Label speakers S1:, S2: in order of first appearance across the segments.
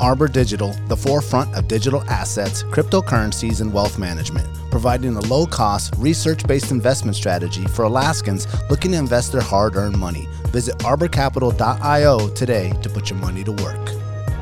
S1: Arbor Digital, the forefront of digital assets, cryptocurrencies, and wealth management, providing a low cost, research based investment strategy for Alaskans looking to invest their hard earned money. Visit arborcapital.io today to put your money to work.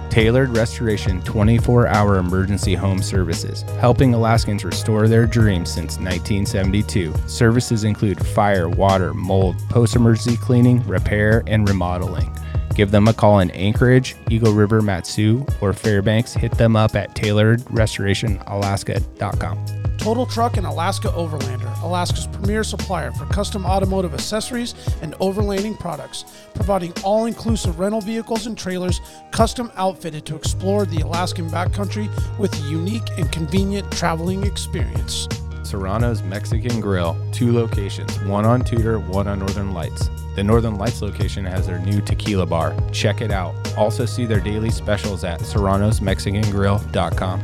S2: Tailored Restoration 24 hour emergency home services, helping Alaskans restore their dreams since 1972. Services include fire, water, mold, post emergency cleaning, repair, and remodeling. Give them a call in Anchorage, Eagle River, Matsu, or Fairbanks. Hit them up at tailoredrestorationalaska.com.
S3: Total Truck and Alaska Overlander, Alaska's premier supplier for custom automotive accessories and overlanding products, providing all inclusive rental vehicles and trailers custom outfitted to explore the Alaskan backcountry with a unique and convenient traveling experience.
S2: Serrano's Mexican Grill, two locations, one on Tudor, one on Northern Lights. The Northern Lights location has their new tequila bar. Check it out. Also see their daily specials at serranosmexicangrill.com.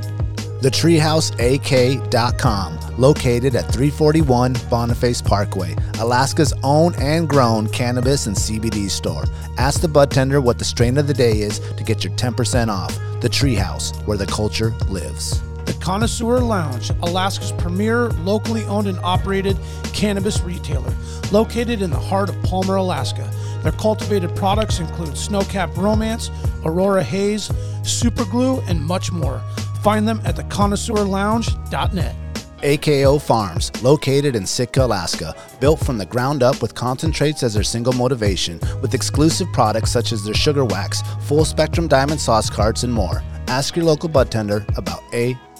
S1: TheTreehouseAK.com, located at 341 Boniface Parkway, Alaska's own and grown cannabis and CBD store. Ask the bud tender what the strain of the day is to get your 10% off. The Treehouse, where the culture lives.
S3: The Connoisseur Lounge, Alaska's premier locally owned and operated cannabis retailer, located in the heart of Palmer, Alaska. Their cultivated products include Snowcap Romance, Aurora Haze, Superglue, and much more. Find them at theconnoisseurlounge.net.
S1: AKO Farms, located in Sitka, Alaska, built from the ground up with concentrates as their single motivation, with exclusive products such as their sugar wax, full spectrum diamond sauce carts, and more. Ask your local bud tender about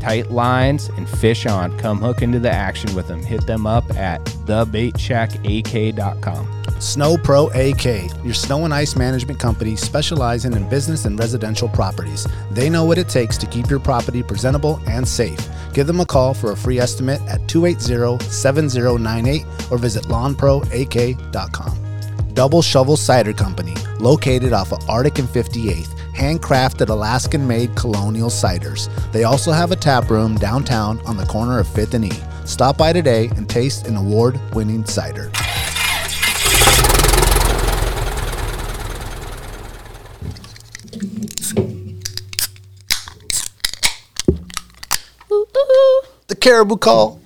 S2: Tight lines and fish on. Come hook into the action with them. Hit them up at thebaitshackak.com.
S1: Snow Pro AK, your snow and ice management company specializing in business and residential properties. They know what it takes to keep your property presentable and safe. Give them a call for a free estimate at 280-7098 or visit lawnproak.com. Double Shovel Cider Company, located off of Arctic and 58th, handcrafted Alaskan-made colonial ciders. They also have a tap room downtown on the corner of 5th and E. Stop by today and taste an award-winning cider. The Caribou Call.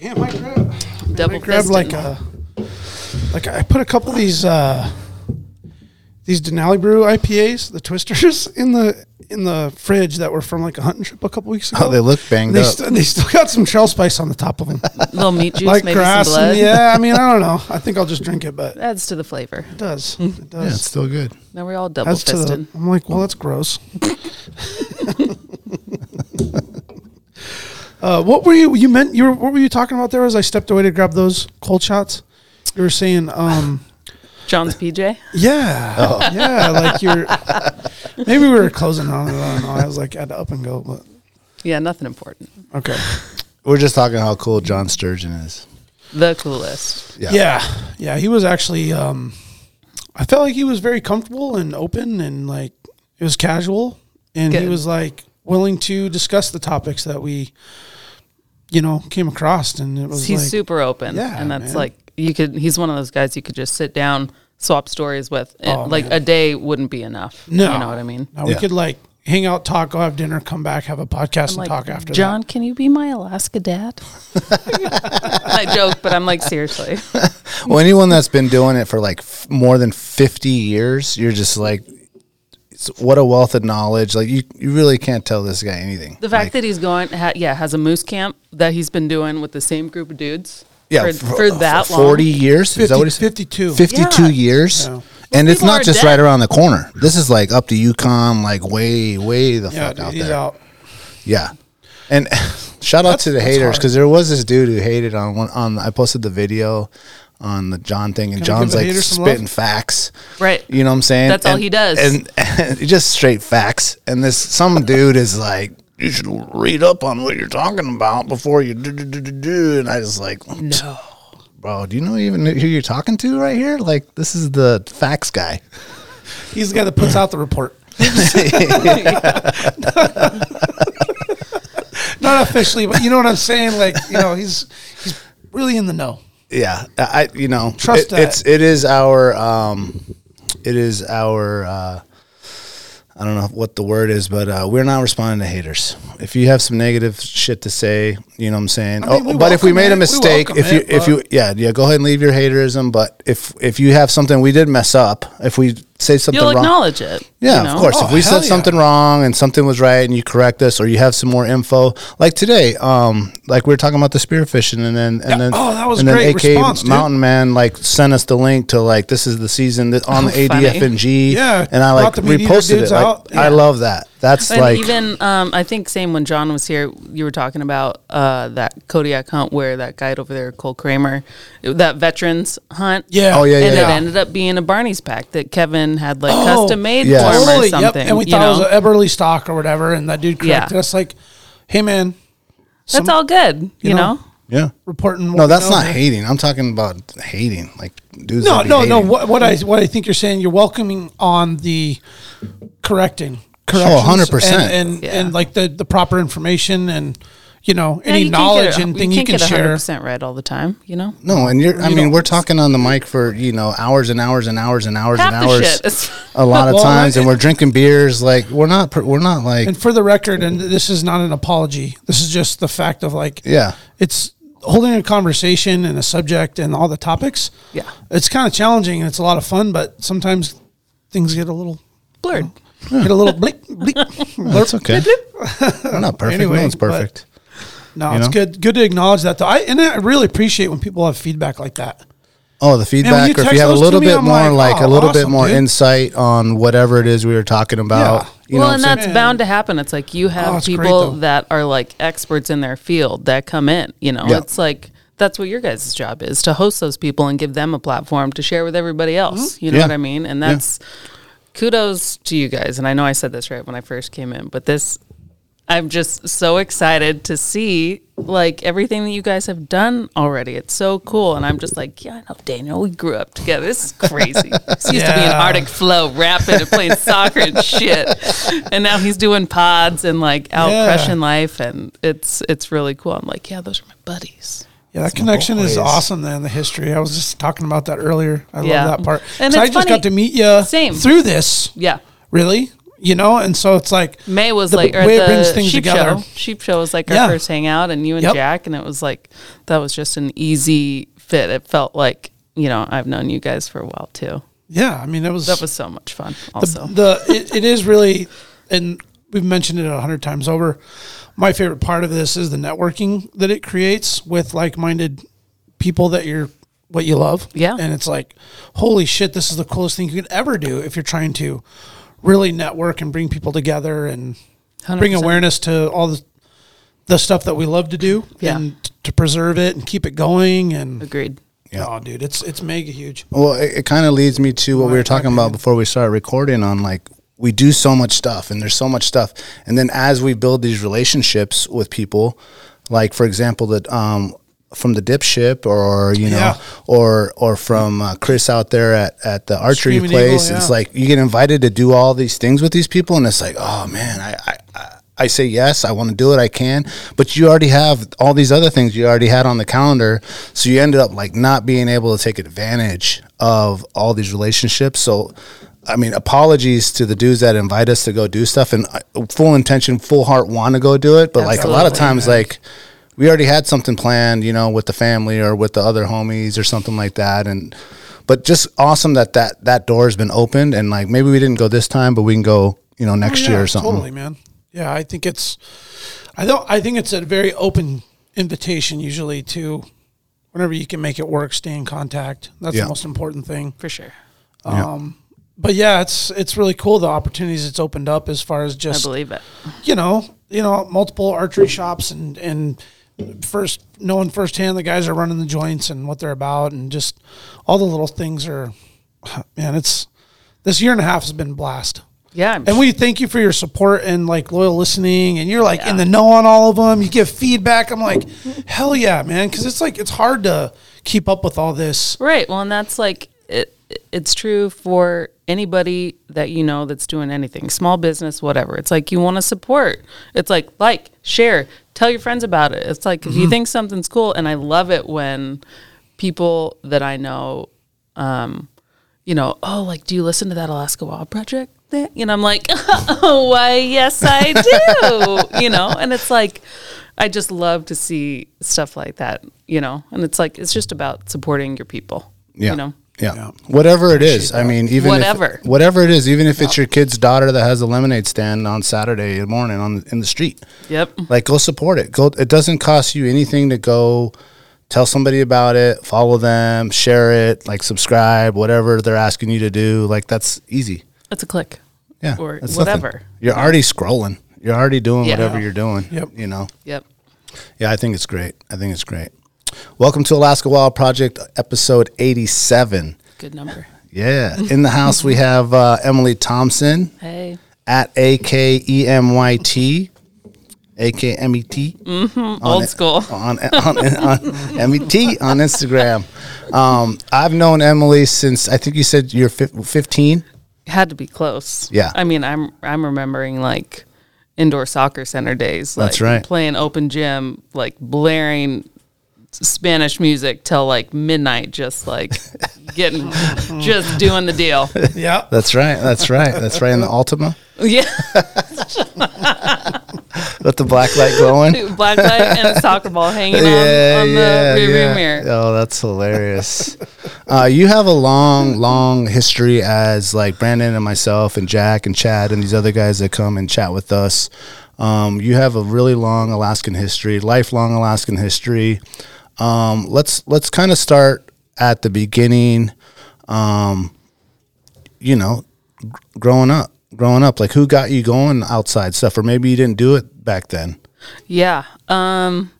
S3: Damn, I grabbed,
S4: Double
S3: I grabbed
S4: fisted.
S3: like a like I put a couple of these uh, these Denali Brew IPAs, the Twisters, in the in the fridge that were from like a hunting trip a couple weeks ago.
S1: Oh, they look banged
S3: they
S1: up.
S3: st- they still got some shell spice on the top of them,
S4: little meat juice,
S3: like
S4: maybe
S3: grass.
S4: some
S3: and-
S4: blood.
S3: yeah, I mean, I don't know. I think I'll just drink it, but it
S4: Adds to the flavor.
S3: does. It does.
S1: Yeah, it's still good.
S4: Now we're all double
S3: That's to the,
S4: fisted.
S3: I'm like, well, that's gross. uh, what were you? You meant you were? What were you talking about there? As I stepped away to grab those cold shots, you were saying, um,
S4: John's PJ.
S3: yeah,
S4: Oh.
S3: yeah, like you're. Maybe we were closing on it. I don't know. I was like, I had to up and go, but
S4: Yeah, nothing important.
S3: okay,
S1: We're just talking how cool John Sturgeon is.
S4: The coolest.
S1: Yeah.
S3: yeah, yeah. He was actually. Um, I felt like he was very comfortable and open, and like it was casual, and he
S4: Good.
S3: was like willing to discuss the topics that we, you know, came across, and it was
S4: He's
S3: like,
S4: super open.
S3: Yeah,
S4: and that's
S3: man.
S4: like you could he's one of those guys you could just sit down, swap stories with. And
S3: Oh,
S4: like
S3: man.
S4: a day wouldn't be enough.
S3: No,
S4: You know what I mean?
S3: Now we
S1: Yeah.
S3: could like hang out, talk, go have dinner, come back, have a podcast, and
S4: like,
S3: talk after
S4: John, can you be my Alaska dad? I joke, but I'm like, seriously.
S1: Well, anyone that's been doing it for like f- more than 50 years, you're just like, it's, what a wealth of knowledge. Like, you, you really can't tell this guy anything.
S4: The fact
S1: Like,
S4: that he's going, ha, yeah, has a moose camp that he's been doing with the same group of dudes.
S1: yeah,
S4: for, for that
S1: 40
S4: long.
S1: years?
S3: that.
S1: Is that what he
S3: 50,
S1: said?
S3: 52.
S1: 52
S4: Yeah.
S1: years.
S3: Yeah.
S1: And it's
S4: people
S1: not
S4: are
S1: just
S4: dead.
S1: right around the corner. This is like up to Yukon, like way, way the
S3: Yeah,
S1: fuck out
S3: he's
S1: there.
S3: out.
S1: Yeah. And shout out to the
S3: that's
S1: haters
S3: hard.
S1: because there was this dude who hated on one on I posted the video on the John thing and
S3: Can we give
S1: John's
S3: the
S1: like
S3: haters some love?
S1: spitting facts.
S4: Right.
S1: You know what I'm saying?
S4: That's all
S1: And-
S4: he does.
S1: And, and just straight facts. And this some dude is like you should read up on what you're talking about before you do do do do do and I just like
S4: No.
S1: bro, do you know even who you're talking to right here? Like this is the facts guy.
S3: He's the guy that puts out the report. Not officially, but you know what I'm saying? Like, you know, he's he's really in the know.
S1: yeah i I- you know
S3: Trust
S1: it,
S3: that.
S1: it's it is our um it is our uh i don't know what the word is but uh we're not responding to haters if you have some negative shit to say you know what i'm saying
S3: mean,
S1: oh,
S3: we
S1: but if we
S3: welcome
S1: made
S3: it.
S1: a
S3: We
S1: mistake
S3: welcome
S1: if you
S3: it,
S1: if you yeah yeah go ahead and leave your haterism but if if you have something we did mess up if we say something
S4: You'll
S1: wrong
S4: acknowledge it.
S1: yeah,
S4: you know?
S1: of course.
S3: Oh,
S1: if we
S3: hell
S1: said
S3: yeah.
S1: something wrong and something was right and you correct us or you have some more info, like today, um, like we were talking about the spearfishing and then and then
S3: Oh, that was
S1: and then
S3: great
S1: AK
S3: response, dude.
S1: Mountain Man like sent us the link to like this is the season that on
S4: Oh,
S1: the
S4: funny.
S1: ADFNG.
S3: Yeah,
S1: and I like
S3: brought the meat eater
S1: reposted it.
S3: dudes
S1: Like,
S3: out.
S1: I
S3: Yeah.
S1: love that. That's
S4: And
S1: like
S4: even um, I think same when John was here, you were talking about uh, that Kodiak hunt where that guy over there, Cole Kramer, that veterans hunt.
S3: Yeah.
S1: Oh, yeah, yeah,
S4: and it
S1: yeah.
S4: ended up being a Barney's pack that Kevin had like
S3: Oh,
S4: custom made
S1: yes.
S4: for him
S3: Totally,
S4: or
S3: yep.
S4: something.
S3: And we
S4: you
S3: thought
S4: know?
S3: it was an Eberly stock or whatever, and that dude
S4: Yeah.
S3: corrected us like, hey man,
S4: that's all good, you, know.
S3: know,
S1: yeah.
S3: reporting
S1: No, that's not hating. I'm talking about hating. Like dudes.
S3: No,
S1: that be
S3: no, no.
S1: hating.
S3: What, what I what I think you're saying, you're welcoming on the correcting,
S1: Oh,
S3: corrections,
S1: 100%.
S3: and and,
S4: Yeah.
S3: and like the the proper information and you know
S4: Yeah,
S3: any
S4: you can't get
S3: knowledge
S4: it-
S3: and thing you
S4: can't
S3: can
S4: get
S3: share.
S4: 100% right all the time, you know.
S1: No, and you're. I mean,
S3: don't-
S1: we're talking on the mic for you know hours and hours and hours and hours
S4: Half
S1: and
S4: the
S1: hours.
S4: shit. is-
S1: a lot of
S3: Well,
S1: times,
S3: I-
S1: and we're drinking beers. Like we're not. pr- We're not like.
S3: And for the record, and this is not an apology. This is just the fact of like,
S1: Yeah.
S3: it's holding a conversation and a subject and all the topics.
S4: Yeah.
S3: it's kind of challenging and it's a lot of fun, but sometimes things get a little
S4: blurred.
S3: get a little bleep bleep.
S1: That's okay. we're not perfect.
S3: Anyway,
S1: no one's
S3: but-
S1: perfect.
S3: No,
S1: You
S3: it's
S1: know?
S3: good. Good to acknowledge that, though. I and I really appreciate when people have feedback like that.
S1: Oh, the
S3: when
S1: feedback,
S3: you
S1: or if you
S3: text
S1: have a
S3: those to
S1: little
S3: me,
S1: bit
S3: I'm
S1: more, like,
S3: like,
S1: a
S3: "Oh,
S1: little bit
S3: awesome,
S1: more
S3: dude."
S1: insight on whatever it is we were talking about.
S3: Yeah.
S1: You
S4: well,
S1: know
S4: and
S1: what I'm
S4: that's
S1: saying?
S3: saying?
S4: bound to happen. It's like you have
S3: Oh, it's great,
S4: people
S3: though.
S4: that are like experts in their field that come in, you know,
S1: Yeah.
S4: it's like that's what your guys' job is to host those people and give them a platform to share with everybody else. You know
S1: Mm-hmm. Yeah.
S4: what I mean? And that's kudos to you guys. And I know I said this right when I first came in, but this, I'm just so excited to see like everything that you guys have done already. It's so cool. And I'm just like, yeah, I know Daniel, we grew up together. This is crazy. This used to be an
S3: Yeah.
S4: Arctic flow rapping and playing soccer and shit. And now he's doing pods and like out
S3: Yeah.
S4: crushing life and it's it's really cool. I'm like, yeah, those are my buddies.
S3: Yeah, that connection is
S1: always.
S3: awesome. Then the history. I was just talking about that earlier. I
S4: Yeah.
S3: love that part.
S4: And
S3: so I
S4: it's
S3: just got
S4: funny.
S3: to meet you
S4: Same.
S3: through this.
S4: Yeah.
S3: Really, you know, and so it's like
S4: May was
S3: the
S4: like or
S3: way
S4: at
S3: it brings
S4: the
S3: things
S4: sheep
S3: together.
S4: show. Sheep show was like our
S3: Yeah.
S4: first hangout and you and
S3: Yep.
S4: Jack and it was like that was just an easy fit. It felt like, you know, I've known you guys for a while too.
S3: Yeah, I mean, it was
S4: That was so much fun also.
S3: the it, it is really and we've mentioned it a hundred times over my favorite part of this is the networking that it creates with like-minded people that you're what you love
S4: Yeah.
S3: and it's like holy shit this is the coolest thing you could ever do if you're trying to really network and bring people together and bring
S4: 100%.
S3: awareness to all the the stuff that we love to do
S4: Yeah.
S3: and t- to preserve it and keep it going and
S4: Agreed.
S1: Yeah.
S3: oh dude it's it's mega huge
S1: Well, it, it kind of leads me to what we were talking about before we started recording on like we do so much stuff and there's so much stuff. And then as we build these relationships with people, like for example, that um, from the dip ship or, you know,
S3: Yeah.
S1: or, or from uh, Chris out there at, at the archery
S3: Screaming
S1: place,
S3: Eagle,
S1: it's
S3: yeah.
S1: like you get invited to do all these things with these people. And it's like, oh man, I, I, I I say yes, I want to do it, I can, but you already have all these other things you already had on the calendar. So you ended up like not being able to take advantage of all these relationships. So I mean, apologies to the dudes that invite us to go do stuff and uh, full intention, full heart want to go do it. But like a lot of
S4: Absolutely.
S1: times, like we already had something planned, you know, with the family or with the other homies or something like that. And, but just awesome that that, that door has been opened and like maybe we didn't go this time, but we can go, you know, next
S3: Oh,
S1: year
S3: yeah,
S1: or something.
S3: Totally, man. Yeah, I think it's, I don't, I think it's a very open invitation usually to, whenever you can make it work, stay in contact. That's
S1: Yeah.
S3: the most important thing.
S4: for sure.
S3: But yeah, it's it's really cool the opportunities it's opened up as far as
S4: I
S3: just
S4: believe it.
S3: you know, you know, multiple archery shops and and first knowing firsthand the guys are running the joints and what they're about and just all the little things are man, it's this year and a half has been a blast.
S4: Yeah, I'm
S3: And we thank you for your support and like loyal listening. And you're like in the know on all of them. You give feedback. I'm like, hell yeah, man. Cause it's like, it's hard to keep up with all this.
S4: Right. Well, and that's like it, it's true for anybody that you know that's doing anything, small business, whatever. It's like you want to support. It's like like, share, tell your friends about it. It's like if
S3: Mm-hmm.
S4: you think something's cool and I love it when people that I know um you know, oh, like, do you listen to that Alaska Wild Project? thing? And I'm like, oh, why, yes, I do. you know, and it's like, I just love to see stuff like that, you know, and it's like, it's just about supporting your people,
S1: Yeah.
S4: you know.
S1: Yeah. Whatever it is. I mean, even if-
S4: Whatever.
S1: whatever it is, even if it's your kid's daughter that has a lemonade stand on Saturday morning on in the street.
S4: Yep.
S1: Like go support it. Go it doesn't cost you anything to go tell somebody about it, follow them, share it, like subscribe, whatever they're asking you to do. Like that's easy.
S4: That's a click.
S1: Yeah.
S4: Or
S1: that's nothing.
S4: whatever.
S1: You're already scrolling. You're already doing
S4: Yeah.
S1: whatever you're doing.
S3: Yep.
S1: You know.
S4: Yep.
S1: Yeah, I think it's great. I think it's great. Welcome to Alaska Wild Project episode 87.
S4: Good number.
S1: Yeah. In the house, we have uh, Emily Thompson
S4: Hey.
S1: at A K E M Y T, A K M E T,
S4: Old school.
S1: on, on, on M E T on Instagram. Um, I've known Emily since I think you said you're fif- 15.
S4: Had to be close.
S1: Yeah.
S4: I mean, I'm I'm remembering like indoor soccer center days. Like,
S1: That's right.
S4: Playing open gym, like blaring Spanish music till like midnight, just like getting, just doing the deal.
S3: Yeah.
S1: That's right. That's right. That's right in the Ultima
S4: Yeah.
S1: with the black light glowing.
S4: Black light and a soccer ball hanging on, on the rearview mirror.
S1: Oh, that's hilarious. uh, you have a long, long history as like Brandon and myself and Jack and Chad and these other guys that come and chat with us. Um, you have a really long Alaskan history, lifelong Alaskan history. Um, let's let's kind of start at the beginning. Um, you know, gr- growing up, growing up, like who got you going outside stuff, or maybe you didn't do it back then.
S4: Yeah. Um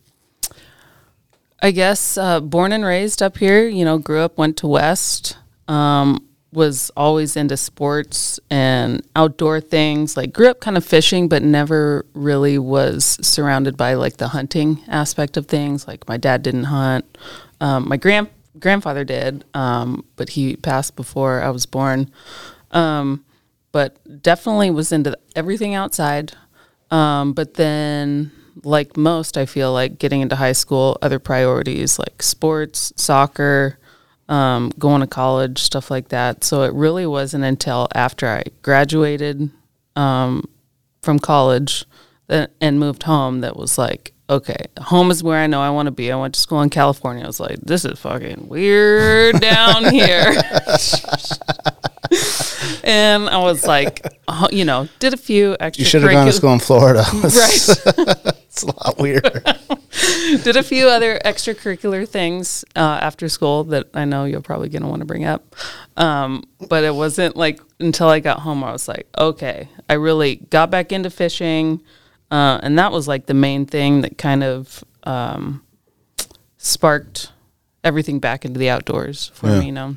S4: I guess uh born and raised up here, you know, grew up, went to West. Um was always into sports and outdoor things. Like grew up kind of fishing but never really was surrounded by like the hunting aspect of things. Like my dad didn't hunt. Um my grand grandfather did, um but he passed before I was born. Um but definitely was into everything outside. Um, but then, like most, I feel like getting into high school, other priorities like sports, soccer, um, going to college, stuff like that. So it really wasn't until after I graduated um, from college that, and moved home that was like, okay, home is where I know I want to be. I went to school in California. I was like, this is fucking weird down here. and I was like, oh, you know, did a few extra.
S1: You should have gone to school in Florida.
S4: Right.
S1: it's a lot weirder.
S4: did a few other extracurricular things uh, after school that I know you're probably going to want to bring up. Um, but it wasn't like until I got home, I was like, okay, I really got back into fishing. Uh, and that was like the main thing that kind of um, sparked everything back into the outdoors for me, you know.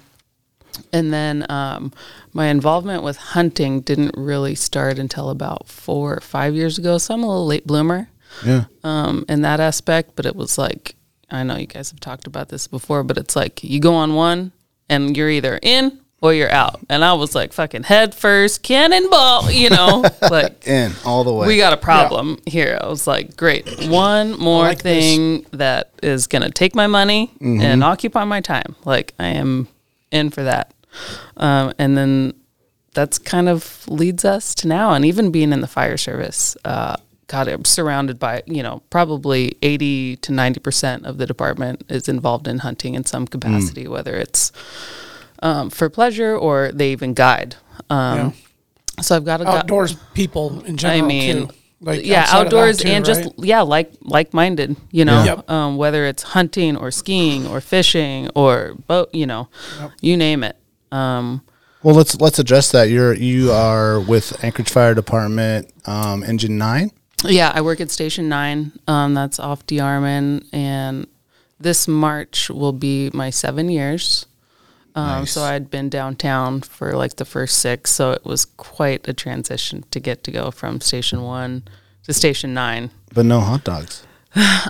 S4: And then um, my involvement with hunting didn't really start until about four or five years ago. So I'm a little late bloomer
S1: Yeah.
S4: um, in that aspect, but it was like I know you guys have talked about this before, but it's like you go on one and you're either in or you're out. And I was like fucking head first, cannonball, you know, like
S1: In all the way.
S4: we got a problem here. I was like, great, one more thing that is gonna take my money and occupy my time. Like I am in for that. Um, and then that's kind of leads us to now. And even being in the fire service, uh, God, I'm surrounded by, you know, probably 80 to 90% of the department is involved in hunting in some capacity, whether it's um, for pleasure or they even guide. Um, So I've got a gu-
S3: outdoors people in general.
S4: I mean,
S3: too. Like
S4: yeah,
S3: outside of that
S4: outdoors
S3: too,
S4: and just
S3: right?
S4: yeah, like like minded. You know,
S3: Yep.
S4: um, whether it's hunting or skiing or fishing or boat, you know, you name it. Um,
S1: Well, let's let's address that. You're you are with Anchorage Fire Department, um, Engine Nine.
S4: yeah, I work at Station Nine. Um, that's off Diarmen, and this March will be my seven years. Um, So I'd been downtown for like the first six, so it was quite a transition to get to go from Station One to Station Nine.
S1: But no hot dogs.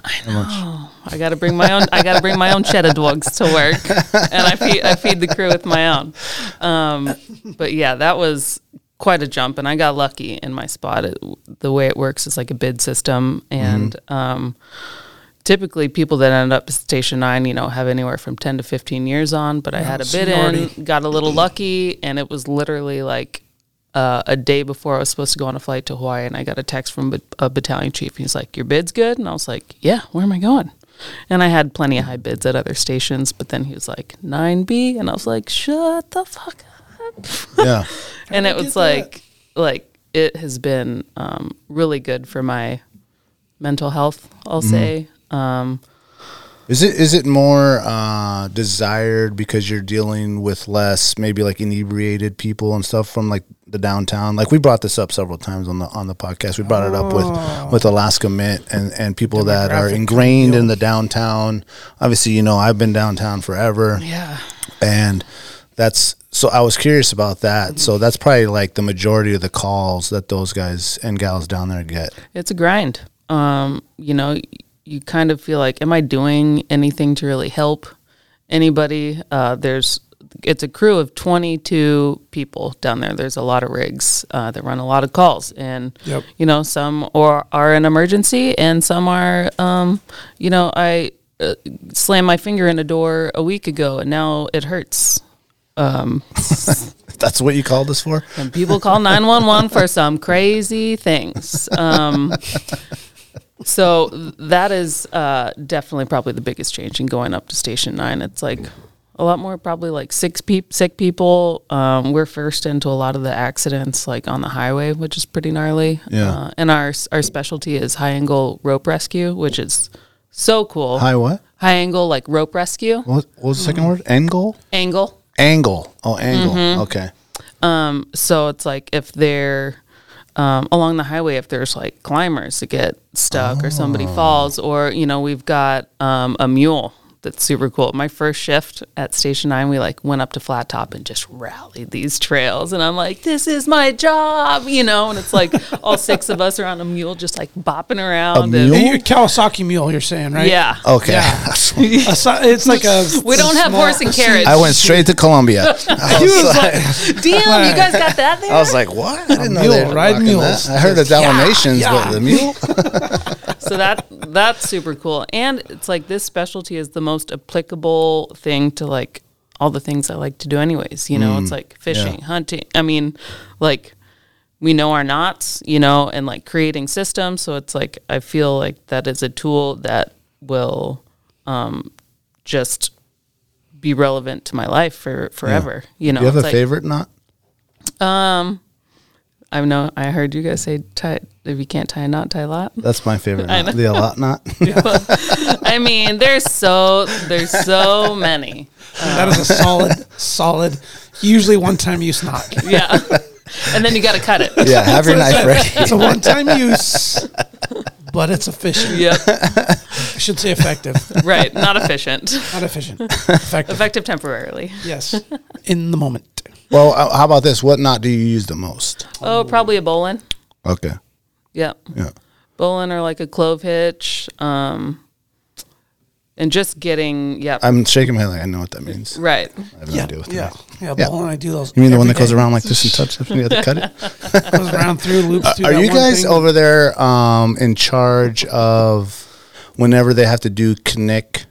S4: I gotta bring my own. I gotta bring my own cheddar dogs to work, and I feed I feed the crew with my own. Um, but yeah, that was quite a jump, and I got lucky in my spot. It, the way it works is like a bid system, and um, typically people that end up at station nine, you know, have anywhere from ten to fifteen years on. But I had a bid in, got a little lucky, and it was literally like. Uh, a day before I was supposed to go on a flight to Hawaii, and I got a text from bat- a battalion chief, and he's like, "Your bid's good," and I was like, "Yeah, where am I going?" And I had plenty of high bids at other stations, but then he was like, 9B. And I was like, shut the fuck up.
S1: Yeah.
S4: and it
S3: did
S4: was
S3: that?
S4: like, like, it has been um, really good for my mental health, I'll say. Um,
S1: Is it is it more uh, desired because you're dealing with less maybe like inebriated people and stuff from like the downtown? Like we brought this up several times on the on the podcast. We brought it up with with Alaska Mint and and people that are ingrained in the downtown. Obviously, you know I've been downtown forever
S4: yeah.
S1: and that's so I was curious about that. So that's probably like the majority of the calls that those guys and gals down there get.
S4: It's a grind. Um, you know, y- you kind of feel like, am I doing anything to really help anybody? Uh, there's, it's a crew of 22 people down there. There's a lot of rigs uh, that run a lot of calls, and
S3: Yep.
S4: you know, some or are an emergency, and some are, um, you know, I uh, slammed my finger in a door a week ago, and now it hurts.
S1: That's what you called us for?
S4: And people call 911 for some crazy things. Um, so th- that is uh, definitely probably the biggest change in going up to Station 9. It's like a lot more probably like six peop sick people. Um, we're first into a lot of the accidents like on the highway, which is pretty gnarly.
S1: Yeah.
S4: Uh, and our, our specialty is high angle rope rescue, which is so cool.
S1: Hi, what?
S4: High angle like rope rescue.
S1: What what was the second word? End goal?
S4: Angle.
S1: Angle. Oh, angle.
S3: Mm-hmm.
S1: Okay.
S4: So it's like if they're um, along the highway, if there's like climbers that get stuck or somebody
S1: Oh.
S4: falls, or you know, we've got um, a mule that's super cool. My first shift at Station Nine, we like went up to Flat Top and just rallied these trails, and I'm like, this is my job, you know. And it's like all six of us are on a mule, just like bopping around. and-
S1: mule? Oh,
S3: And you- Kawasaki mule, you're saying, right?
S4: Yeah.
S1: Okay.
S3: A si- it's like a.
S4: We don't have
S3: small-
S4: horse and carriage.
S1: I went straight to Colombia. I was, like,
S4: Damn, you guys got that there.
S1: I was like, what? I didn't know
S3: mule,
S1: they were
S3: ride
S1: rocking
S3: mules.
S1: That. I heard of Dalmatians, but the mule.
S4: so that that's super cool and it's like this specialty is the most applicable thing to like all the things i like to do anyways you know it's like fishing hunting i mean like we know our knots you know and like creating systems so it's like i feel like that is a tool that will um just be relevant to my life for forever you know
S1: Do you have a
S4: It's like-
S1: favorite knot?
S4: i know i heard you guys say tie if you can't tie a knot tie a lot
S1: That's my favorite knot. The lot knot.
S4: i mean there's so there's so many
S3: That is a solid, solid. Usually one time use knot.
S4: Yeah. and then you got to cut it.
S1: yeah, have your knife ready.
S3: It's a one time use, but it's efficient.
S4: Yep.
S3: I should say effective,
S4: Right. Not efficient.
S3: not efficient. Effective.
S4: Effective temporarily.
S3: Yes. In the moment.
S1: Well, uh, how about this? What knot do you use the most?
S4: Oh, probably a bowline.
S1: Okay.
S4: Yep.
S1: Yeah.
S4: Bowline or like a clove hitch. Um, and just getting, yep.
S1: I'm shaking my head like I know what that means.
S4: right.
S1: I have no
S3: Yeah.
S1: idea what that
S3: Yeah.
S1: means.
S3: Yeah.
S1: Yeah.
S3: Bull and I do those.
S1: You mean the one
S3: every
S1: that goes
S3: day.
S1: around like this and touches and you have to cut it?
S3: Goes around through loops through.
S1: Uh, Are
S3: that
S1: you
S3: one
S1: guys
S3: thing.
S1: over there um, in charge of whenever they have to do connect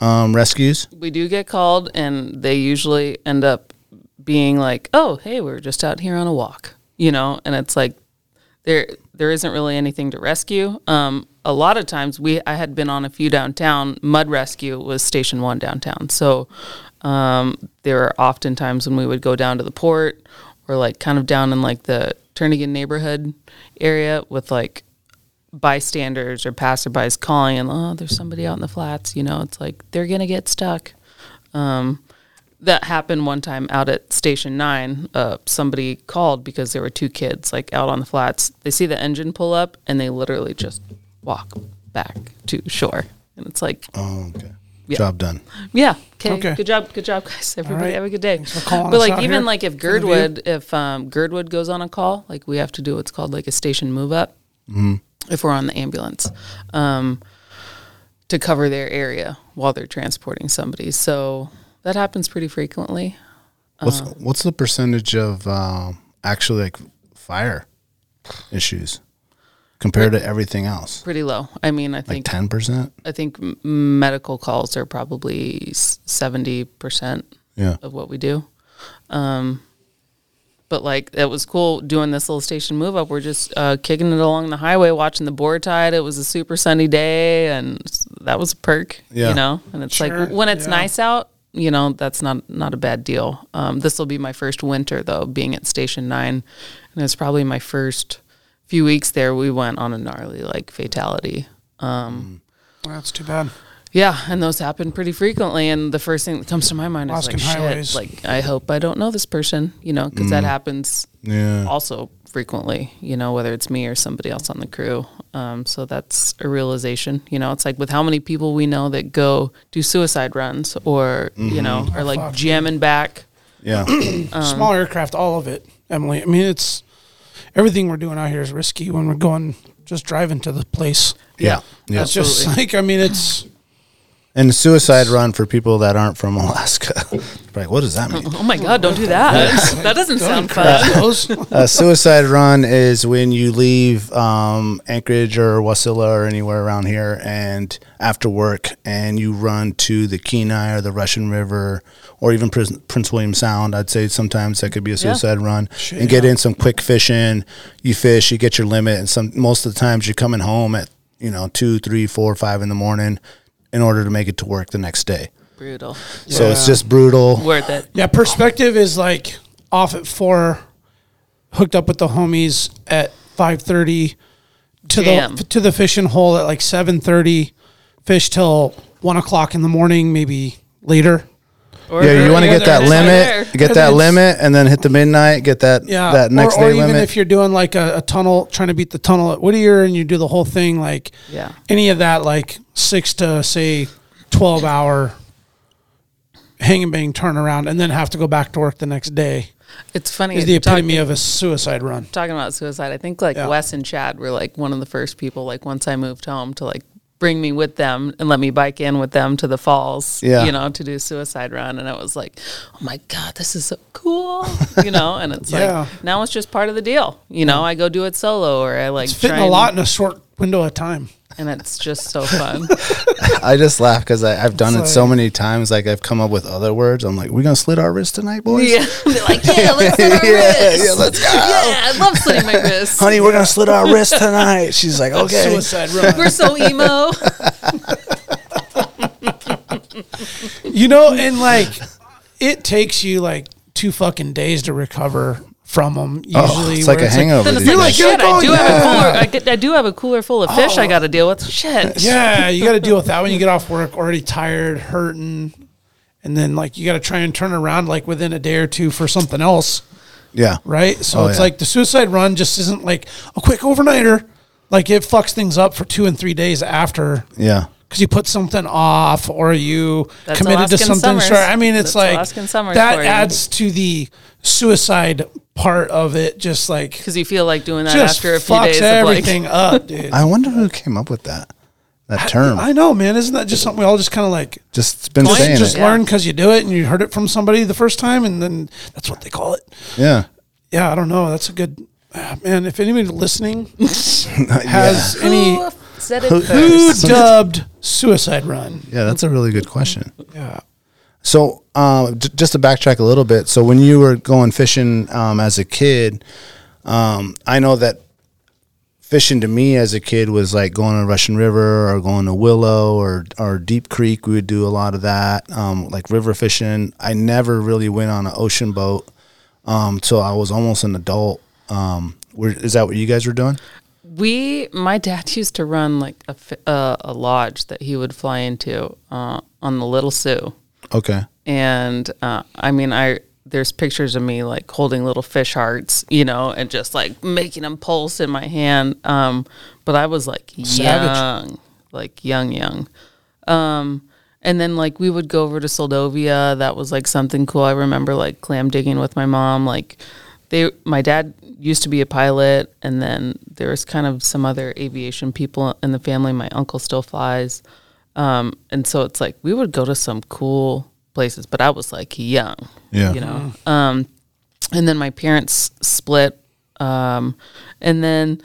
S1: um, rescues?
S4: We do get called, and they usually end up being like, "Oh, hey, we were just out here on a walk," you know, and it's like there there isn't really anything to rescue. Um, a lot of times we I had been on a few downtown. Mud rescue was station one downtown, so um, there are often times when we would go down to the port or like kind of down in like the Turnagain neighborhood area with like bystanders or passerbys calling and oh there's somebody out in the flats you know it's like they're gonna get stuck Um, that happened one time out at station 9 uh, somebody called because there were two kids like out on the flats they see the engine pull up and they literally just walk back to shore and it's like
S1: Oh, okay. Job done.
S4: yeah okay,
S3: Okay.
S4: good job good job guys everybody
S3: right.
S4: have a good day
S3: for calling
S4: but
S3: us
S4: like
S3: out
S4: even
S3: here
S4: like if
S3: the view.
S4: girdwood if um, girdwood goes on a call like we have to do what's called like a station move up
S1: Mm-hmm.
S4: if we're on the ambulance um, to cover their area while they're transporting somebody so that happens pretty frequently
S1: What's what's the percentage of um, actually like fire issues compared to everything else?
S4: pretty low. I mean, I
S1: Like
S4: think
S1: ten percent.
S4: I think m- medical calls are probably seventy percent
S1: Yeah.
S4: of what we do. Um, but like it was cool doing this little station move up. We're just uh, kicking it along the highway, watching the board tide. It was a super sunny day, and s- that was a perk,
S1: Yeah.
S4: you know. And it's
S3: Sure,
S4: like when it's
S3: yeah.
S4: nice out, you know, that's not not a bad deal. Um, this will be my first winter though, being at Station Nine, and it's probably my first few weeks there. We went on a gnarly like fatality.
S3: Well, that's too bad.
S4: Yeah, and those happen pretty frequently. And the first thing that comes to my mind is
S3: Alaskan
S4: like, shit,
S3: highways.
S4: like I hope I don't know this person, you know, because that happens
S1: Mm. Yeah.
S4: also frequently, you know, whether it's me or somebody else on the crew. Um, so that's a realization, you know, it's like with how many people we know that go do suicide runs or, you know,
S3: Mm-hmm.
S4: are like jamming back.
S1: Yeah.
S4: Um,
S3: Small aircraft, all of it, Emily. I mean, it's everything we're doing out here is risky when we're going just driving to the place.
S1: yeah. Yeah.
S3: It's just like I mean, it's
S1: And suicide run for people that aren't from Alaska. like, what does that mean?
S4: Oh my God, don't do that. that doesn't sound fun.
S3: those.
S1: A Uh, suicide run is when you leave um, Anchorage or Wasilla or anywhere around here, and after work, and you run to the Kenai or the Russian River, or even Prince, Prince William Sound. I'd say sometimes that could be a suicide run, and get in some quick fishing. You fish, you get your limit, and some most of the times you're coming home at you know two, three, four, five in the morning, in order to make it to work the next day.
S4: Brutal.
S1: So it's
S3: Yeah.
S1: just brutal.
S4: Worth it.
S3: Yeah, perspective is like off at four, hooked up with the homies at five thirty, to
S4: Jam.
S3: the to the fishing hole at like seven thirty, fish till one o'clock in the morning, maybe later.
S4: Or-
S1: Yeah, you
S4: or
S1: want to
S4: the
S1: get that
S4: other side
S1: limit,
S4: there.
S1: get
S3: And
S1: that
S3: it's-
S1: limit, and then hit the midnight, get that
S3: Yeah,
S1: that next
S3: or, or
S1: day
S3: even
S1: limit.
S3: if you're doing like a, a tunnel, trying to beat the tunnel at Whittier, and you do the whole thing, like
S4: Yeah.
S3: any of that, like six to say twelve hour hang and bang turnaround, and then have to go back to work the next day
S4: It's funny.
S3: is the
S4: talking-
S3: epitome of a suicide run.
S4: talking about suicide, I think like
S3: Yeah.
S4: Wes and Chad were like one of the first people. Like once I moved home to like bring me with them and let me bike in with them to the falls.
S1: Yeah.
S4: you know, to do suicide run, and I was like, oh my god, this is so cool. you know, and it's
S3: Yeah.
S4: like now it's just part of the deal. You know, I go do it solo or I like
S3: It's fitting
S4: try
S3: a
S4: and-
S3: lot in a short window of time.
S4: and it's just so fun.
S1: I just laugh because I've done it so many times. Like I've come up with other words. I'm like, "We're gonna slit our wrist tonight, boys."
S4: yeah, they're like yeah, let's slit our
S1: yeah,
S4: wrists.
S1: yeah, let's go,
S4: Yeah, I love slitting my wrists.
S1: honey. We're gonna slit our wrist tonight. She's like, "Okay."
S3: Suicide run.
S4: We're so emo.
S3: you know, and like it takes you like two fucking days to recover from them. Usually,
S1: Oh, it's like
S3: where
S1: a hangover.
S4: Then it's
S1: dude.
S4: like,
S3: like, you're
S4: shit, I
S3: going- Oh.
S4: do have a cooler. I, get, I do have a cooler full of fish. I got to deal with shit.
S3: yeah, you got to deal with that when you get off work, already tired, hurting, and then like you got to try and turn around like within a day or two for something else,
S1: yeah,
S3: right? So
S1: Oh,
S3: it's
S1: yeah.
S3: like the suicide run just isn't like a quick overnighter. Like it fucks things up for two and three days after
S1: yeah.
S3: because you put something off or you
S4: That's
S3: committed to
S4: Alaskan
S3: something.
S4: summers.
S3: Sure, I mean, it's
S4: That's
S3: like
S4: Alaskan summers
S3: that
S4: for you.
S3: adds to the suicide part of it. Just like
S4: because you feel like doing that
S3: just
S4: after a few
S3: fucks
S4: days
S3: everything
S4: of
S3: up, dude.
S1: I wonder who came up with that that term.
S3: I know, man. Isn't that just something we all just kind of like
S1: just been
S3: Well, you
S1: saying
S3: just
S1: it.
S4: Yeah.
S3: learn because you do it and you heard it from somebody the first time and then that's what they call it
S1: Yeah,
S3: yeah i don't know that's a good ah, man if anybody listening has
S4: like
S3: any
S4: Who said it
S1: Who-
S4: first?
S3: dubbed suicide run
S1: yeah. That's a really good question.
S3: yeah
S1: So, um, j- just to backtrack a little bit, so when you were going fishing um, as a kid, um, I know that fishing to me as a kid was like going to Russian River or going to Willow or or Deep Creek. We would do a lot of that, um, like river fishing. I never really went on an ocean boat um, till I was almost an adult. Um, were, is that what you guys were doing?
S4: We, my dad used to run like a fi- uh, a lodge that he would fly into uh, on the Little Sioux,
S1: Okay.
S4: and uh, I mean, I there's pictures of me like holding little fish hearts, you know, and just like making them pulse in my hand. Um, but I was like
S1: Savage.
S4: young, like young, young. Um, and then like we would go over to Soldovia. That was like something cool. I remember like clam digging with my mom. Like they, my dad used to be a pilot, and then there was kind of some other aviation people in the family. My uncle still flies, um, and so it's like we would go to some cool places. But I was like young,
S1: Yeah.
S4: you know. Um, and then my parents split, um, and then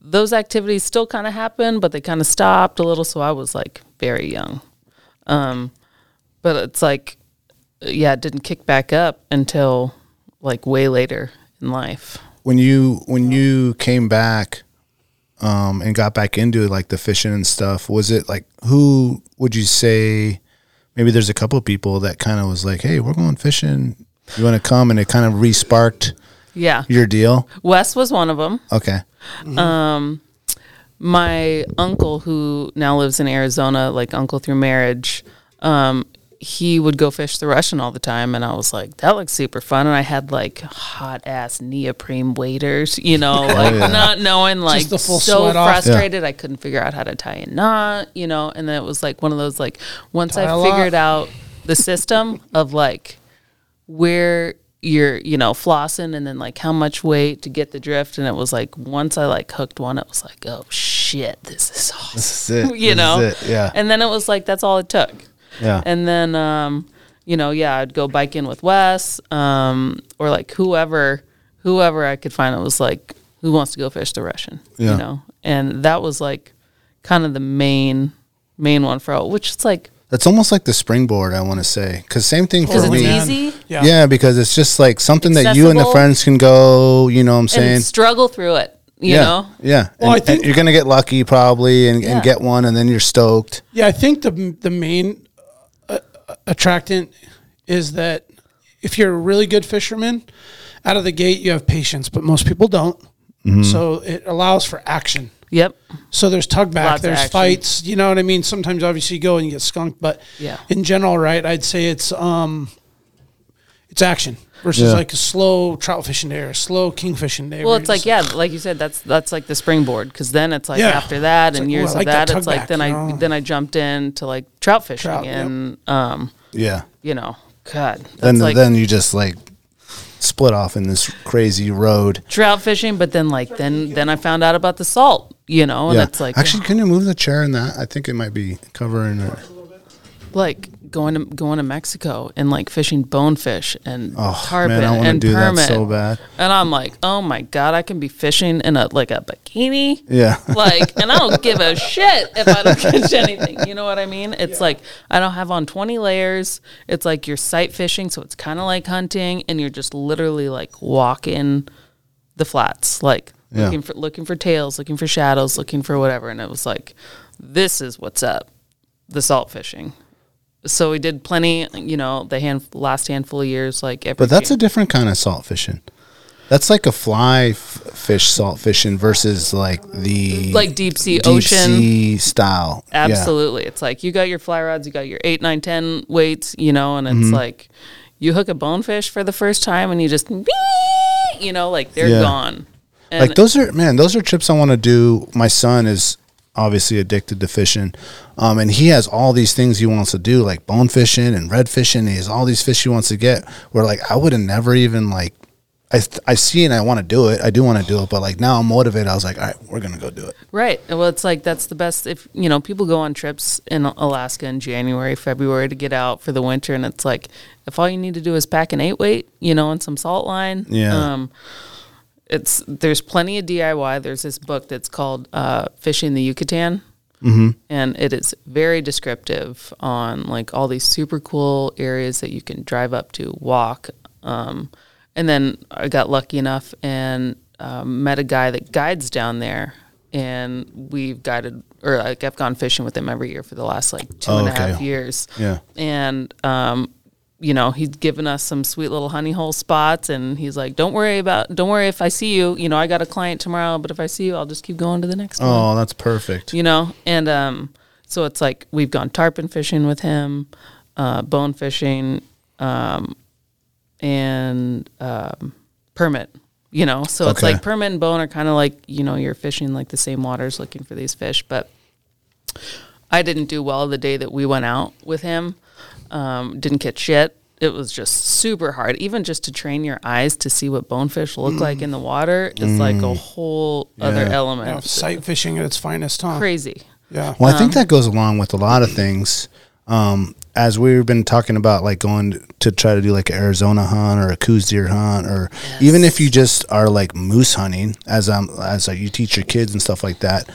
S4: those activities still kind of happened, but they kind of stopped a little. So I was like very young Um, but it's like yeah it didn't kick back up until like way later in life
S1: when you when you came back um and got back into like the fishing and stuff was it like who would you say maybe there's a couple of people that kind of was like hey we're going fishing you want to come and it kind of re-sparked
S4: yeah
S1: your deal
S4: wes was one of them
S1: okay
S4: my uncle who now lives in arizona like uncle through marriage um he would go fish the russian all the time and i was like that looks super fun and i had like hot ass neoprene waders you know like
S1: yeah.
S4: not knowing like
S3: the full
S4: so
S3: sweat off. Yeah.
S4: frustrated i couldn't figure out how to tie a knot you know and then it was like one of those like once
S3: Tie a
S4: i
S3: lot.
S4: figured out the system of like where you're you know flossing and then like how much weight to get the drift and it was like once i like hooked one it was like oh shit this is awesome
S1: this is it
S4: you
S1: This
S4: know
S1: is it. yeah
S4: and then it was like that's all it took
S1: yeah
S4: and then um you know yeah i'd go bike in with wes um or like whoever whoever i could find it was like who wants to go fish the russian
S1: Yeah.
S4: you know and that was like kind of the main main one for all which is like
S1: that's almost like the springboard i want to say because same thing
S4: because
S1: for me
S4: it's
S3: man.
S4: easy
S3: Yeah.
S1: yeah. because it's just like something that you and the
S4: Accessible.
S1: friends can go you know what i'm saying
S4: and struggle through it you
S1: yeah,
S4: know
S1: yeah. and,
S3: Well, I
S1: and
S3: think-
S1: you're gonna get lucky probably, and,
S4: Yeah.
S1: and get one, and then you're stoked.
S3: Yeah, I think the the main uh, attractant is that if you're a really good fisherman, out of the gate you have patience, but most people don't.
S1: Mm-hmm.
S3: So it allows for action.
S4: yep
S3: So there's tug back,
S4: Lots of
S3: there's
S4: action.
S3: fights. You know what I mean? Sometimes obviously you go and you get skunked, but
S4: Yeah.
S3: in general, right? I'd say it's um, it's action versus
S1: Yeah.
S3: like a slow trout fishing day or a slow king fishing day.
S4: Well,
S3: where
S4: it's
S3: you're
S4: like
S3: just
S4: yeah, like you said, that's that's like the springboard because then it's like
S3: Yeah.
S4: after that
S3: It's like,
S4: and
S3: ooh, I
S4: years of
S3: like that
S4: that,
S3: tug
S4: it's like
S3: back,
S4: then
S3: you
S4: I
S3: know?
S4: then I jumped into like trout fishing
S3: Trout, yep.
S4: and um
S1: Yeah.
S4: you know God that's
S1: Then
S4: like
S1: then you just like split off in this crazy road.
S4: trout fishing, but then like then then I found out about the salt, you know, and
S1: yeah.
S4: it's like uh,
S1: Actually, can you move the chair in that? I think it might be covering. It.
S4: like going to going to Mexico and like fishing bonefish and
S1: Oh
S4: tarpon
S1: man, I want to
S4: and
S1: do
S4: permit.
S1: that so bad.
S4: And I'm like, oh my god, I can be fishing in a like a bikini.
S1: Yeah.
S4: Like, and I don't give a shit if I don't catch anything. You know what I mean? It's like I don't have on 20 layers. It's like you're sight fishing, so it's kind of like hunting, and you're just literally like walking the flats, like
S1: Yeah.
S4: looking for looking for tails, looking for shadows, looking for whatever. And it was like, this is what's up, the salt fishing. So we did plenty, you know, the hand last handful of years, like every.
S1: But that's a
S4: June.
S1: different kind of salt fishing. That's like a fly f- fish salt fishing versus like the
S4: like deep sea
S1: deep
S4: ocean.
S1: sea style. Yeah.
S4: Absolutely. It's like you got your fly rods, you got your eight, nine, ten weights, you know, and it's
S1: Mm-hmm.
S4: like you hook a bonefish for the first time and you just, "Wee!" you know, like they're
S1: Yeah.
S4: gone. And
S1: like those are man those are trips i want to do my son is obviously addicted to fishing um, and he has all these things he wants to do like bone fishing and red fishing he has all these fish he wants to get where like i would have never even like I, I see and i want to do it i do want to do it but like now i'm motivated i was like all right we're gonna go do it
S4: Right. Well, it's like that's the best if, you know, people go on trips in Alaska in January, February to get out for the winter. And it's like, if all you need to do is pack an eight weight, you know, and some salt line.
S1: Yeah.
S4: Um, it's, there's plenty of DIY. There's this book that's called uh, Fishing the Yucatan. and it is very descriptive on like all these super cool areas that you can drive up to, walk. Um, and then I got lucky enough and um, met a guy that guides down there, and we've guided or like I've gone fishing with him every year for the last like two
S1: Oh,
S4: and a half
S1: okay.
S4: years.
S1: Yeah.
S4: and um. You know, he's given us some sweet little honey hole spots, and he's like, "Don't worry about, don't worry if I see you. You know, I got a client tomorrow, but if I see you, I'll just keep going to the next one."
S1: Oh, that's perfect.
S4: you know and um so it's like we've gone tarpon fishing with him uh bone fishing um and um permit you know so it's
S1: Okay.
S4: like permit and bone are kind of like you know you're fishing like the same waters looking for these fish but i didn't do well the day that we went out with him um didn't catch shit it was just super hard even just to train your eyes to see what bonefish look like in the water is like a whole other element
S3: Yeah, sight fishing at its finest, huh?
S4: crazy
S3: Yeah.
S1: Well,
S4: Um,
S1: I think that goes along with a lot of things. Um, as we've been talking about, like going to try to do like an Arizona hunt or a coos deer hunt, or even if you just are like moose hunting, as um as like you teach your kids and stuff like that.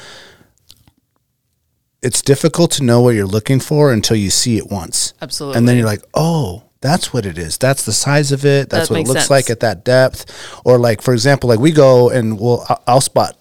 S1: It's difficult to know what you're looking for until you see it once.
S4: Absolutely.
S1: And then you're like, oh, that's what it is. That's the size of it. That's
S4: That
S1: what it
S4: makes
S1: looks
S4: sense.
S1: like at that depth. Or like, for example, like we go and we'll I- I'll spot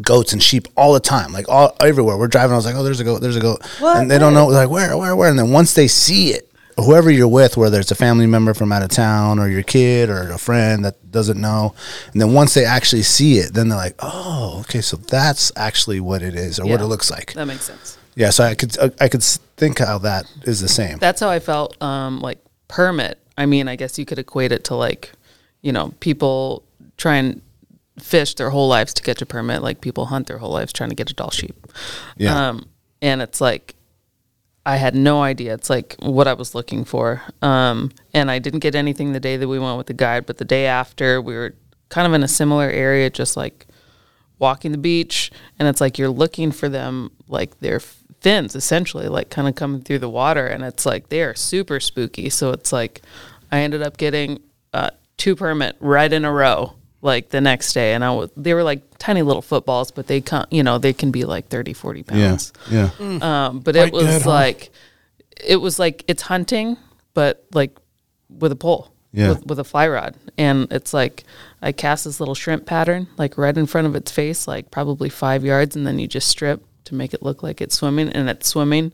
S1: goats and sheep all the time, like all everywhere. We're driving. I was like, oh, there's a goat, there's a goat, and they don't know like where, where, where. And then once they see it, whoever you're with, whether it's a family member from out of town or your kid or a friend that doesn't know, and then once they actually see it, then they're like, oh, okay, so that's actually what it is or what
S4: Yeah.
S1: it looks like.
S4: That makes sense.
S1: yeah. So I could I, I could s- think how that is the same.
S4: That's how I felt. Um, like permit. I mean, I guess you could equate it to like, you know, people try and fish their whole lives to catch a permit. Like people hunt their whole lives trying to get a doll sheep.
S1: Yeah.
S4: Um, and it's like, I had no idea. It's like what I was looking for. Um, and I didn't get anything the day that we went with the guide, but the day after we were kind of in a similar area, just like walking the beach and it's like you're looking for them like their fins essentially like kind of coming through the water and it's like they are super spooky so it's like i ended up getting uh, two permit right in a row like the next day and i was they were like tiny little footballs but they come you know they can be like 30 40 pounds
S1: Yeah.
S4: um, but it
S3: Quite
S4: was
S3: good, huh?
S4: like it was like it's hunting but like with a pole
S1: Yeah.
S4: with, with a fly rod and it's like i cast this little shrimp pattern like right in front of its face like probably five yards and then you just strip to make it look like it's swimming and it's swimming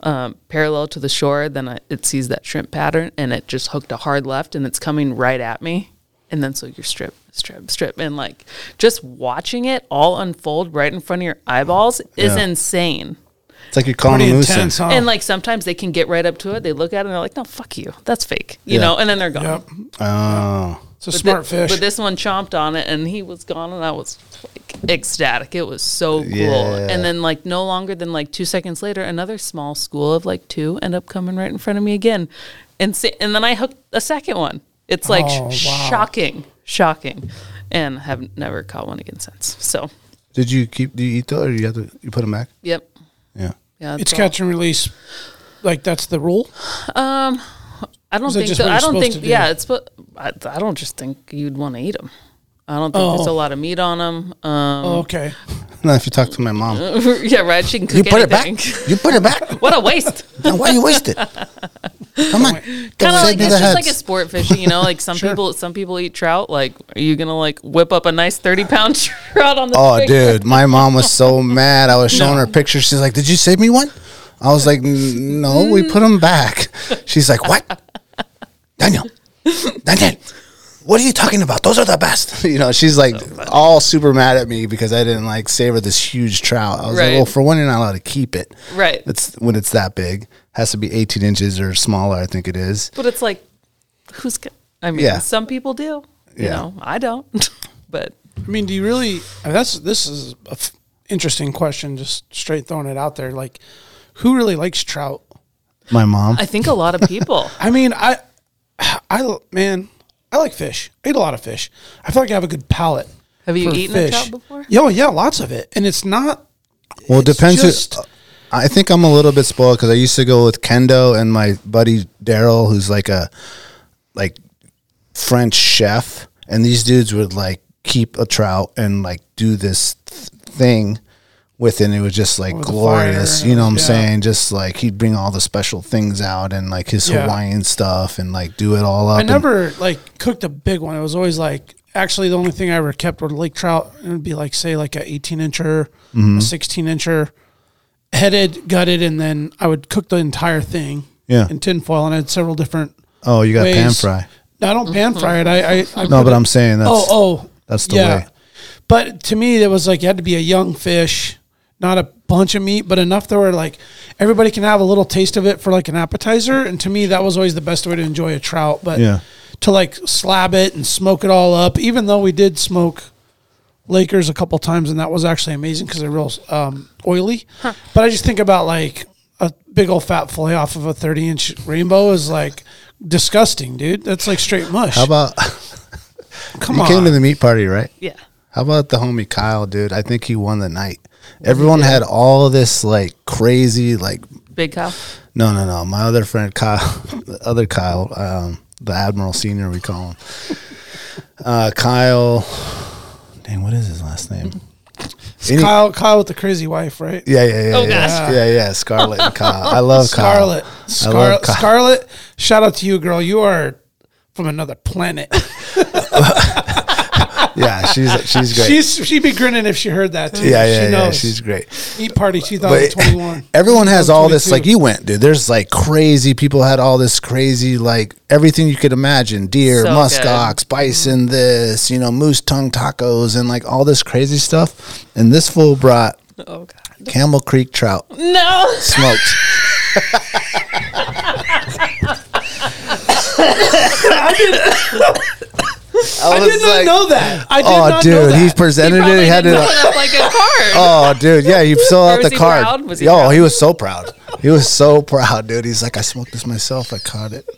S4: um, parallel to the shore then I, it sees that shrimp pattern and it just hooked a hard left and it's coming right at me and then so you're strip strip strip and like just watching it all unfold right in front of your eyeballs is
S1: Yeah.
S4: insane
S1: It's like you're calling
S3: Pretty
S1: a moose in.
S3: intense, huh?
S4: and like sometimes they can get right up to it. They look at it and they're like, "No, fuck you, that's fake,"
S1: Yeah.
S4: you know, and then they're gone.
S3: Yep.
S1: Oh.
S3: It's a smart
S4: Th-
S3: fish.
S4: But this one chomped on it and he was gone, and I was like ecstatic. It was so cool.
S1: Yeah.
S4: And then like no longer than like two seconds later, another small school of like two end up coming right in front of me again, and si- and then I hooked a second one. It's like
S3: Oh,
S4: sh-
S3: wow.
S4: shocking, shocking, and have never caught one again since. So,
S1: Did you keep? Do you eat those, or you have to? You put them back?
S4: yep,
S1: Yeah.
S4: yeah,
S3: it's
S4: all.
S3: catch and release. Like that's the rule.
S4: I don't
S3: Is that
S4: think.
S3: just
S4: so.
S3: what
S4: I
S3: you're
S4: don't
S3: supposed
S4: think.
S3: to do?
S4: Yeah, it's. But I, I don't just think you'd want to eat them. I don't think there's a
S3: Oh.
S4: lot of meat on them. Um,
S3: Okay.
S1: No, if you talk to my mom,
S4: yeah, right. She can cook
S1: you put it back.
S4: anything.
S1: You put it back.
S4: what a waste.
S1: Then why you waste it? Come on.
S4: kind of like
S1: me
S4: it's
S1: the
S4: just like a
S1: heads.
S4: sport fishing, you know. Like some people, some people eat trout. Like, are you gonna like whip up a nice thirty pound trout on the?
S1: Oh,
S4: big-
S1: dude, my mom was so mad. I was showing her pictures. She's like, "Did you save me one?" I was like, "N- "No, we put them back." She's like, "What, Daniel? Daniel, what are you talking about? Those are the best." You know, she's like all super mad at me because I didn't like save her this huge trout. I was like,
S4: Right.
S1: "Well, for one, you're not allowed to keep it.
S4: Right.
S1: It's when it's that big, has to be 18 inches or smaller. I think it is.
S4: But it's like, who's? go- I mean,
S1: Yeah.
S4: some people do. You
S1: Yeah.
S4: know, I don't. but
S3: I mean, do you really? I mean, that's this is a f- interesting question. Just straight throwing it out there. Like, who really likes trout?
S1: My mom.
S4: I think a lot of people.
S3: I mean, I, I man, I like fish. I eat a lot of fish. I feel like I have a good palate.
S4: Have you
S3: for
S4: eaten a trout before?
S3: Yo, yeah, lots of it, and it's not.
S1: Well, it
S3: It's
S1: depends.
S3: just-
S1: who, I think I'm a little bit spoiled because I used to go with Kendo and my buddy Daryl, who's like a like French chef, and these dudes would like keep a trout and like do this th- thing with it. And it was just like
S3: With the
S1: glorious.
S3: fire
S1: You know what I'm
S3: and- yeah.
S1: saying? Just like he'd bring all the special things out and like his
S3: Yeah.
S1: Hawaiian stuff and like do it all up.
S3: I
S1: and-
S3: never like cooked a big one. It was always like actually the only thing I ever kept were lake trout. and It'd be like say like a eighteen incher,
S1: Mm-hmm.
S3: a sixteen incher, headed, gutted, and then I would cook the entire thing.
S1: Yeah.
S3: In tin foil, and I had several different.
S1: oh, you got pan
S3: ways-
S1: fry.
S3: No, I don't pan fry it. I, I, I
S1: No,
S3: put
S1: but
S3: it-
S1: I'm saying that's
S3: oh oh
S1: that's the way.
S3: But to me, it was like you had to be a young fish, not a bunch of meat, but enough that were like everybody can have a little taste of it for like an appetizer. And to me, that was always the best way to enjoy a trout. But
S1: Yeah.
S3: to like slab it and smoke it all up, even though we did smoke Lakers a couple times, and that was actually amazing because they're real um, oily. But I just think about like a big old fat fillet off of a 30 inch rainbow is like disgusting, dude. That's like straight mush.
S1: How about
S3: Come
S1: you
S3: on.
S1: came to the meat party, right?
S4: Yeah.
S1: How about the homie Kyle, dude? I think he won the night. Everyone had all this like crazy, like
S4: Big cow.
S1: no, no, no. My other friend Kyle, the other Kyle, um, the Admiral Senior, we call him. Uh, Kyle, dang, what is his last name? Any-
S3: Kyle, Kyle with the crazy wife, right?
S1: Yeah, yeah, yeah,
S4: Oh,
S1: yeah,
S4: gosh.
S1: yeah, yeah. Scarlet and Kyle. I love
S3: Scarlet.
S1: Kyle. I
S3: Scar-
S1: love Kyle.
S3: Scarlet, shout out to you, girl. You are from another planet.
S1: Yeah, she's she's great.
S3: She's she'd be grinning if she heard that too.
S1: yeah,
S3: she
S1: yeah, yeah.
S3: knows.
S1: She's great.
S3: Meat Party
S1: But
S3: 2021.
S1: everyone has all this.
S3: 22.
S1: Like you went, dude. There's like crazy people had all this crazy, like everything you could imagine: deer,
S4: So
S1: musk
S4: good. Mm-hmm.
S1: ox, bison, this, you know, moose tongue tacos, and like all this crazy stuff. And this fool brought
S4: Oh god.
S1: Camel Creek trout
S4: No.
S1: smoked. I,
S3: I
S1: was
S3: did not
S1: like,
S3: know that. I did
S1: Oh,
S3: not know
S1: dude,
S3: that.
S1: he presented it. He had it.
S4: didn't put up like a card.
S1: Oh, dude, yeah, he sold
S4: Or
S1: out
S4: was
S1: the
S4: he
S1: card.
S4: proud? Was he
S1: oh,
S4: proud?
S1: he was so proud. He was so proud, dude. He's like, I smoked this myself. I caught it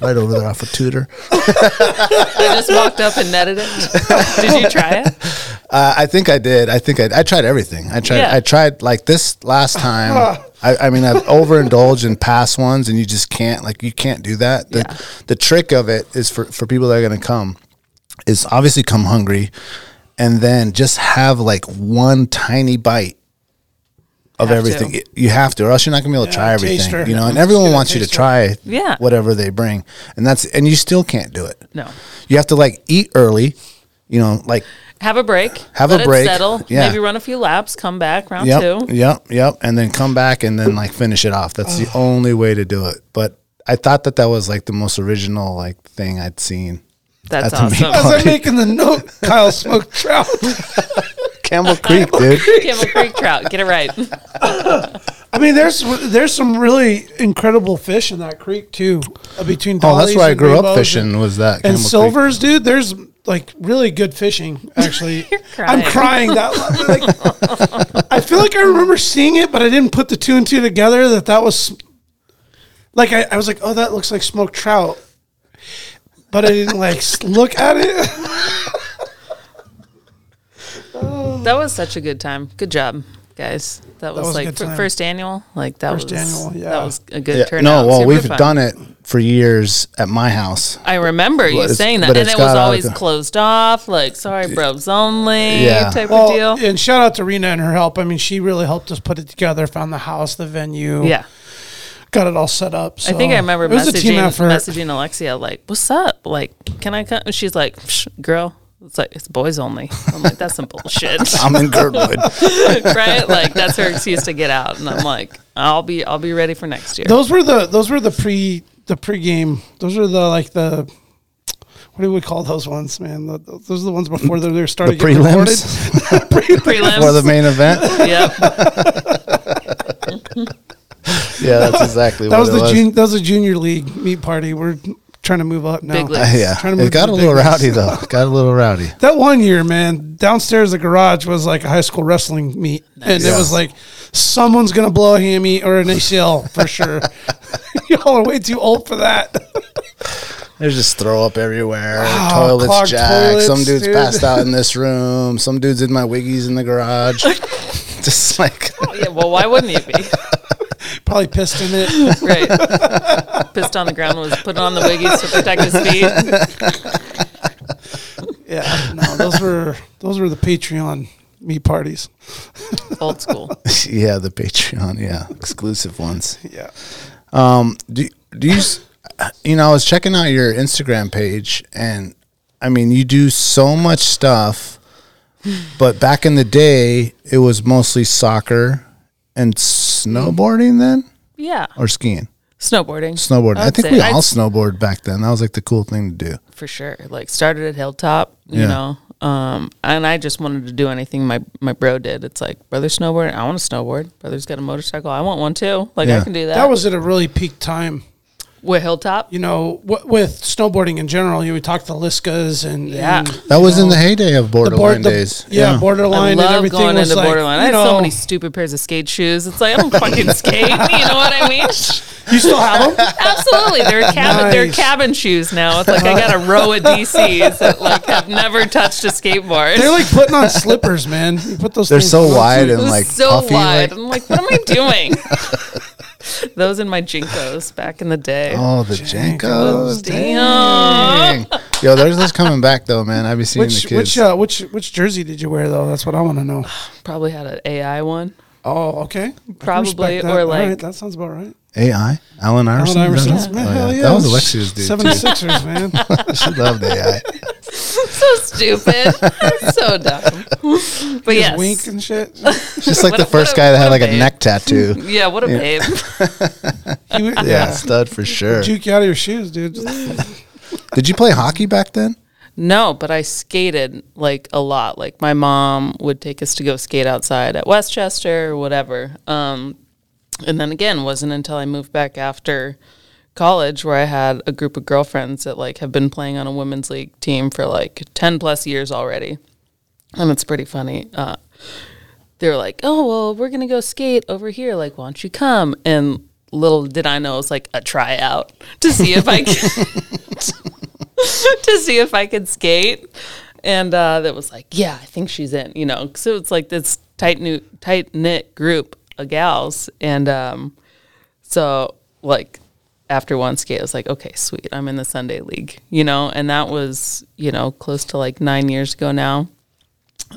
S1: right over there off of Tudor.
S4: I just walked up and netted it. Did you try it?
S1: Uh, I think I did. I think I, I tried everything. I tried.
S4: Yeah.
S1: I tried like this last time. I, I mean, I've overindulged in past ones, and you just can't. Like, you can't do that. The,
S4: Yeah.
S1: the trick of it is for for people that are going to come is obviously come hungry, and then just have like one tiny bite of
S4: Have to.
S1: everything. Y- You have to, or else you're not going to be able to try everything.
S3: taster.
S1: You know, and
S3: Let's
S1: everyone
S3: get a
S1: wants you to
S3: taster.
S1: try
S4: Yeah.
S1: whatever they bring, and that's and you still can't do it.
S4: No.
S1: You have to like eat early. You know, like
S4: Have a break.
S1: Have a
S4: Let
S1: break.
S4: It settle.
S1: Yeah.
S4: Maybe run a few laps. Come back round
S1: Yep,
S4: two.
S1: yep, yep. And then come back and then like finish it off. That's the only way to do it. But I thought that that was like the most original like thing I'd seen.
S4: That's
S1: That's a meat
S4: awesome.
S3: As I'm making the note, Kyle smoked trout.
S1: Campbell Creek, dude.
S4: Camel Creek trout. Get it right.
S3: I mean, there's there's some really incredible fish in that creek too. uh, between
S1: Oh, that's
S3: dollies
S1: where I
S3: and
S1: grew up
S3: rainbows
S1: fishing. Was that
S3: and
S1: Campbell Creek.
S3: silvers, dude. There's like really good fishing. Actually, I'm crying. That like, I feel like I remember seeing it, but I didn't put the two and two together. That that was like I, I was like, oh, that looks like smoked trout, but I didn't like s- look at it.
S4: That was such a good time. Good job, guys. That was,
S3: was a
S4: like
S3: good
S4: fir-
S3: time.
S4: first annual. Like that
S3: First
S4: was
S3: annual, yeah.
S4: That was a good
S1: Yeah,
S4: turnout.
S1: No, well,
S4: Super
S1: we've
S4: fun.
S1: done it for years at my house.
S4: I remember you
S1: it's-
S4: saying that,
S1: but
S4: and
S1: it's
S4: it was
S1: got out of
S4: always
S1: con-
S4: closed off. Like, sorry, bros only
S1: Yeah.
S4: type
S3: Well,
S4: of deal.
S3: and shout out to Rena and her help. I mean, she really helped us put it together, found the house, the venue,
S4: yeah,
S3: got it all set up. So
S4: I think I remember
S3: it was a
S4: messaging
S3: team effort.
S4: messaging Alexia like, "What's up? Like, can I come?" She's like, Psh, "Girl." It's like it's boys only. I'm like that's some bullshit,
S1: I'm in Girdwood.
S4: right? Like that's her excuse to get out, and I'm like, I'll be I'll be ready for next year.
S3: Those were the those were the pre the pregame. Those are the like the what do we call those ones, man? The, those are the ones before they were started.
S1: The
S3: getting
S1: prelims?
S3: recorded. Prelims.
S4: Prelims,
S1: for the main event.
S4: yep,
S1: Yeah, that's exactly
S3: That
S1: what
S3: was
S1: it
S3: the
S1: was.
S3: jun- that was the junior league meet party. We're trying to move up now.
S4: Big league.
S1: Uh, yeah,
S3: Trying to
S1: it
S3: move
S1: got
S3: to
S1: a
S3: the
S1: little
S3: big
S1: rowdy though. Got a little rowdy.
S3: That one year, man, downstairs the garage was like a high school wrestling meet, and it was like someone's gonna blow a hammy or an ACL for sure. Y'all are way too old for that.
S1: There's just throw up everywhere. toilets
S3: Ah, clogged
S1: jacked. Some
S3: toilets,
S1: dudes
S3: dude.
S1: passed out in this room. Some dudes in my wiggies in the garage. just like
S4: yeah. Well, why wouldn't you be?
S3: Probably pissed in it.
S4: Right. Pissed on the ground was putting on the wiggies to protect his feet.
S3: Yeah, no, those were those were the Patreon meat parties.
S4: Old school.
S1: yeah, the Patreon, yeah, exclusive ones.
S3: Yeah.
S1: Um, do do you s- you know I was checking out your Instagram page and I mean you do so much stuff, but back in the day it was mostly soccer and snowboarding then
S4: Yeah.
S1: or skiing.
S4: Snowboarding.
S1: Snowboarding. I
S4: would
S1: think
S4: say-
S1: we
S4: I'd
S1: all
S4: s-
S1: snowboard back then. That was like the cool thing to do.
S4: for sure. Like started at Hilltop, you
S1: Yeah.
S4: know. Um, and I just wanted to do anything my my bro did. It's like brother snowboard. I want to snowboard. Brother's got a motorcycle. I want one too. Like
S1: Yeah.
S4: I can do that.
S3: That was at a really peak time.
S4: with Hilltop.
S3: you know, w- with snowboarding in general, you know, we talked to Liskas and
S4: Yeah.
S3: and
S1: That was in the heyday of
S3: the board-
S1: borderline
S3: the-
S1: days.
S3: yeah,
S4: I
S3: borderline and
S4: love
S3: everything
S4: going
S3: was
S4: into
S3: like,
S4: borderline. I
S3: you
S4: had
S3: know,
S4: so many stupid pairs of skate shoes. It's like I don't fucking skate. You know what I mean?
S3: You still have them?
S4: Absolutely, they're cabin they're
S3: Nice.
S4: cabin shoes now. It's like I got a row of DCs that like have never touched a skateboard.
S3: They're like putting on slippers, man. You put those.
S1: They're
S3: things
S1: so
S3: on.
S1: wide
S4: It
S1: and
S4: was
S1: like
S4: so
S1: puffy.
S4: wide.
S1: Like,
S4: I'm like, what am I doing? Those in my jinkos back in the day.
S1: oh, the Jankos.
S4: Damn.
S1: Dang. Yo, there's this coming back though, man. I be seeing
S3: Which
S1: the kids.
S3: which uh, which which jersey did you wear though? That's what I want to know.
S4: Probably had an AI one.
S3: Oh, okay. I can
S4: Probably,
S3: respect that.
S4: or
S3: All
S4: like-
S3: right, that sounds about right.
S1: AI, Alan Iverson.
S3: Allen Iverson.
S1: That's-
S3: Man,
S1: oh, yeah.
S3: hell yeah.
S1: That was Alexia's dude.
S3: Seven
S1: too.
S3: Sixers, man.
S1: she loved AI.
S4: So stupid. so dumb. But yes.
S3: Wink and shit.
S1: Just like
S4: What
S1: the
S4: a-
S1: first
S4: what a-
S1: guy that had
S4: what a
S1: like a
S4: babe.
S1: neck tattoo.
S4: Yeah, what a babe.
S3: He would-
S1: Yeah, stud for sure.
S3: Juke you out of your shoes, dude.
S1: Did you play hockey back then?
S4: No, but I skated like a lot. Like my mom would take us to go skate outside at Westchester or whatever. Um, and then again, wasn't until I moved back after college where I had a group of girlfriends that like have been playing on a women's league team for like ten plus years already, and it's pretty funny. Uh, they were like, "Oh well, we're gonna go skate over here. Like, why don't you come?" And little did I know it was like a tryout to see if I could to see if I could skate. And uh, that was like, yeah, I think she's in, you know. So it's like this tight new tight knit group of gals, and um, so like after one skate, I was like, okay, sweet, I'm in the Sunday league, you know. And that was you know close to like nine years ago now.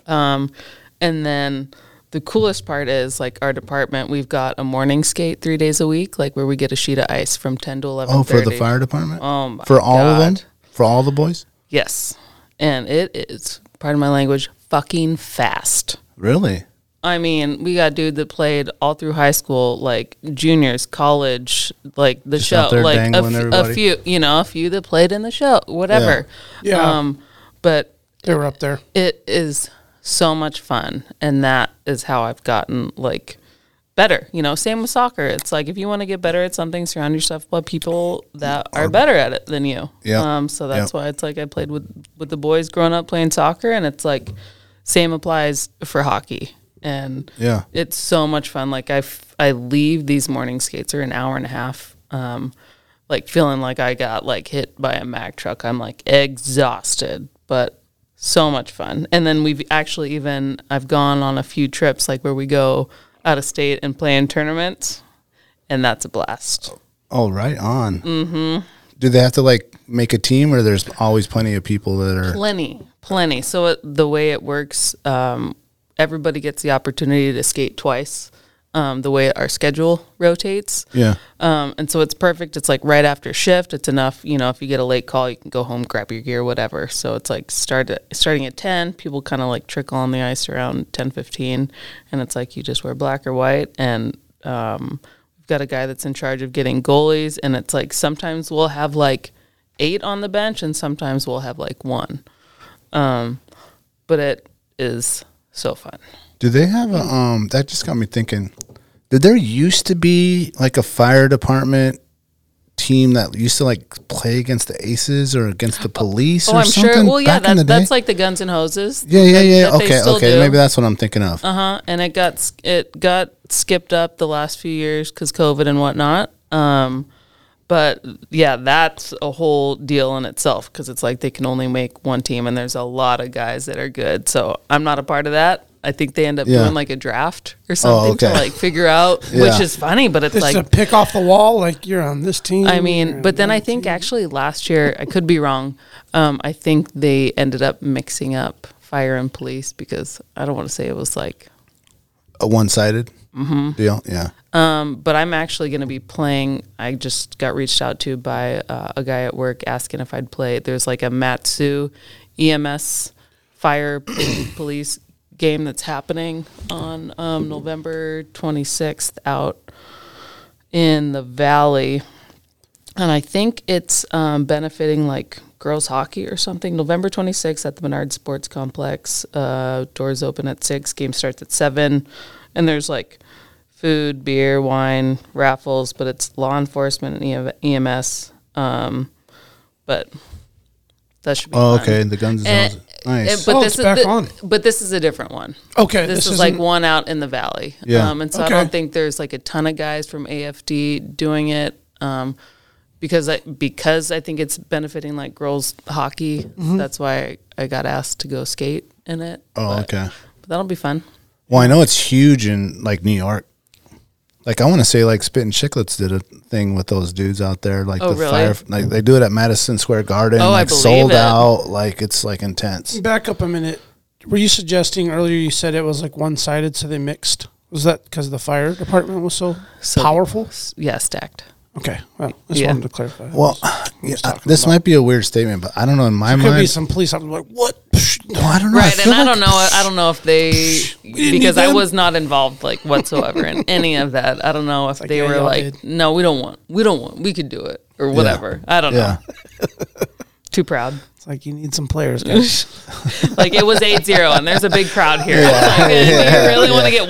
S4: Um, and then the coolest part is like our department, we've got a morning skate three days a week, like where we get a sheet of ice from ten to eleven.
S1: Oh, for the fire department.
S4: Oh my
S1: for all of
S4: God.
S1: them, for all the boys.
S4: Yes. And it is, pardon my language, fucking fast.
S1: Really?
S4: I mean, we got a dude that played all through high school, like juniors, college, like the
S1: Just
S4: show,
S1: out there
S4: like a,
S1: dangling
S4: f-
S1: everybody.
S4: a few, you know, a few that played in the show, whatever.
S3: Yeah. Yeah.
S4: Um, but
S3: They were up there.
S4: it is so much fun and that is how i've gotten like better you know same with soccer it's like if you want to get better at something surround yourself by people that are better at it than you
S1: Yeah.
S4: um so that's
S1: Yeah.
S4: why it's like i played with with the boys growing up playing soccer and it's like same applies for hockey and
S1: Yeah.
S4: it's so much fun like i f- i leave these morning skates are an hour and a half um like feeling like i got like hit by a mac truck i'm like exhausted but so much fun and then we've actually even i've gone on a few trips like where we go out of state and play in tournaments and that's a blast
S1: Oh, right on. Mm-hmm. Do they have to like make a team, or there's always plenty of people that are?
S4: plenty plenty so it, the way it works um, everybody gets the opportunity to skate twice um, the way our schedule rotates
S1: Yeah.
S4: Um, and so it's perfect. It's like right after shift. It's enough. You know, if you get a late call, you can go home, grab your gear, whatever. So it's like start at, starting at 10, people kind of like trickle on the ice around 10, 15. And it's like you just wear black or white. And um, we've got a guy that's in charge of getting goalies. And it's like sometimes we'll have like eight on the bench and sometimes we'll have like one. Um, but it is so fun.
S1: Do they have a um? That just got me thinking. Did there used to be like a fire department team that used to like play against the Aces or against the police
S4: Oh,
S1: or
S4: I'm
S1: something?
S4: sure. Well, yeah,
S1: back in the
S4: that, that's
S1: day?
S4: like the guns and hoses.
S1: yeah, yeah, yeah.
S4: that they
S1: Okay,
S4: still
S1: okay.
S4: do.
S1: Maybe that's what I'm thinking of.
S4: Uh huh. And it got s- it got skipped up the last few years because COVID and whatnot. Um, but yeah, that's a whole deal in itself because it's like they can only make one team, and there's a lot of guys that are good. So I'm not a part of that. I think they end up
S1: Yeah. Oh,
S4: doing like a draft or something
S1: okay.
S4: to like figure out,
S1: Yeah.
S4: which is funny, but it's
S3: It's
S4: like
S3: a pick off the wall. Like you're on this team.
S4: I
S3: you're
S4: mean,
S3: on
S4: but then
S3: that
S4: I think
S3: team.
S4: actually last year I could be wrong. Um, I think they ended up mixing up fire and police because I don't want to say it was like
S1: A one sided
S4: mm-hmm.
S1: deal. Yeah.
S4: but I'm actually going to be playing. I just got reached out to by uh, a guy at work asking if I'd play. There's like a Matsu EMS fire pol- police game that's happening on um, November 26th out in the valley. And I think it's um, benefiting like girls hockey or something. November 26th at the Menard Sports Complex. Uh, doors open at 6, game starts at 7. And there's like food, beer, wine, raffles, but it's law enforcement and E EMS. Um, but that should be
S1: Oh,
S4: fun.
S1: okay. The guns and
S4: And-
S1: Roses. Nice.
S4: and- but
S3: Oh,
S4: this
S3: it's
S4: is
S3: back
S4: the-
S3: on.
S4: but this is a different one.
S3: Okay,
S4: This,
S3: this
S4: is like
S3: isn't-
S4: one out in the valley.
S1: Yeah.
S4: Um, and so
S3: Okay.
S4: I don't think there's like a ton of guys from AFD doing it. Um, because I because I think it's benefiting like girls hockey. That's why I got asked to go skate in it.
S1: oh,
S4: but,
S1: okay.
S4: But that'll be fun.
S1: Well, I know it's huge in like New York. Like I want to say, like Spit and Chicklets did a thing with those dudes out there. Like
S4: Oh,
S1: the
S4: really?
S1: fire, like they do it at Madison Square Garden.
S4: Oh, I
S1: like
S4: believe
S1: sold
S4: it.
S1: out. Like it's like intense.
S3: Back up a minute. Were you suggesting earlier you said it was like one sided, so they mixed? Was that because the fire department was so,
S4: So-
S3: powerful?
S4: Yeah, stacked.
S3: Okay. Well, I just
S4: Yeah.
S3: wanted to clarify.
S1: Well, yeah, I- this might be a weird statement, but I don't know. In my
S3: could be
S1: mind,
S3: some police. I'm like, what? Psh, no.
S1: well, I don't know. I
S4: Right,
S1: feel
S4: and I
S1: like-
S4: don't know. I don't know if they
S3: didn't
S4: because
S3: need
S4: I
S3: them.
S4: was not involved like whatsoever in any of that. I don't know if they
S3: yeah,
S4: were
S3: y'all
S4: like,
S3: did.
S4: no, we don't want, we don't want, we could do it or whatever. I don't
S1: Yeah,
S4: know. Too proud.
S3: It's like you need some players, guys.
S4: Like it was 8-0 and there's a big crowd here. It's like, "Uh, do you really want to get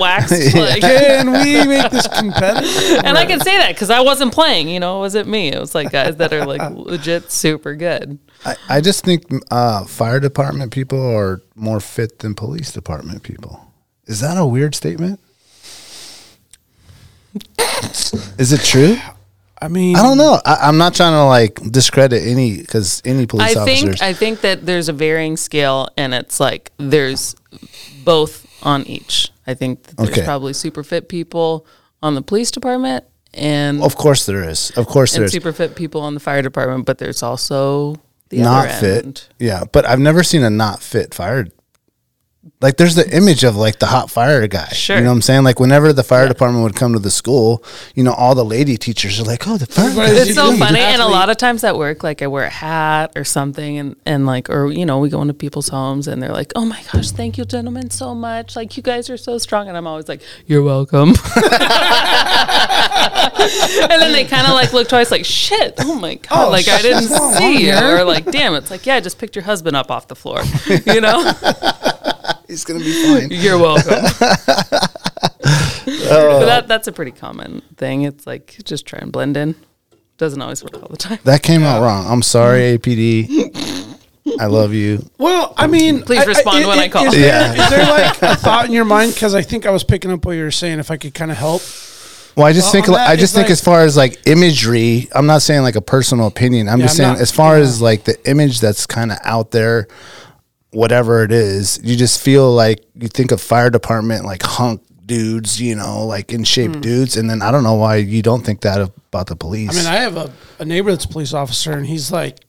S4: waxed? Like,
S3: Can we make this competitive?
S4: and I can say that because I wasn't playing. You know, it wasn't me. It was like guys that are like legit super good.
S1: I, I just think uh, fire department people are more fit than police department people. Is that a weird statement? Is it true?
S3: I mean,
S1: I don't know. I, I'm not trying to like discredit any because any
S4: I
S1: police officers.
S4: think I think that there's a varying scale, and it's like there's both on each. I think that there's
S1: Okay.
S4: probably super fit people on the police department and,
S1: of course there is. Of course there
S4: and
S1: is.
S4: super fit people on the fire department, but there's also the
S1: Not
S4: other
S1: fit.
S4: end.
S1: Yeah, but I've never seen a not fit fire. Like there's the image of like the hot fire guy.
S4: Sure.
S1: You know what I'm saying? Like whenever the fire department would come to the school, you know, all the lady teachers are like, "Oh, the fire."
S3: Everybody's
S1: guy."
S4: It's so
S3: Yeah.
S4: funny, and a
S3: Athlete.
S4: lot of times at work, like I wear a hat or something, and and like or you know we go into people's homes, and they're like, "Oh my gosh, thank you, gentlemen, so much! Like you guys are so strong," and I'm always like, "You're welcome." and then they kind of like look twice, like shit, oh my god,
S3: Oh,
S4: like I
S3: shit.
S4: didn't
S3: What's wrong
S4: see you,
S3: here?
S4: or like damn, it's like yeah, I just picked your husband up off the floor, you know?
S1: He's gonna be fine.
S4: You're welcome.
S3: Oh.
S4: But that that's a pretty common thing. It's like just try and blend in. Doesn't always work all the time.
S1: That came out wrong. I'm sorry, APD. I love you.
S3: Well, I mean,
S4: Please respond when I
S3: is-
S4: call.
S3: Is there,
S1: Yeah.
S3: is there like a thought in your mind? Because I think I was picking up what you were saying. If I could kind of help,
S1: Well, I just
S3: Well,
S1: think
S3: on
S1: I
S3: that,
S1: just
S3: it's
S1: think
S3: like-
S1: as far as like imagery, I'm not saying like a personal opinion. I'm
S3: Yeah,
S1: just
S3: I'm
S1: saying
S3: not-
S1: as far as like the image that's kind of out there, whatever it is, you just feel like you think of fire department like hunk dudes, you know, like in shape dudes, and then I don't know why you don't think that about the police.
S3: Hmm. I mean, I have a, a neighbor that's a police officer, and he's like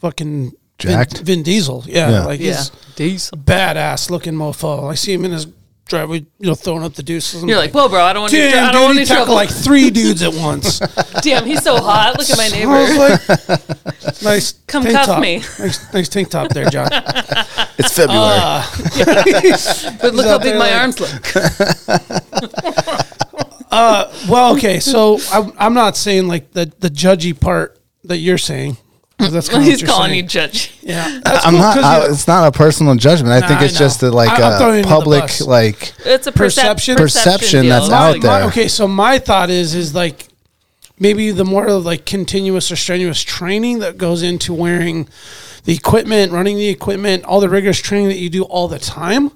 S3: fucking
S1: Jacked?
S3: Vin, Vin Diesel. Yeah,
S1: Yeah.
S3: like
S4: Yeah.
S3: he's
S4: Diesel.
S3: badass looking mofo. I see him in his driveway, you know, throwing up the deuces. I'm
S4: You're like, whoa, bro, I don't want to.
S3: damn,
S4: I don't
S3: dude,
S4: want
S3: he
S4: any
S3: tackled
S4: trouble.
S3: like three dudes at once.
S4: damn, he's so hot. Look at my
S3: I was
S4: neighbor.
S3: like, nice.
S4: Come
S3: tank
S4: cuff
S3: top.
S4: me.
S3: Nice, nice tank top there, John.
S1: it's February.
S3: uh,
S4: But look how
S3: out
S4: big
S3: there
S4: my
S3: like-
S4: arms look.
S3: Well, okay, so I'm, I'm not saying like the the judgy part that you're saying. 'cause That's kinda what
S4: He's
S3: you're
S4: calling
S3: saying.
S4: you judge.
S3: Yeah,
S1: I'm not. I, it's not a personal judgment. I
S3: Nah,
S1: think
S3: I
S1: it's
S3: know.
S1: just the like
S3: I- I'm throwing
S1: uh,
S3: you under the
S1: public
S3: bus.
S1: like.
S4: It's a
S3: Perception?
S4: perception.
S1: Perception that's
S4: deal.
S1: out
S4: Like,
S1: there.
S3: okay. So my thought is is like maybe the more like continuous or strenuous training that goes into wearing the equipment, running the equipment, all the rigorous training that you do all the time.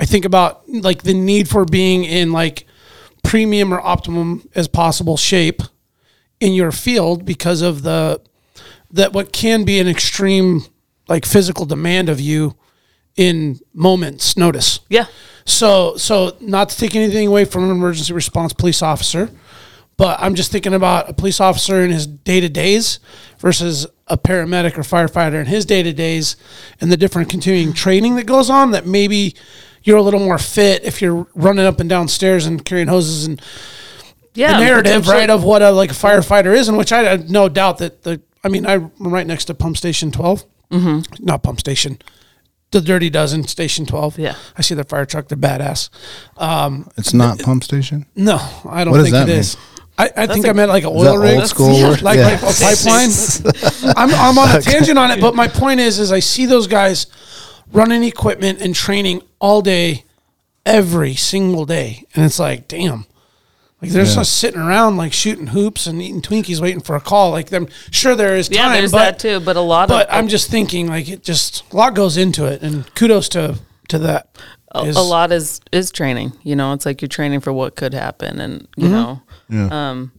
S3: I think about like the need for being in like premium or optimum as possible shape in your field because of the that what can be an extreme like physical demand of you in moments notice.
S4: Yeah.
S3: So, so not to take anything away from an emergency response police officer, But I'm just thinking about a police officer in his day to days versus a paramedic or firefighter in his day to days and the different continuing training that goes on that maybe you're a little more fit if you're running up and down stairs and carrying hoses and the
S4: yeah,
S3: narrative,
S4: potentially.
S3: right, of what a like a firefighter is, and which I have no doubt that the. I mean, I, am right next to Pump Station 12 mm-hmm. not Pump Station, the Dirty Dozen Station Twelve.
S4: Yeah.
S3: I see their fire truck; they're badass.
S1: It's not pump station.
S3: No, I don't
S1: What does
S3: think
S1: that
S3: it
S1: mean?
S3: is. I, I think I'm at like an oil
S1: that
S3: rig,
S1: old school
S4: Yeah.
S1: word?
S3: like,
S1: Yeah.
S3: like a pipeline. I'm, I'm on a tangent on it, but my point is, is I see those guys running equipment and training all day, every single day, and it's like, damn, like they're just sitting around like shooting hoops and eating Twinkies, waiting for a call. Like them, sure there is time,
S4: yeah, there's
S3: but
S4: that too. But a lot
S3: but
S4: of
S3: I'm just thinking like it just a lot goes into it, and kudos to to that.
S4: a,
S3: is-
S4: a lot is is training. You know, it's like you're training for what could happen, and you
S1: Mm-hmm.
S4: know,
S3: uh,
S4: um,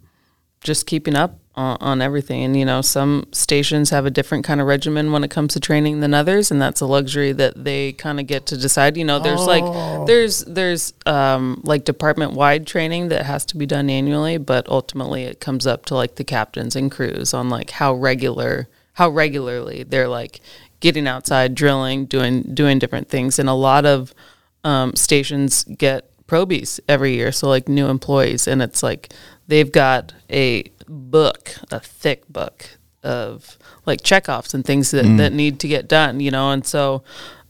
S4: just keeping up on, on everything. And you know, some stations have a different kind of regimen when it comes to training than others, and that's a luxury that they kind of get to decide. You know, there's like there's there's um, like department wide training that has to be done annually, but ultimately it comes up to like the captains and crews on like how regular how regularly they're like getting outside drilling doing doing different things and a lot of um, stations get probies every year so like new employees and it's like they've got a book a thick book of like checkoffs and things that, that need to get done you know and so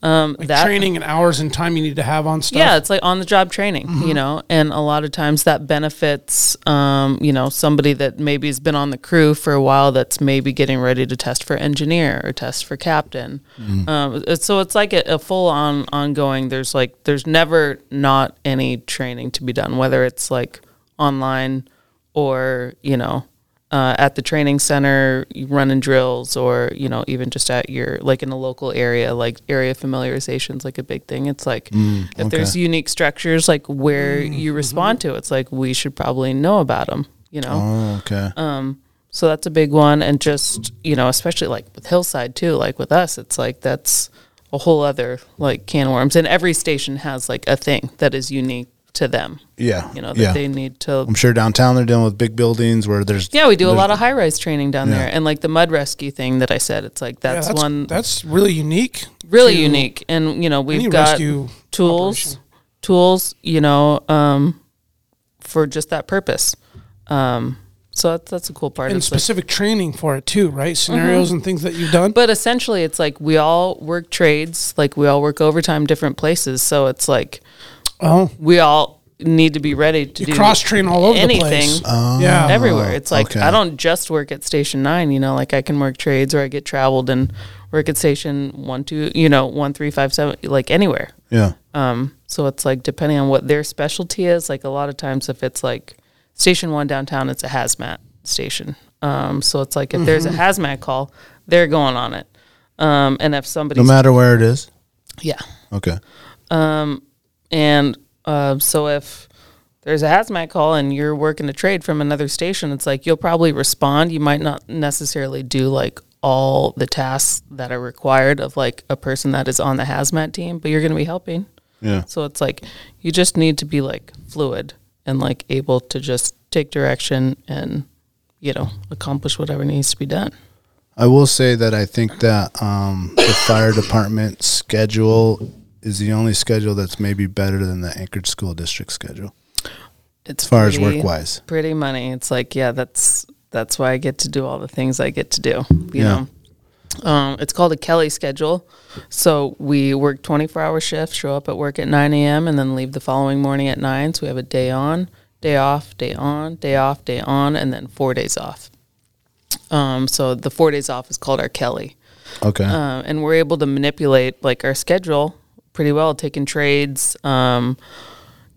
S4: um that
S3: training and hours and time you need to have on stuff.
S4: yeah, it's like on the job training, you know, and a lot of times that benefits, um, you know, somebody that maybe has been on the crew for a while that's maybe getting ready to test for engineer or test for captain. Um, it's- so it's like a, a full on ongoing. There's like, there's never not any training to be done, whether it's like online or, you know, uh, at the training center, you running drills, or you know, even just at your like in a local area, like area familiarization is like a big thing. It's like
S1: Mm,
S4: if there's unique structures, like where you respond to, it's like we should probably know about them. You know,
S1: Oh, okay.
S3: uh,
S4: so that's a big one, and just you know, especially like with Hillside too, like with us, it's like that's a whole other like can of worms, and every station has like a thing that is unique to them.
S1: yeah.
S4: You know, that
S1: yeah.
S4: they need to
S1: I'm sure downtown they're dealing with big buildings where there's
S4: Yeah, we do a lot of high rise training down there, and like the mud rescue thing that I said, it's like
S3: Yeah,
S4: that's, one
S3: that's really unique.
S4: really
S3: to
S4: unique. And you know,
S3: any
S4: we've got
S3: rescue
S4: tools,
S3: operation.
S4: tools, you know, um, for just that purpose. Um, so that's that's a cool part.
S3: and
S4: It's like-
S3: specific training for it too, right? Scenarios and things that you've done.
S4: but essentially, it's like we all work trades, like we all work overtime, different places. So it's like
S3: oh,
S4: we all need to be ready to do
S3: you cross train all over the place.
S4: anything.
S1: Oh.
S3: yeah,
S4: everywhere. It's like
S1: okay.
S4: I don't just work at station nine, you know, like I can work trades or I get traveled and work at station one, two, you know, one, three, five, seven, like anywhere.
S1: yeah.
S4: Um, so it's like depending on what their specialty is, like a lot of times if it's like station one downtown, it's a hazmat station. Um, so it's like if there's
S1: Mm-hmm.
S4: a hazmat call, they're going on it. Um, and if
S1: No
S4: somebody's
S1: matter where it is.
S4: yeah.
S1: Okay.
S4: And uh, so if there's a hazmat call and you're working a trade from another station, it's like you'll probably respond. You might not necessarily do like all the tasks that are required of like a person that is on the hazmat team, but you're going to be helping.
S1: Yeah.
S4: So it's like you just need to be like fluid and like able to just take direction and you know accomplish whatever needs to be done.
S1: I will say that I think that um, the fire department schedule is the only schedule that's maybe better than the Anchorage School District schedule.
S4: It's
S1: far as work-wise.
S4: pretty money. It's like yeah, that's that's why I get to do all the things I get to do. You
S1: Yeah.
S4: know, um, it's called a Kelly schedule. So we work twenty four hour shifts, show up at work at nine a.m. and then leave the following morning at nine. So we have a day on, day off, day on, day off, day on, and then four days off. Um, so the four days off is called our Kelly
S1: Okay.
S4: um, and we're able to manipulate like our schedule pretty well, taking trades, um,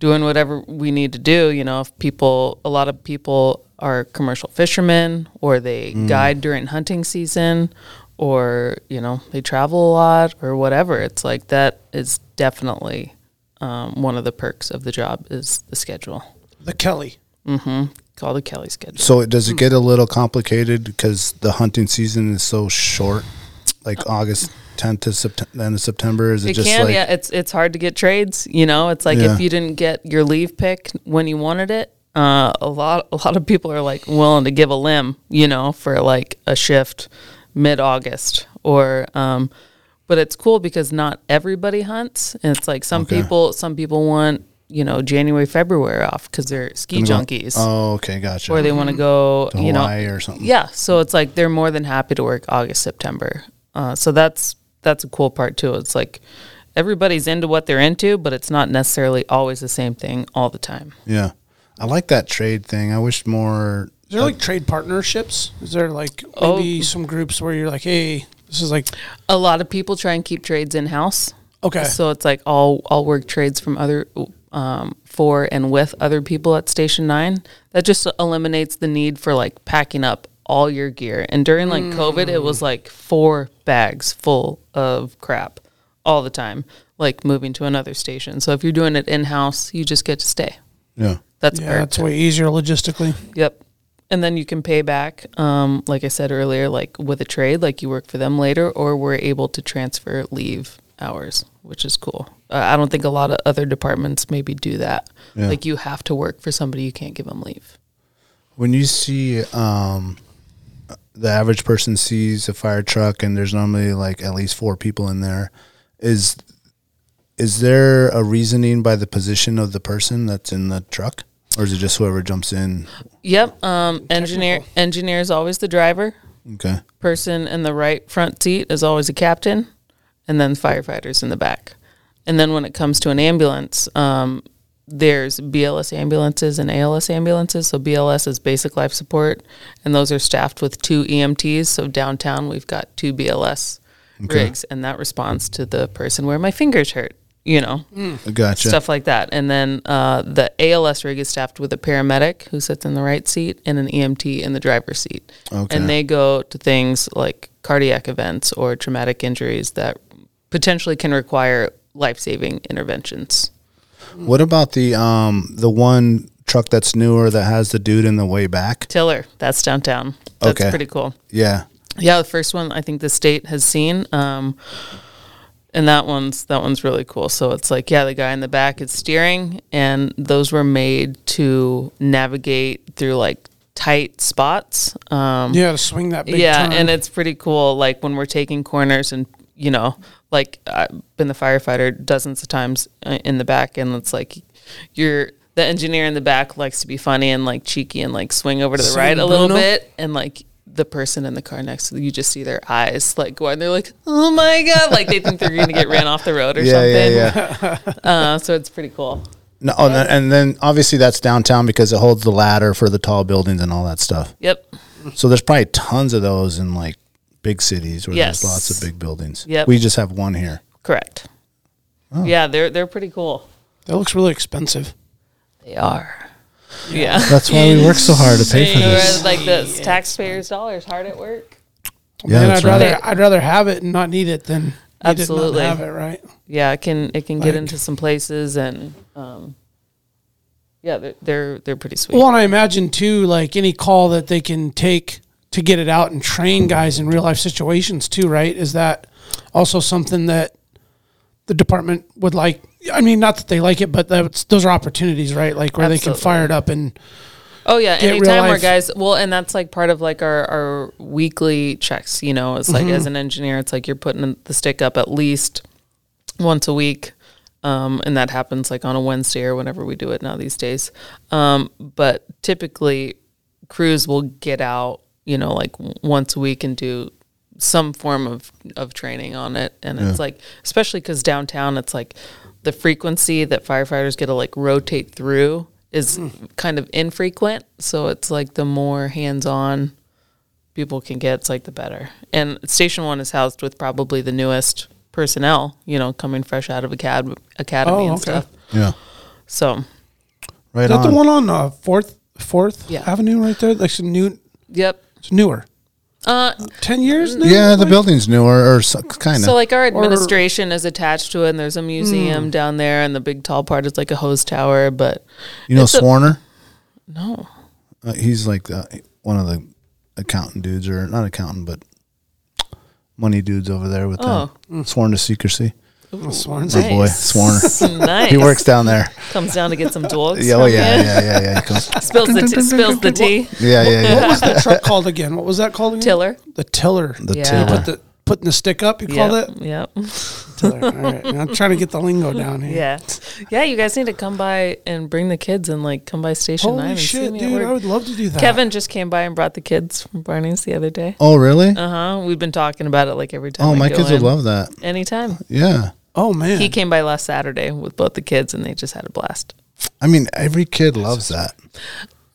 S4: doing whatever we need to do. You know, if people, a lot of people are commercial fishermen, or they guide during hunting season, or you know they travel a lot, or whatever. It's like that is definitely um, one of the perks of the job is the schedule.
S3: the Kelly.
S4: Call the Kelly schedule.
S1: so it, does it get a little complicated because the hunting season is so short, like August 10th to September, end of September? Is it,
S4: Uh, It
S1: just
S4: can,
S1: like
S4: yeah. It's it's hard to get trades. You know, it's like
S1: Yeah.
S4: if you didn't get your leave pick when you wanted it, uh, a lot a lot of people are like willing to give a limb, you know, for like a shift mid August or um but it's cool because not everybody hunts and it's like some people some people want, you know, January, February off cuz they're ski junkies
S1: Oh, okay, gotcha.
S4: or they want to go,
S1: to
S4: you know,
S1: Hawaii or something.
S4: yeah, so it's like they're more than happy to work August, September. Uh, so that's that's a cool part too. It's like everybody's into what they're into, but it's not necessarily always the same thing all the time.
S1: Yeah. I like that trade thing. I wish more.
S3: Is
S4: Uh,
S3: there like trade partnerships? Is there like
S4: Oh.
S3: maybe some groups where you're like, hey, this is like
S4: A lot of people try and keep trades in house,
S3: okay,
S4: so it's like all all work trades from other um, for and with other people at Station Nine. That just eliminates the need for like packing up all your gear. And during like COVID, it was like four bags full of crap all the time, like moving to another station. So if you're doing it in house, you just get to stay.
S1: Yeah.
S4: That's
S3: yeah,
S4: perk.
S3: that's way easier logistically.
S4: Yep. And then you can pay back, um, like I said earlier, like with a trade, like you work for them later, or we're able to transfer leave hours, which is cool. Uh, I don't think a lot of other departments maybe do that.
S1: Yeah.
S4: Like you have to work for somebody, you can't give them leave.
S1: When you see um, the average person sees a fire truck and there's normally like at least four people in there, is is there a reasoning by the position of the person that's in the truck, or is it just whoever jumps in?
S4: Yep. Um, engineer engineer is always the driver.
S1: Okay.
S4: Person in the right front seat is always a captain, and then firefighters in the back. And then when it comes to an ambulance, um, there's BLS ambulances and ALS ambulances. So BLS is basic life support, and those are staffed with two EMTs. So downtown, we've got two BLS rigs, and that responds to the person where my fingers hurt. You know,
S1: Gotcha.
S4: stuff like that. And then uh, the ALS rig is staffed with a paramedic who sits in the right seat and an EMT in the driver's seat.
S1: Okay.
S4: And they go to things like cardiac events or traumatic injuries that potentially can require life saving interventions.
S1: What about the um the one truck that's newer that has the dude in the way back?
S4: Tiller, that's downtown. That's
S1: Okay.
S4: pretty cool.
S1: Yeah.
S4: Yeah, the first one I think the state has seen. Um, and that one's that one's really cool. So it's like, yeah, the guy in the back is steering, and those were made to navigate through like tight spots. Um,
S3: Yeah, to swing that big
S4: yeah,
S3: time.
S4: and it's pretty cool. Like when we're taking corners, and you know, like I've been the firefighter dozens of times uh, in the back, and it's like you're the engineer in the back likes to be funny and like cheeky and like swing over to the
S3: Sing
S4: right a little
S3: Bruno.
S4: bit, and like the person in the car next to you just see their eyes like go and they're like, oh my god, like they think they're gonna get ran off the road or
S1: Yeah,
S4: something.
S1: yeah, yeah.
S4: Uh, so it's pretty cool.
S1: No, oh, and- and then obviously that's downtown because it holds the ladder for the tall buildings and all that stuff.
S4: Yep.
S1: So there's probably tons of those in like big cities where
S4: Yes.
S1: there's lots of big buildings.
S4: Yep.
S1: We just have one here.
S4: Correct.
S1: Oh.
S4: Yeah, they're they're pretty cool.
S3: that looks really expensive.
S4: They are. Yeah.
S1: That's why we work so hard to pay for
S4: Or
S1: this.
S4: like the taxpayers' dollars hard at work.
S1: Yeah,
S3: Man,
S1: that's
S3: I'd
S1: right.
S3: rather I'd rather have it and not need it than need it and not
S4: Absolutely.
S3: have it right.
S4: Yeah, it can it can
S3: Like-
S4: get into some places and um, yeah, they're they're, they're pretty sweet.
S3: Well, and I imagine too, like any call that they can take to get it out and train guys in real life situations too, right? Is that also something that the department would like? I mean, not that they like it, but that's, those are opportunities, right? Like where they can
S4: Absolutely.
S3: fire it up and
S4: oh yeah,
S3: get real
S4: anytime where
S3: life.
S4: guys well, and that's like part of like our our weekly checks. You know, it's like
S3: Mm-hmm.
S4: as an engineer, it's like you're putting the stick up at least once a week. Um, and that happens like on a Wednesday or whenever we do it now these days. Um, but typically, crews will get out, you know, like w- once a week and do some form of, of training on it. And it's like, especially because downtown, it's like the frequency that firefighters get to like rotate through is kind of infrequent. So it's like the more hands on people can get, it's like the better. And station one is housed with probably the newest personnel, you know, coming fresh out of acad- academy
S3: Oh,
S4: and
S3: okay.
S4: stuff.
S1: Yeah.
S4: So,
S1: Right
S3: is that
S1: on.
S3: the one on uh, Fourth Fourth
S4: Yeah.
S3: Avenue right there? Like some new,
S4: yep.
S3: it's newer.
S4: Uh,
S3: Ten years now.
S1: yeah, the
S3: Like,
S1: building's newer or kind of.
S4: So like our administration is attached to it, and there's a
S3: Hmm.
S4: museum down there, and the big tall part is like a hose tower. But
S1: you know
S4: it's a-
S1: Swarner?
S4: no,
S1: Uh, he's like uh, one of the accountant dudes,
S4: Oh.
S1: or not accountant, but money dudes over there with them. Sworn to uh, secrecy.
S3: Swarns.
S1: Oh, boy, Swarner.
S4: nice.
S1: He works down there.
S4: Comes down to get some dogs.
S1: Yeah, oh
S4: from
S1: yeah,
S4: you.
S1: yeah, yeah, yeah. He comes,
S4: Spills the t- spills the tea.
S1: yeah, yeah,
S3: What
S1: yeah.
S3: was the truck called again? What was that called again?
S4: Tiller.
S3: The tiller.
S1: The
S4: Yeah.
S1: tiller.
S3: Put the putting the stick up. You call
S4: Yep.
S3: it
S4: Yep.
S3: tiller. All right. I'm trying to get the lingo down here.
S4: Yeah. Yeah, you guys need to come by and bring the kids and like come by Station 9
S3: Holy
S4: and see
S3: shit,
S4: me
S3: dude!
S4: at
S3: I
S4: work.
S3: would love to do that.
S4: Kevin just came by and brought the kids from Barney's the other day.
S1: Oh really?
S4: Uh huh. We've been talking about it like every time.
S1: Oh,
S4: I
S1: my
S4: go
S1: kids
S4: in.
S1: would love that.
S4: Anytime.
S1: Yeah.
S3: Oh man.
S4: He came by last Saturday with both the kids and they just had a blast.
S1: I mean, every kid loves that.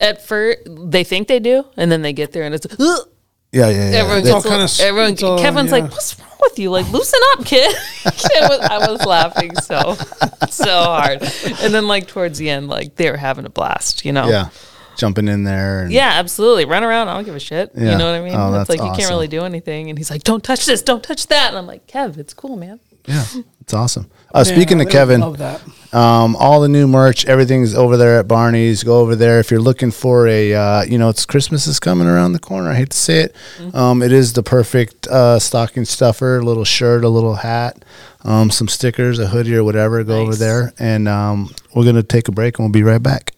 S4: At first, they think they do, and then they get there and it's. Ugh!
S1: Yeah, yeah, yeah.
S4: Everyone
S3: It's all
S4: gets a-
S3: kinda s-
S4: everyone.
S3: it's all-
S4: Kevin's
S3: yeah.
S4: like, "What's wrong with you? Like, loosen up, kid." It was- I was laughing so so hard, and then like towards the end, like they were having a blast, you know.
S1: yeah. Jumping in there. And
S4: Yeah, absolutely. Run around. I don't give a shit.
S1: Yeah.
S4: You know what I mean?
S1: Oh,
S4: it's
S1: that's
S4: like you can't really do anything. And he's like, "Don't touch this. Don't touch that." And I'm like, "Kev, it's cool, man."
S1: yeah. It's awesome. Uh,
S3: Yeah,
S1: speaking
S3: they
S1: to
S3: would
S1: Kevin,
S3: Love that.
S1: Um, all the new merch, everything's over there at Barney's. Go over there if you're looking for a, uh, you know, it's Christmas is coming around the corner. I hate to say it.
S4: Mm-hmm.
S1: Um, it is the perfect uh, stocking stuffer, a little shirt, a little hat, um, some stickers, a hoodie or whatever. Go over
S4: Nice.
S1: there, and um, we're gonna take a break and we'll be right back.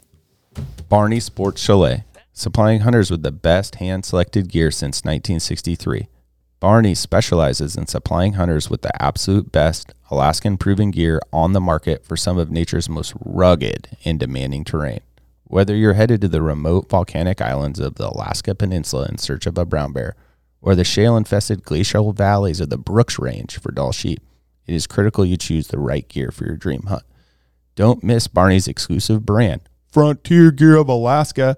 S2: Barney Sports Chalet, supplying hunters with the best hand selected gear since 1963. Barney specializes in supplying hunters with the absolute best Alaskan proven gear on the market for some of nature's most rugged and demanding terrain. Whether you're headed to the remote volcanic islands of the Alaska Peninsula in search of a brown bear, or the shale infested glacial valleys of the Brooks Range for doll sheep, it is critical you choose the right gear for your dream hunt. Don't miss Barney's exclusive brand, Frontier Gear of Alaska,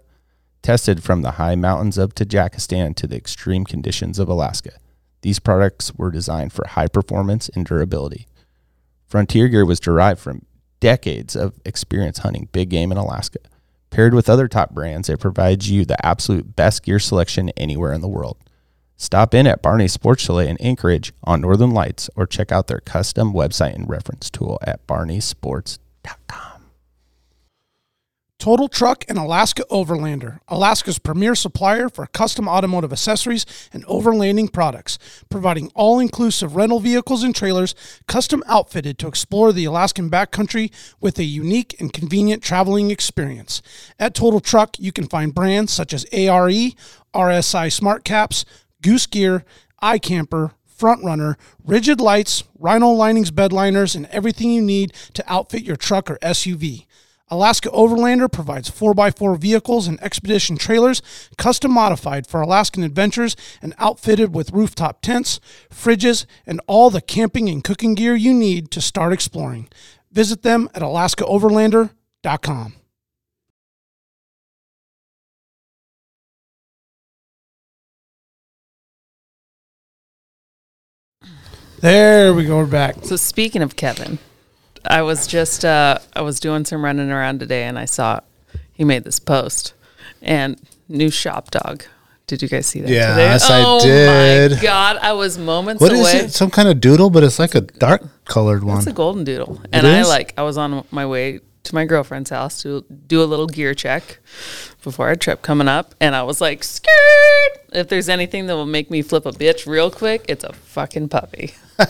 S2: tested from the high mountains of Tajikistan to the extreme conditions of Alaska. These products were designed for high performance and durability. Frontier Gear was derived from decades of experience hunting big game in Alaska. Paired with other top brands, it provides you the absolute best gear selection anywhere in the world. Stop in at Barney's Sports Chalet in Anchorage on Northern Lights or check out their custom website and reference tool at barneysports.com.
S3: Total Truck and Alaska Overlander, Alaska's premier supplier for custom automotive accessories and overlanding products, providing all inclusive rental vehicles and trailers custom outfitted to explore the Alaskan backcountry with a unique and convenient traveling experience. At Total Truck, you can find brands such as E, ARE, RSI Smart Caps, Goose Gear, iCamper, front runner, rigid lights, rhino linings, bed liners, and everything you need to outfit your truck or SUV. Alaska Overlander provides 4x4 vehicles and expedition trailers custom modified for Alaskan adventures and outfitted with rooftop tents, fridges, and all the camping and cooking gear you need to start exploring. Visit them at alaskaoverlander.com. There we go, we're back.
S4: So speaking of Kevin, I was just uh, I was doing some running around today, and I saw he made this post and new shop dog. Did you guys see that?
S1: Yeah,
S4: today?
S1: yes, I
S4: oh
S1: did.
S4: My God, I was moments
S1: What is
S4: away.
S1: it? Some kind of doodle, but it's like a dark colored one.
S4: It's a golden doodle. and I
S1: is?
S4: like I was on my way to my girlfriend's house to do a little gear check before our trip coming up and I was like, "Skirt! If there's anything that will make me flip a bitch real quick, it's a fucking puppy."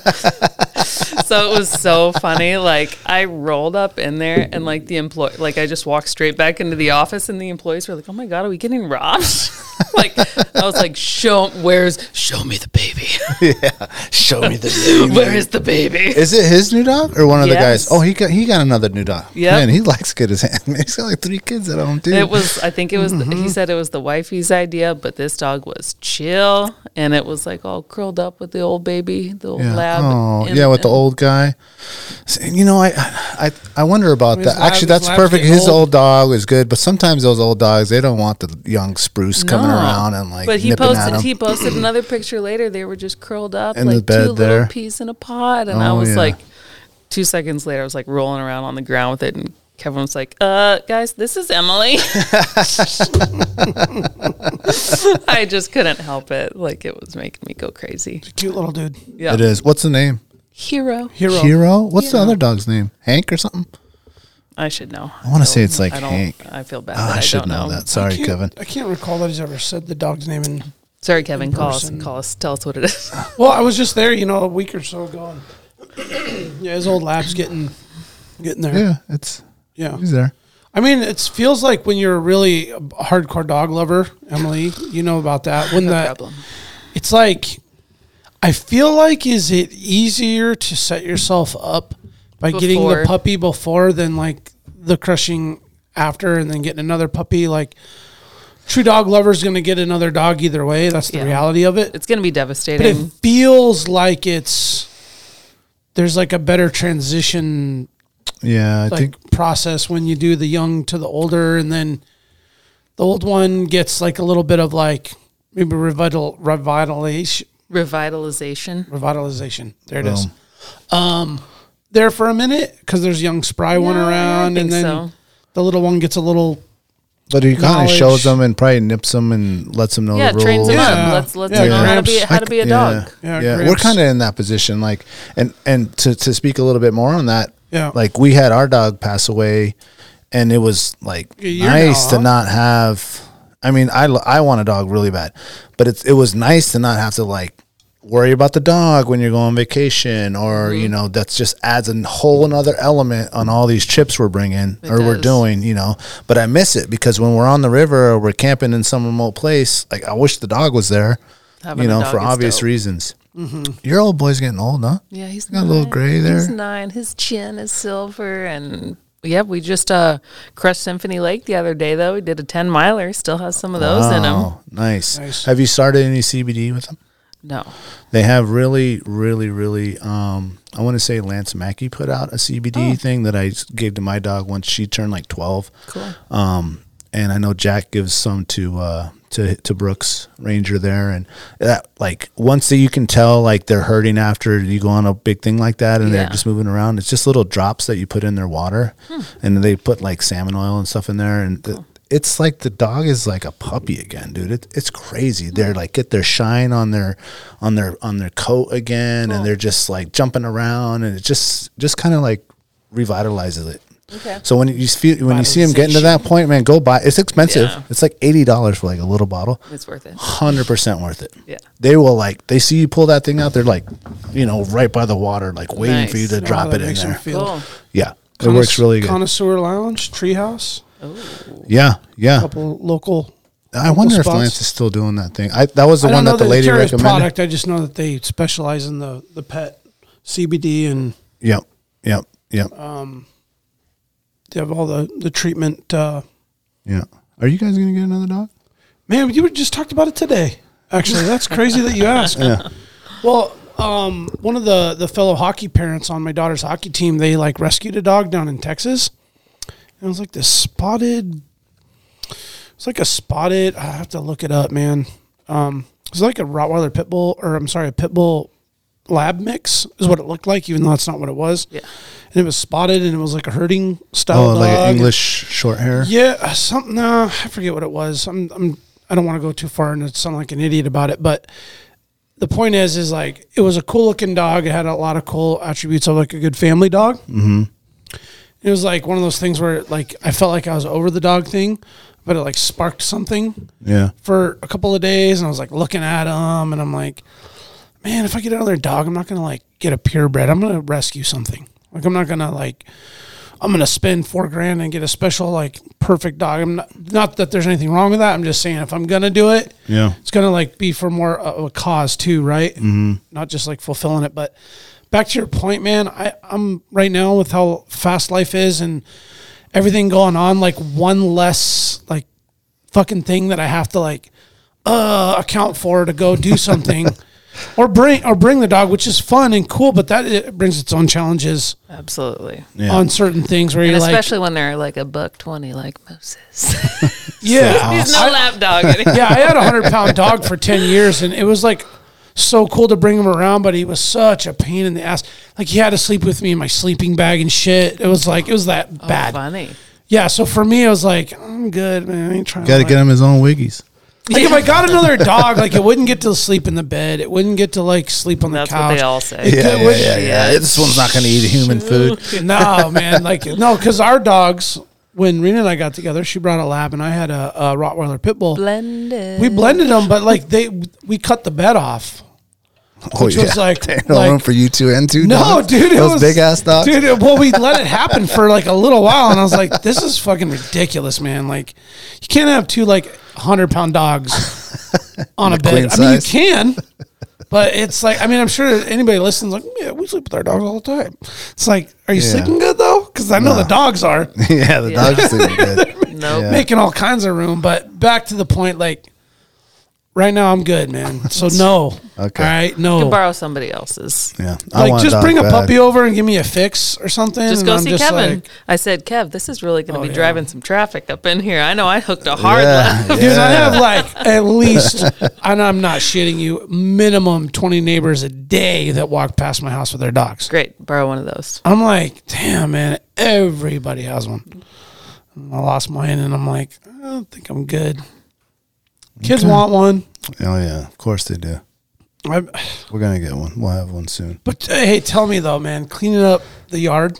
S4: so it was so funny. Like I rolled up in there and like the employee like I just walked straight back into the office and the employees were like, "Oh my god, are we getting robbed?" like I was like, "Show where's show me the baby.
S1: Show me the.
S4: Where is the baby?"
S1: Is it his new dog or one of the guys?
S4: Yes.
S1: Oh, he got he got another new dog.
S4: Yep.
S1: man, he likes good as hand. He's got like three kids at home too.
S4: It was, I think it was,
S1: Mm-hmm.
S4: he said it was the wifey's idea, but this dog was chill and it was like all curled up with the old baby, the old lab.
S1: Oh,
S4: And-
S1: yeah, with the old guy. S- You know, I I, I wonder about
S3: His
S1: that.
S3: lab-
S1: Actually,
S3: his
S1: that's
S3: lab's
S1: perfect.
S3: getting
S1: His
S3: old.
S1: old dog is good, but sometimes those old dogs they don't want the young spruce coming
S4: No.
S1: around and like
S4: But he
S1: nipping at
S4: posted,
S1: 'em.
S4: he posted another picture later. They were just curled up
S1: In the
S4: like
S1: bed
S4: two
S1: there.
S4: little peas in a pod. And I
S1: Oh,
S4: was
S1: yeah.
S4: like, two seconds later, I was like rolling around on the ground with it. And Kevin was like, uh, guys, this is Emily. I just couldn't help it. Like it was making me go crazy.
S3: Cute little dude.
S4: Yeah.
S1: It is. What's the name?
S4: Hero.
S3: Hero.
S1: Hero. What's the other dog's name? Hank or something?
S4: I should know. I
S1: wanna
S4: don't-
S1: say it's like
S4: I don't-
S1: Hank.
S4: I feel bad.
S1: Oh,
S4: that
S1: I
S4: I
S1: should
S4: don't
S1: know
S4: know,
S1: that. Sorry,
S3: Can't-
S1: Kevin.
S3: I can't recall that he's ever said the dog's name. And
S4: Sorry, Kevin. Call us. Call us. Tell us what it is.
S3: well, I was just there, you know, a week or so ago. Yeah, his old lap's getting getting there.
S1: Yeah, it's
S3: Yeah.
S1: he's there.
S3: I mean, it feels like when you're really a hardcore dog lover, Emily, you know about that. When the
S4: problem.
S3: it's like I feel like is it easier to set yourself up by getting the
S4: Before.
S3: puppy before than like the crushing after and then getting another puppy like true dog lover's going to get another dog either way. That's the
S4: Yeah.
S3: reality of it.
S4: It's going to be
S3: But
S4: devastating.
S3: it feels like it's there's like a better transition
S1: Yeah, I
S3: like
S1: think
S3: process when you do the young to the older and then the old one gets like a little bit of like maybe revital revitalization
S4: Revitalization.
S3: revitalization there it is um there for a minute because there's young spry one
S4: Yeah, I
S3: around
S4: think
S3: and then
S4: so.
S3: the little one gets a little
S1: But he kind
S3: knowledge.
S1: of shows them and probably nips them and lets them know
S4: Yeah,
S1: the rules.
S4: trains them
S3: Yeah.
S4: up. Let's let's
S3: Yeah,
S4: know how to
S3: cramps.
S4: be how to be a dog.
S1: Yeah,
S3: Yeah,
S1: yeah. we're
S3: Gramps.
S1: kind of in that position. Like, and and to to speak a little bit more on that.
S3: Yeah.
S1: Like we had our dog pass away, and it was like
S3: A year
S1: nice
S3: now,
S1: to
S4: Uh-huh.
S3: huh?
S1: not have. I mean, I lo- I want a dog really bad, but it's it was nice to not have to like worry about the dog when you're going on vacation or
S4: Mm-hmm.
S1: you know that's just adds a whole another element on all these trips we're bringing or we're
S4: does.
S1: doing you know but i miss it because when we're on the river or we're camping in some remote place like i wish the dog was there
S4: Having
S1: you
S4: a
S1: know,
S4: dog
S1: for
S4: is
S1: obvious
S4: dope. Mm-hmm.
S1: reasons. Your old boy's getting old, huh?
S4: Yeah, he's
S1: got a little gray
S4: He's
S1: there.
S4: nine. His chin is silver, and yeah, we just uh crushed Symphony Lake the other day. Though we did a ten miler. Still has some of those in him.
S1: Oh, nice. Have you started any CBD with him?
S4: No,
S1: They have really, really, really. Um, I want to say Lance Mackey put out a CBD thing that I s- gave to my dog once she turned like twelve.
S4: cool.
S1: Um, and I know Jack gives some to uh, to to Brooks Ranger there, and that like once that you can tell like they're hurting after you go on a big thing like that, and
S4: Yeah.
S1: they're just moving around. It's just little drops that you put in their water, and they put like salmon oil and stuff in there, and. The, it's like the dog is like a puppy again, dude. It, it's crazy. They're like get their shine on their on their on their coat again, and they're just like jumping around, and it just just kind of like revitalizes it. Okay. So when you feel when you see them getting to that point, man, go buy. It's expensive.
S4: Yeah.
S1: It's like eighty dollars for like a little bottle.
S4: It's worth it.
S1: Hundred percent worth it.
S4: Yeah.
S1: They will like they see you pull that thing out. They're like, you know, right by the water, like waiting for you
S4: Nice.
S1: to drop
S3: Oh,
S1: it
S3: that
S1: in
S3: uh, makes
S1: there.
S3: him feel
S4: Cool.
S1: yeah, it works really good.
S3: connoisseur lounge treehouse
S1: yeah, yeah.
S3: couple local
S1: I wonder if
S3: spots.
S1: Lance is still doing that thing. I that was the
S3: I
S1: one
S3: don't know
S1: that the lady
S3: Terry's
S1: recommended.
S3: product I just know that they specialize in the the pet CBD and
S1: Yep, yep, yep,
S3: Uh, they have all the the treatment uh
S1: yeah. Are you guys gonna get another dog?
S3: Man, you were just talked about it today. Actually, that's crazy that you asked. Well, um, one of the the fellow hockey parents on my daughter's hockey team, they like rescued a dog down in Texas, and it was like this spotted. It's like a spotted. I have to look it up, man. Um, it was like a Rottweiler pit bull, or I'm sorry, a pit bull lab mix is what it looked like, even though that's not what it was.
S4: Yeah.
S3: and it was spotted, and it was like a herding style.
S1: Oh, like
S3: dog.
S1: an English short hair.
S3: Yeah, something. Uh, I forget what it was. I'm. I'm. I don't want to go too far and sound like an idiot about it, but the point is, is like it was a cool looking dog. It had a lot of cool attributes of like a good family dog. Mm-hmm. It was like one of those things where like I felt like I was over the dog thing, but it like sparked something
S1: Yeah.
S3: for a couple of days, and I was like looking at him, and I'm like, man, if I get another dog, I'm not gonna like get a purebred. I'm gonna rescue something. Like I'm not gonna like I'm gonna spend four grand and get a special like perfect dog. I'm not not that there's anything wrong with that. I'm just saying if I'm gonna do it,
S1: Yeah.
S3: it's gonna like be for more of a cause too, right? Mm-hmm. Not just like fulfilling it. But back to your point, man. I I'm right now with how fast life is and everything going on, like one less like fucking thing that I have to like uh account for to go do something. Or bring or bring the dog, which is fun and cool, but that it brings its own challenges
S4: Absolutely.
S1: Yeah.
S3: on certain things where
S4: And
S3: you're like,
S4: especially when they're like a buck twenty, like Moses.
S3: yeah,
S4: He's no lap dog. anymore.
S3: yeah, I had a hundred pound dog for ten years, and it was like so cool to bring him around, but he was such a pain in the ass. Like he had to sleep with me in my sleeping bag and shit. It was like it was that
S4: Oh,
S3: bad.
S4: Funny.
S3: Yeah, so for me, I was like, I'm good, man. I ain't trying.
S1: Got to
S3: like-
S1: get him his own wiggies.
S3: Like if I got another dog, like it wouldn't get to sleep in the bed. It wouldn't get to like sleep on the
S4: That's
S3: couch.
S4: what they all say.
S1: yeah,
S3: Yeah,
S1: yeah, yeah, yeah. This one's not going to eat human food.
S3: no, man. Like, no, because our dogs, when Rena and I got together, she brought a lab and I had a, a Rottweiler pit bull.
S4: Blended.
S3: We blended them, but like they, we cut the bed off.
S1: Oh,
S3: which
S1: yeah.
S3: was like,
S1: Damn, no room
S3: like
S1: for you two and two.
S3: no,
S1: dogs?
S3: dude, it
S1: those
S3: was
S1: big ass dogs.
S3: dude. it- Well, we let it happen for like a little while, and I was like, this is fucking ridiculous, man. Like, you can't have two like hundred pound dogs on a
S1: queen
S3: bed. I mean, you
S1: size.
S3: can, but it's like, I mean, I'm sure that anybody listens, like, yeah, we sleep with our dogs all the time. It's like, are you
S1: Yeah.
S3: sleeping good though? Because I know the dogs are
S1: yeah, the
S4: Yeah.
S1: dogs are good.
S4: Nope.
S1: Yeah.
S3: making all kinds of room. But back to the point, like. Right now, I'm good, man. So no,
S1: Okay.
S3: All right, no.
S4: You can borrow somebody else's.
S1: Yeah, I
S3: Like
S1: want
S3: just
S1: dog
S3: bring a
S1: bad.
S3: puppy over and give me a fix or something.
S4: Just
S3: and
S4: go
S3: I'm
S4: see Kevin.
S3: like-
S4: I said, Kev, this is really going to
S3: Oh,
S4: be
S3: yeah.
S4: driving some traffic up in here. I know I hooked a hard
S1: Yeah,
S4: left.
S1: yeah.
S3: Dude, I have like at least, and I'm not shitting you, minimum 20 neighbors a day that walk past my house with their dogs.
S4: Great. Borrow one of those.
S3: I'm like, damn, man, everybody has one. And I lost mine, and I'm like, I don't think I'm good. Kids want one.
S1: Oh yeah, of course they do.
S3: I,
S1: We're gonna get one. We'll have one soon.
S3: but uh, hey, tell me though, man, cleaning up the yard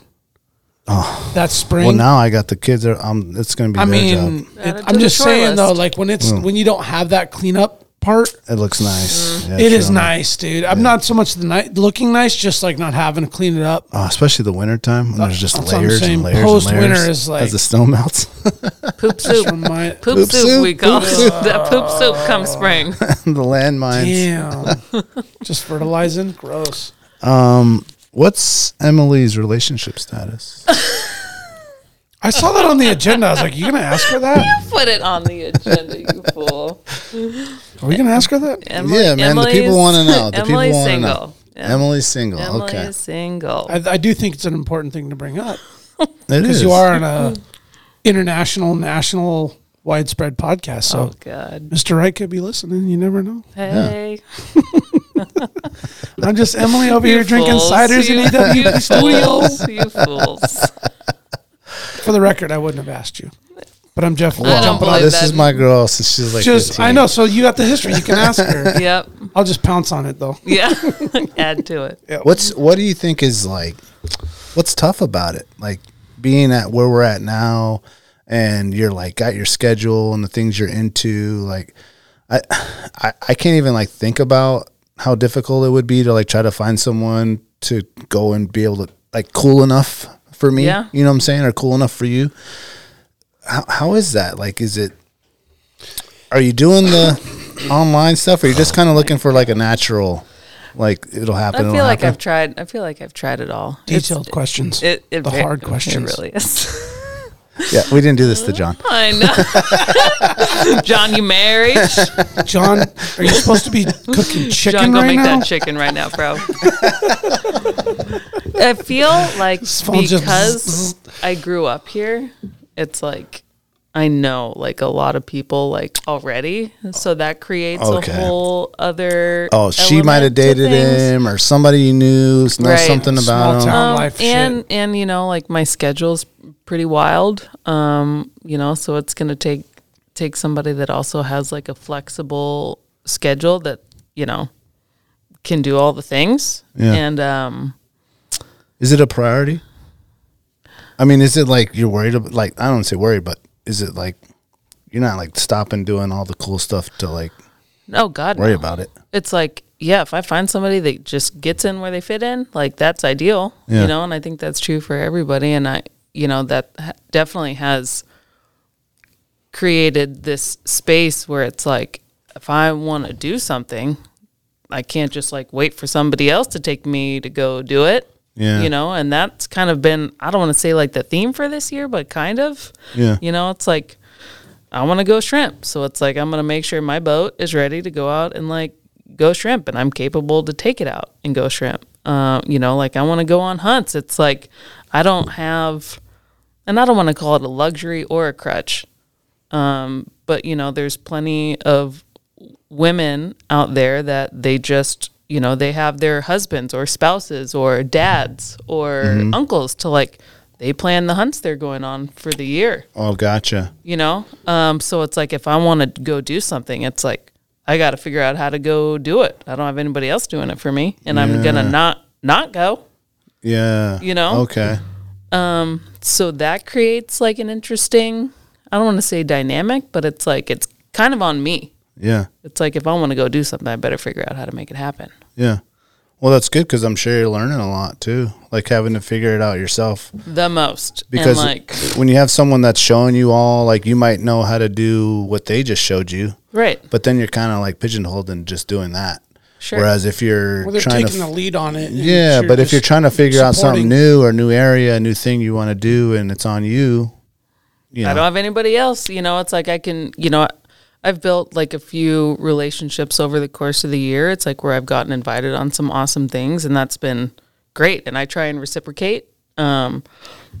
S3: that spring.
S1: Oh. Well, now I got the kids. Are, um, it's gonna be
S3: I
S1: their
S3: mean,
S1: job. Hmm.
S4: Add
S3: it-
S4: it to
S3: I'm
S4: the
S3: just
S4: chore
S3: saying though,
S4: list.
S3: like when it's when you don't have that cleanup part,
S1: It looks nice. Yeah,
S3: Mm, It is
S1: sure.
S3: nice, dude. I'm not so much the night looking nice, just like not having to clean it up.
S1: Oh, especially the winter time when there's just
S3: That's what I'm
S1: layers
S3: saying.
S1: and layers.
S3: Post-winter
S1: and layers
S3: is like-
S1: as the snow melts.
S4: Poop soup.
S3: My
S4: Poop,
S1: Poop
S4: soup,
S1: soup,
S4: we call
S1: poop
S4: it.
S1: soup.
S4: That poop soup comes spring.
S1: the landmines.
S3: damn, just fertilizing, gross.
S1: Um, what's Emily's relationship status?
S3: I saw that on the agenda. I was like, "You gonna ask her that?
S4: Put it on the agenda, you fool.
S3: Are we gonna ask her that?"
S4: Emily,
S1: yeah, man. the people want to know. The
S4: Emily's
S1: people want to
S4: single.
S1: know.
S4: Yeah.
S1: Emily's single.
S4: Emily
S1: okay,
S4: is single.
S3: I, I do think it's an important thing to bring up
S1: it
S3: because
S1: is.
S3: you are on a international, national, widespread podcast. So
S4: oh, God.
S3: Mr. Wright could be listening. You never know.
S4: Hey.
S3: I'm just Emily over here
S4: You
S3: drinking
S4: fools.
S3: ciders E
S4: You-
S3: in EW
S4: you
S3: studio.
S4: fools. You fools.
S3: For the record, I wouldn't have asked you, but I'm Jeff.
S4: I don't
S1: Well,
S4: believe
S1: this
S4: that.
S1: is my girl since she's like
S3: just
S1: 15.
S3: I know. So you got the history. You can ask her.
S4: Yep.
S3: I'll just pounce on it though.
S4: Yeah. Add to it.
S1: What's what do you think is like what's tough about it? Like being at where we're at now and you're like got your schedule and the things you're into like I I, I can't even like think about how difficult it would be to like try to find someone to go and be able to like cool enough for me,
S4: Yeah.
S1: you know what I'm saying, or cool enough for you. How, how is that? Like is it are you doing the online stuff or are you just kind of looking for like a natural like it'll happen
S4: I
S1: it'll
S4: feel like
S1: happen?
S4: I've tried. I feel like I've tried it all. It's-
S3: Detailed questions.
S4: It, it
S3: the
S4: ver-
S3: hard questions.
S4: It really is.
S1: Yeah, we didn't do this to John.
S4: I know. John, you married?
S3: John, are you supposed to be cooking
S4: John,
S3: chicken
S4: go
S3: right
S4: make
S3: now?
S4: that chicken right now, bro. I feel like
S3: phone just
S4: because I grew up here, it's like I know like a lot of people like already, so that creates
S1: Okay.
S4: a whole other.
S1: Oh, she might have
S4: element to
S1: dated
S4: things.
S1: him or somebody you knew, know
S4: Right.
S1: something
S3: Small
S1: about him.
S3: town
S4: Um,
S3: life
S4: and
S3: shit.
S4: and you know like my schedule's pretty wild um you know so it's gonna take take somebody that also has like a flexible schedule that you know can do all the things
S1: Yeah.
S4: and um
S1: Is it a priority? I mean, is it like you're worried about, like, I don't say worried, but is it like you're not like stopping doing all the cool stuff to like
S4: oh god
S1: worry
S4: no.
S1: about it?
S4: it's like yeah if i find somebody that just gets in where they fit in like that's ideal
S1: Yeah.
S4: you know and i think that's true for everybody and i you know that ha- definitely has created this space where it's like if i want to do something i can't just like wait for somebody else to take me to go do it
S1: Yeah.
S4: you know and that's kind of been i don't want to say like the theme for this year but kind of
S1: Yeah.
S4: you know it's like I want to go shrimp. So it's like I'm going to make sure my boat is ready to go out and like go shrimp and I'm capable to take it out and go shrimp. Uh, you know, like I want to go on hunts. It's like I don't have and I don't want to call it a luxury or a crutch. Um, but you know, there's plenty of women out there that they just, you know, they have their husbands or spouses or dads or uncles to like they plan the hunts they're going on for the year
S1: Oh, gotcha.
S4: you know um so it's like if i want to go do something it's like i got to figure out how to go do it i don't have anybody else doing it for me and i'm gonna not not go
S1: Yeah.
S4: You know?
S1: Okay.
S4: so that creates like an interesting i don't want to say dynamic but it's like it's kind of on me
S1: Yeah.
S4: it's like if i want to go do something i better figure out how to make it happen
S1: Yeah. Well, that's good because I'm sure you're learning a lot too, like having to figure it out yourself.
S4: the most.
S1: Because
S4: and like
S1: when you have someone that's showing you all, like you might know how to do what they just showed you,
S4: right,
S1: but then you're kind of like pigeonholed and just doing that.
S4: sure.
S1: Whereas if you're
S3: Well, they're
S1: trying
S3: taking
S1: to,
S3: the lead on it. and
S1: yeah, but if
S3: just
S1: you're trying to figure out something
S3: supporting-
S1: new or new area, a new thing you want to do, and it's on you, you
S4: I
S1: know,
S4: don't have anybody else. You know, it's like I can, you know, I've built like a few relationships over the course of the year. It's like where I've gotten invited on some awesome things, and that's been great. And I try and reciprocate. Um,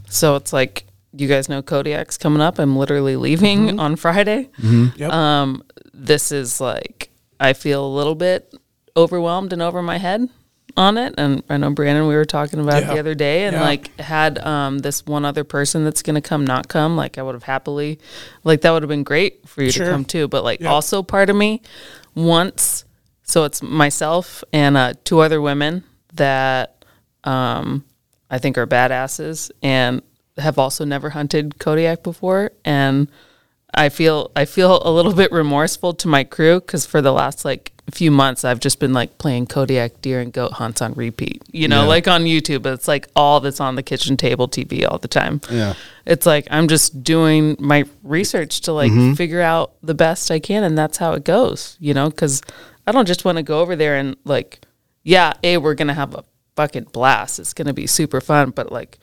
S4: so it's like you guys know Kodiak's coming up. I'm literally leaving on Friday.
S3: Mm-hmm. Yep.
S4: Um, this is like I feel a little bit overwhelmed and over my head on it. And I know Brandon, we were talking about it the
S3: Yeah.
S4: other day, and
S3: Yeah.
S4: like had um, this one other person that's going to come not come like i would have happily like that would have been great for you
S3: Sure.
S4: to come too but like also part of me wants so it's myself and uh, two other women that um, i think are badasses and have also never hunted kodiak before and i feel i feel a little bit remorseful to my crew because for the last like few months i've just been like playing kodiak deer and goat hunts on repeat you know like on youtube it's like all that's on the kitchen table tv all the time
S1: Yeah.
S4: it's like i'm just doing my research to like figure out the best i can and that's how it goes you know because i don't just want to go over there and like yeah a we're gonna have a fucking blast it's gonna be super fun but like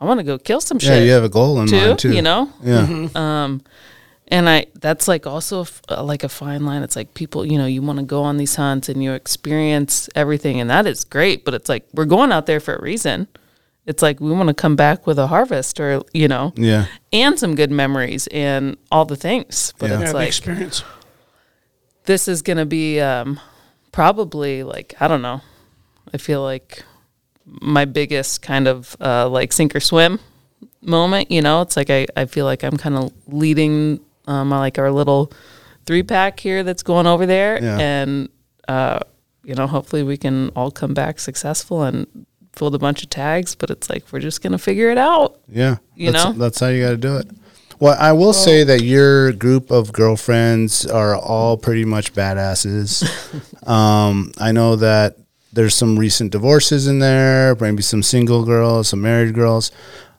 S4: i want to go kill some
S1: yeah,
S4: shit
S1: you have a goal in
S4: too,
S1: mind too.
S4: you know Um,
S1: yeah,
S4: and I that's like also a f- uh, like a fine line. It's like people, you know, you want to go on these hunts and you experience everything, and that is great. But it's like we're going out there for a reason. It's like we want to come back with a harvest, or you know,
S1: yeah,
S4: and some good memories and all the things. But
S1: Yeah.
S4: it's
S3: yeah, the
S4: like
S3: experience.
S4: this is gonna be um, probably like I don't know. I feel like my biggest kind of uh, like sink or swim moment. You know, it's like I, I feel like I'm kind of leading um, like our little three pack here that's going over there,
S1: Yeah.
S4: and uh, you know, hopefully we can all come back successful and fold a bunch of tags. But it's like we're just gonna figure it out.
S1: yeah.
S4: You
S1: that's,
S4: know?
S1: that's how you got to do it. Well, I will say that your group of girlfriends are all pretty much badasses. um, I know that there's some recent divorces in there, maybe some single girls, some married girls,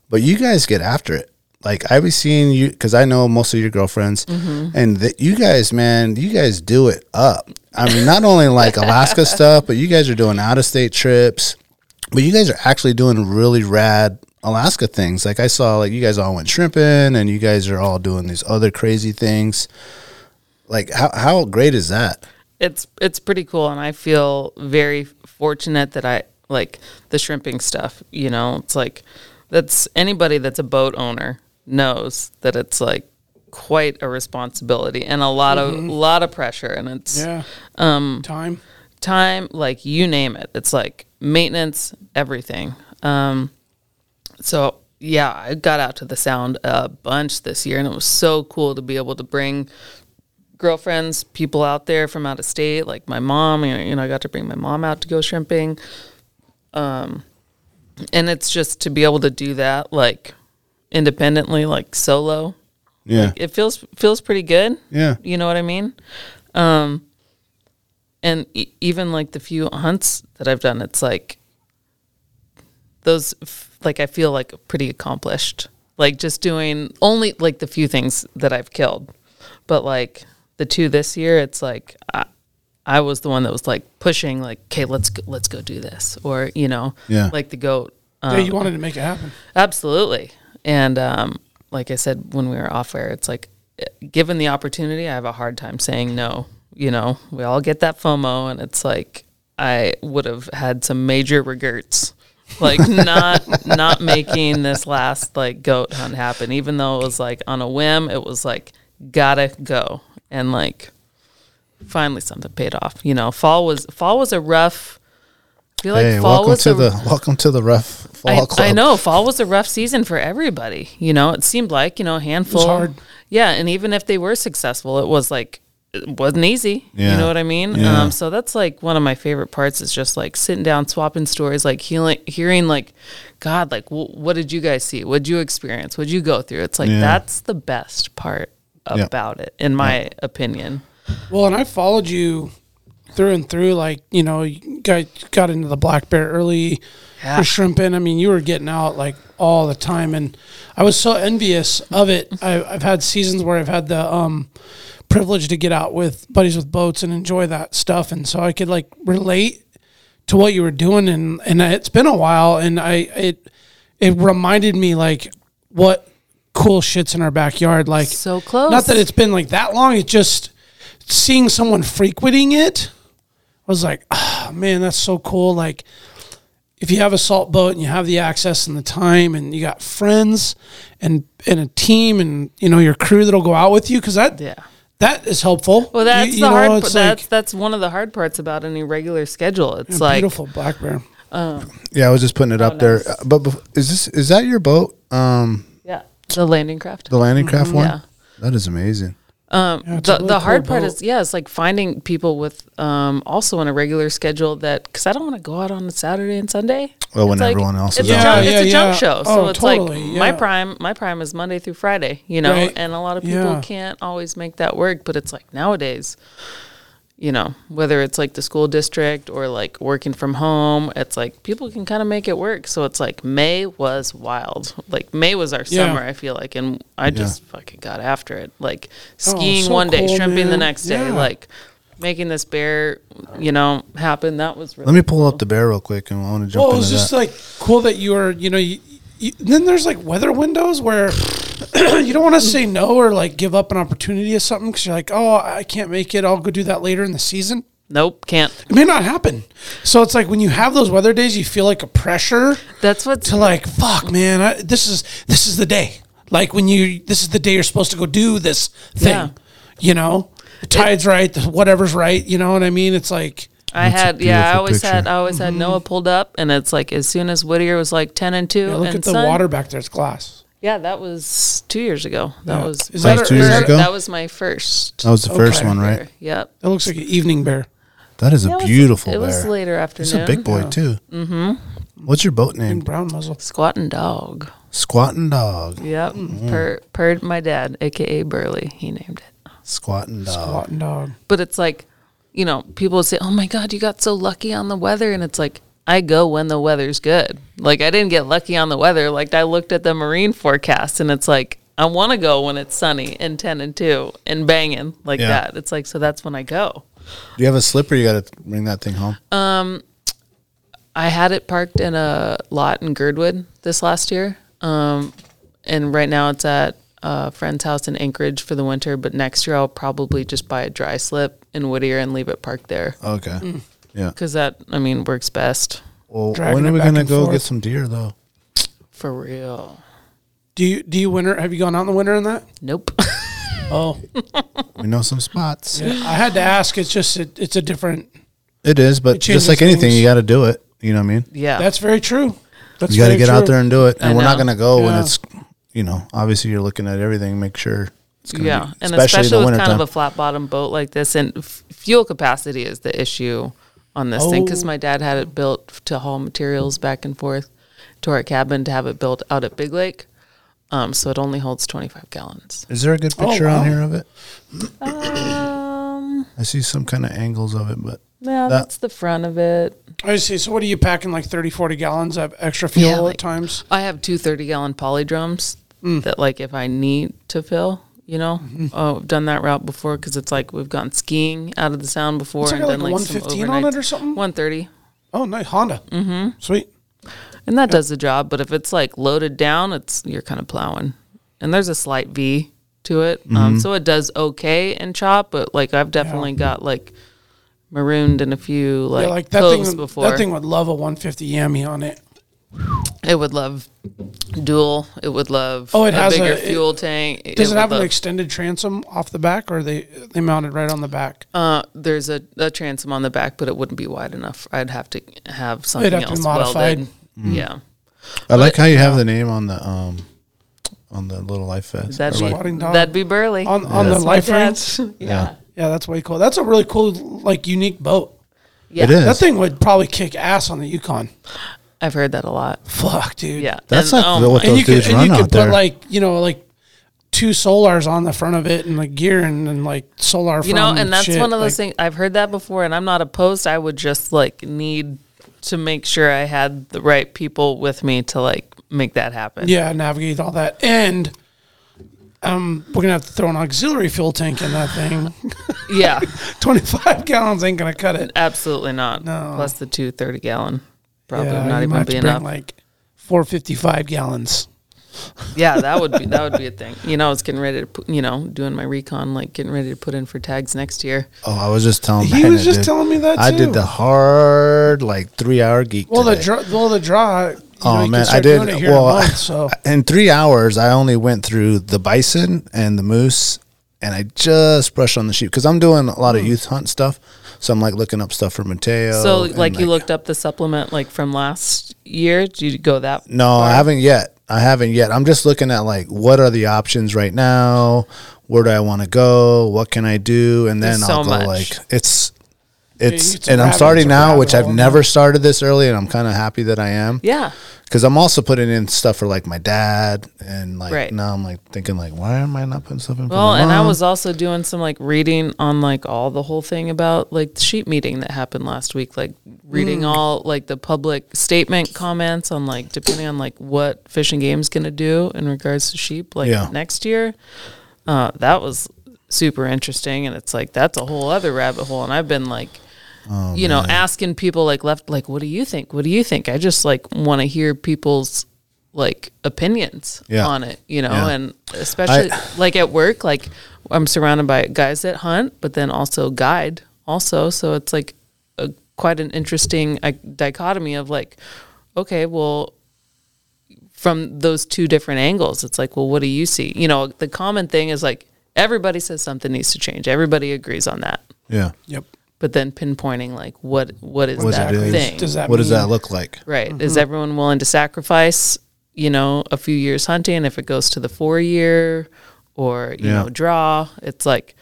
S1: but you guys get after it. Like I be seeing you because I know most of your girlfriends,
S4: Mm-hmm.
S1: and that you guys, man, you guys do it up. I mean, not only like Alaska stuff, but you guys are doing out of state trips. But you guys are actually doing really rad Alaska things. Like I saw, like you guys all went shrimping, and you guys are all doing these other crazy things. Like how how great is that?
S4: it's it's pretty cool and i feel very fortunate that i like the shrimping stuff you know it's like that's anybody that's a boat owner knows that it's like quite a responsibility and a lot of lot of pressure and it's
S3: Yeah. Um, Time.
S4: time, like you name it. It's like maintenance, everything. Um, so yeah, I got out to the sound a bunch this year, and it was so cool to be able to bring girlfriends, people out there from out of state, like my mom. You know, you know I got to bring my mom out to go shrimping. Um, and it's just to be able to do that, like independently, like solo.
S1: Yeah,
S4: It feels feels pretty good.
S1: yeah,
S4: You know what I mean? Um, and e- even like the few hunts that I've done, it's like those, f- like I feel like pretty accomplished. Like just doing only like the few things that I've killed, but like the two this year, it's like I, I was the one that was like pushing, like, okay, let's go, let's go do this, or you know,
S1: Yeah.
S4: like the goat.
S3: Yeah, you wanted to make it happen.
S4: Absolutely. And um, like I said when we were off air, it's like, eh, given the opportunity, I have a hard time saying no. You know, we all get that FOMO, and it's like I would have had some major regrets, like not not making this last like goat hunt happen. Even though it was like on a whim, it was like gotta go, and like finally something paid off. You know, fall was fall was a rough. I feel like
S1: hey,
S4: fall
S1: welcome
S4: was
S1: to
S4: a,
S1: the welcome to the rough fall
S4: I,
S1: club.
S4: I know fall was a rough season for everybody. You know, it seemed like you know a handful.
S3: hard.
S4: Yeah, and even if they were successful, it was like it wasn't easy.
S1: Yeah.
S4: You know what I mean?
S1: Yeah.
S4: Um, so that's like one of my favorite parts is just like sitting down, swapping stories, like healing, hearing like, God, like wh- what did you guys see? What did you experience? What did you go through? It's like
S1: Yeah.
S4: that's the best part
S1: Yeah.
S4: about it, in my opinion.
S3: Well, and I followed you through and through. Like you know, you got got into the black bear early for shrimping. I mean, you were getting out like all the time, and I was so envious of it.
S4: Mm-hmm.
S3: I, I've had seasons where I've had the um, privilege to get out with buddies with boats and enjoy that stuff, and so I could like relate to what you were doing, and and it's been a while, and I it it reminded me like what cool shits in our backyard like
S4: So close.
S3: not that it's been like that long it's just seeing someone frequenting it I was like, ah, man, that's so cool. Like, if you have a salt boat and you have the access and the time and you got friends and and a team and you know your crew that'll go out with you because that
S4: Yeah.
S3: that is helpful.
S4: Well, that's
S3: You- you
S4: the
S3: know,
S4: hard. part.
S3: it's
S4: that's
S3: like
S4: that's one of the hard parts about any regular schedule. It's
S3: a
S4: like
S3: beautiful black bear.
S1: Yeah, I was just putting it
S4: Oh,
S1: up there. Uh, But bef- is this is that your boat? Um,
S4: yeah, the landing craft.
S1: the landing craft one.
S4: Mm-hmm, Yeah.
S1: That is amazing.
S3: it's a
S4: the,
S3: really
S4: the
S3: cool
S4: hard part
S3: boat.
S4: is yeah it's like finding people with um also on a regular schedule that because i don't want to go out on a saturday and sunday
S1: Well, when
S4: It's like-
S1: everyone else
S4: it's
S1: is
S4: a
S1: out.
S4: junk,
S3: Yeah,
S4: it's a
S3: yeah,
S4: junk
S3: yeah.
S4: show so
S3: Oh,
S4: it's
S3: totally,
S4: like my
S3: yeah.
S4: prime my prime is monday through friday you know
S3: Right.
S4: and a lot of people
S3: Yeah.
S4: can't always make that work but it's like nowadays you know whether it's like the school district or like working from home it's like people can kind of make it work so it's like may was wild like may was our
S3: Yeah.
S4: summer i feel like and i just fucking got after it like skiing
S3: so
S4: one day,
S3: cool,
S4: shrimping the
S3: man.
S4: next day,
S3: Yeah.
S4: like making this bear, you know, happen. That was really
S1: Let me pull up the bear real quick, and I want to jump
S3: Well, it
S1: into
S3: was just
S1: that.
S3: like cool that you were, you know, you, you, then there's like weather windows where you don't want to say no or like give up an opportunity or something because you're like, oh, I can't make it. I'll go do that later in the season.
S4: nope, can't.
S3: It may not happen. So it's like when you have those weather days, you feel like a pressure
S4: That's what's
S3: to like, fuck, man, I, this is this is the day. Like when you, this is the day you're supposed to go do this thing.
S4: Yeah.
S3: You know, the tide's right, the whatever's right. You know what I mean? It's like,
S4: I had. Yeah, I
S1: beautiful
S4: always had.
S1: picture.
S4: I always had Noah pulled up, and it's like as soon as Whittier was like ten and two,
S3: yeah, look
S4: and
S3: at the
S4: sun-
S3: water back there; it's glass.
S4: Yeah, that was two years ago. That was
S3: Is that
S1: That's
S3: a-
S1: two years
S3: is that a-
S1: ago?
S4: that was my first.
S1: that was the first
S3: Okay.
S1: one, right?
S4: bear. Yep.
S3: That looks like an evening bear.
S1: That is a
S4: That was-
S1: beautiful
S4: It was
S1: bear.
S4: later
S1: It's
S4: afternoon.
S1: a big boy too. Mm-hmm. What's your boat
S3: And
S1: name?
S3: brown muzzle.
S4: squatting dog.
S1: Squatting dog.
S4: Yep.
S1: Mm.
S4: Per per my dad, aka Burley, he named it.
S1: Squatting dog.
S3: Rotten dog.
S4: but it's like you know people would say oh my god you got so lucky on the weather and it's like i go when the weather's good like i didn't get lucky on the weather like i looked at the marine forecast and it's like i want to go when it's sunny and 10 and 2 and banging like
S1: Yeah.
S4: that it's like so that's when i go
S1: Do you have a slipper? You got to bring that thing home.
S4: i had it parked in a lot in girdwood this last year um, and right now it's at a friend's house in anchorage for the winter but next year i'll probably just buy a dry slip in whittier and leave it parked there
S1: okay. Yeah.
S4: because that i mean works best
S1: Well,
S3: Dragging
S1: when
S3: it
S1: are we
S3: back
S1: gonna
S3: and
S1: go
S3: forth.
S1: get some deer though?
S4: For real.
S3: Do you do you winter? Have you gone out in the winter in that?
S4: Nope.
S3: Oh,
S1: We know some spots.
S3: I had to ask. It's just it, it's a different.
S1: It is, but
S3: It
S1: just
S3: changes
S1: like anything,
S3: things.
S1: you got to do it. You know what I mean?
S4: yeah.
S3: That's very true. That's
S1: You got to
S3: very
S1: get out
S3: true.
S1: there and do it. And
S4: I
S1: we're not
S4: know.
S1: gonna go when
S3: Yeah.
S1: it's, you know, obviously you're looking at everything. Make sure. It's gonna
S4: yeah.
S1: be-
S4: and
S1: especially
S4: especially,
S1: in the
S4: with
S1: winter
S4: kind
S1: time.
S4: of a flat bottom boat like this and f- fuel capacity is the issue on this thing
S3: Oh.
S4: cuz my dad had it built f- to haul materials back and forth to our cabin to have it built out at Big Lake. Um, so it only holds 25 gallons.
S1: Is there a good picture
S3: wow.
S1: on here of it?
S4: Um,
S1: I see some kind of angles of it, but
S4: yeah,
S1: That-
S4: that's the front of it.
S3: I see. So what are you packing? Like 30, 40 gallons of extra fuel
S4: Yeah,
S3: at
S4: like-
S3: times.
S4: I have two 30 gallon poly drums
S3: Mm.
S4: that, like, if I need to fill, you know,
S3: Mm-hmm.
S4: oh, I've done that route before because it's like we've gone skiing out of the sound before
S3: It's like got,
S4: done
S3: like,
S4: some
S3: 115 on it or
S4: overnights.
S3: something?
S4: 130.
S3: Oh, nice Honda. Mm-hmm. Sweet.
S4: And that does the job. But if it's like loaded down, it's you're kind of plowing. And there's a slight V to it.
S1: Mm-hmm.
S4: Um, so it does okay in chop, but like I've definitely got like marooned in a few like,
S3: Yeah, like that
S4: coves
S3: thing.
S4: before.
S3: That thing would love a 150 yammy on it.
S4: it would love dual. It would love
S3: Oh, it
S4: a
S3: has a-
S4: bigger
S3: it-
S4: fuel tank.
S3: Does it,
S4: would
S3: have an
S4: love-
S3: extended transom off the back, or are they they mounted right on the back?
S4: Uh, there's a, a transom on the back, but it wouldn't be wide enough. I'd have to have something
S3: have to be
S4: else
S3: modified.
S4: welded.
S1: Mm-hmm.
S4: Yeah,
S1: I like how you have the name on the um on the little life vest.
S4: that'd
S1: Or
S4: be
S1: like-
S3: Squatting dog.
S4: that'd be burly
S3: On- on the
S4: That's my
S3: life
S4: dad's. yeah,
S3: yeah, that's way cool. That's a really cool, like unique boat.
S4: yeah.
S1: It is.
S3: That thing would probably kick ass on the Yukon.
S4: I've heard that a lot.
S3: Fuck, dude.
S4: Yeah,
S1: That's
S4: And,
S1: not
S4: oh
S1: what those
S3: um,
S4: my-
S3: and you could,
S1: dudes
S3: and
S1: run
S3: you could
S1: out
S3: put
S1: there.
S3: like you know like two solars on the front of it and like gear and then like solar.
S4: you know,
S3: from
S4: and that's
S3: shit,
S4: one of those
S3: like,
S4: things I've heard that before, and I'm not opposed. I would just like need to make sure I had the right people with me to like make that happen.
S3: Yeah, navigate all that, and um, we're gonna have to throw an auxiliary fuel tank in that thing.
S4: Yeah,
S3: Twenty five gallons ain't gonna cut it.
S4: absolutely not.
S3: No.
S4: Plus the two 30 gallon, probably
S3: Yeah,
S4: not
S3: you might
S4: even
S3: have to
S4: be
S3: bring,
S4: enough.
S3: Like four fifty five gallons.
S4: yeah, that would be that would be a thing. You know, I was getting ready to put, you know doing my recon, like getting ready to put in for tags next year.
S1: Oh, I was just telling.
S3: He
S1: Bennett,
S3: was just
S1: dude.
S3: telling me that.
S1: I
S3: too.
S1: did the hard like three hour geek.
S3: Well, the
S1: today.
S3: draw, well, the draw. you know, you
S1: Oh
S3: can
S1: man, I
S3: start
S1: did.
S3: doing it here in a
S1: well,
S3: month, so
S1: in three hours, I only went through the bison and the moose, and I just brushed on the sheep because I'm doing a lot
S3: Hmm.
S1: of youth hunt stuff. So I'm like looking up stuff for
S3: Oh,
S1: Mateo.
S4: So,
S1: and,
S4: like, you looked up the supplement like from last year. Did you go that?
S1: No, I haven't yet. I haven't yet. I'm just looking at like what are the options right now? Where do I want to go? What can I do? And then
S4: There's
S1: I'll
S4: so
S1: go
S4: much.
S1: like it's
S3: Yeah, it's
S1: it's
S3: a
S1: and I'm
S3: rabbit- it's
S1: starting
S3: a
S1: now,
S3: rabbit
S1: which I've
S3: hole,
S1: never started this early, and I'm kind of happy that I am.
S4: Yeah,
S1: because I'm also putting in stuff for like my dad, and like
S4: Right.
S1: now I'm like thinking like, why am I not putting stuff in?
S4: Well,
S1: for my
S4: and I
S1: mom?
S4: was also doing some like reading on like all the whole thing about like the sheep meeting that happened last week, like reading
S1: Mm.
S4: all like the public statement comments on like depending on like what Fish and Game's gonna do in regards to sheep like
S1: Yeah.
S4: next year. Uh, that was super interesting, and it's like that's a whole other rabbit hole, and I've been like.
S1: Oh,
S4: you know, asking people like left, like, what do you think? What do you think? I just like want to hear people's like opinions
S1: Yeah.
S4: on it, uh, you know,
S1: Yeah.
S4: and especially like at work, like I'm surrounded by guys that hunt, but then also guide also. So it's like a, quite an interesting like, dichotomy of like, okay, well, from those two different angles, it's like, well, what do you see? You know, the common thing is like everybody says something needs to change. Everybody agrees on that
S1: yeah.
S3: yep.
S4: but then pinpointing like what what is
S1: What
S4: that
S1: it is.
S4: thing
S3: Does that
S1: what does
S3: mean-
S1: that look like?
S4: right is
S1: Mm-hmm.
S4: everyone willing to sacrifice you know a few years hunting if it goes to the four year or you
S1: Yeah.
S4: know draw it's like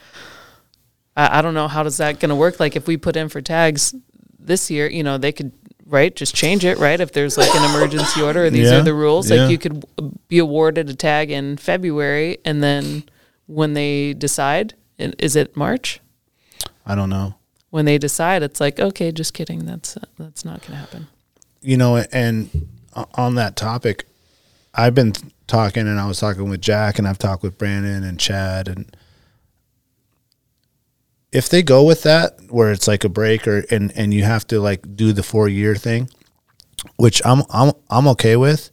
S4: I, I don't know how does that gonna work like if we put in for tags this year you know they could right just change it right if there's like an emergency order or these
S1: Yeah,
S4: are the rules
S1: yeah.
S4: like you could be awarded a tag in february and then when they decide i- is it march
S1: I don't know.
S4: when they decide, it's like, okay, just kidding. That's that's not going to happen.
S1: you know, and o- on that topic, I've been talking and I was talking with Jack and I've talked with Brandon and Chad and if they go with that where it's like a break or and and you have to like do the 4 year thing, which I'm I'm I'm okay with.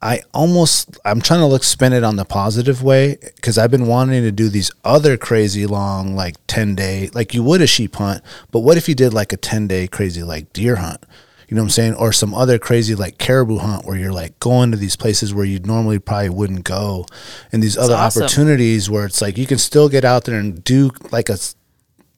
S1: I almost I'm trying to look spin it on the positive way cuz I've been wanting to do these other crazy long like 10 day like you would a sheep hunt, but what if you did like a 10 day crazy like deer hunt? You know what I'm saying? Or some other crazy like caribou hunt where you're like going to these places where you normally probably wouldn't go and these other
S4: awesome.
S1: opportunities where it's like you can still get out there and do like a s-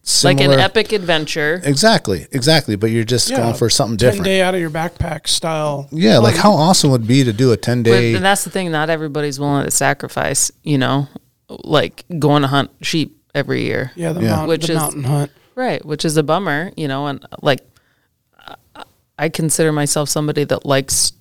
S1: similar
S4: Like an epic adventure.
S1: Exactly, exactly, but you're just going for something
S3: 10
S1: different.
S3: day out of your backpack style.
S1: Yeah, like how awesome would it be to do a 10
S4: But,
S1: day
S4: and that's the thing. Not everybody's willing to sacrifice. You know, like going to hunt sheep every year.
S3: Yeah, the,
S1: Yeah.
S3: Mount,
S4: Which
S3: the
S4: is-
S3: mountain hunt.
S4: Right, which is a bummer, you know, and uh, like I- I consider myself somebody that likes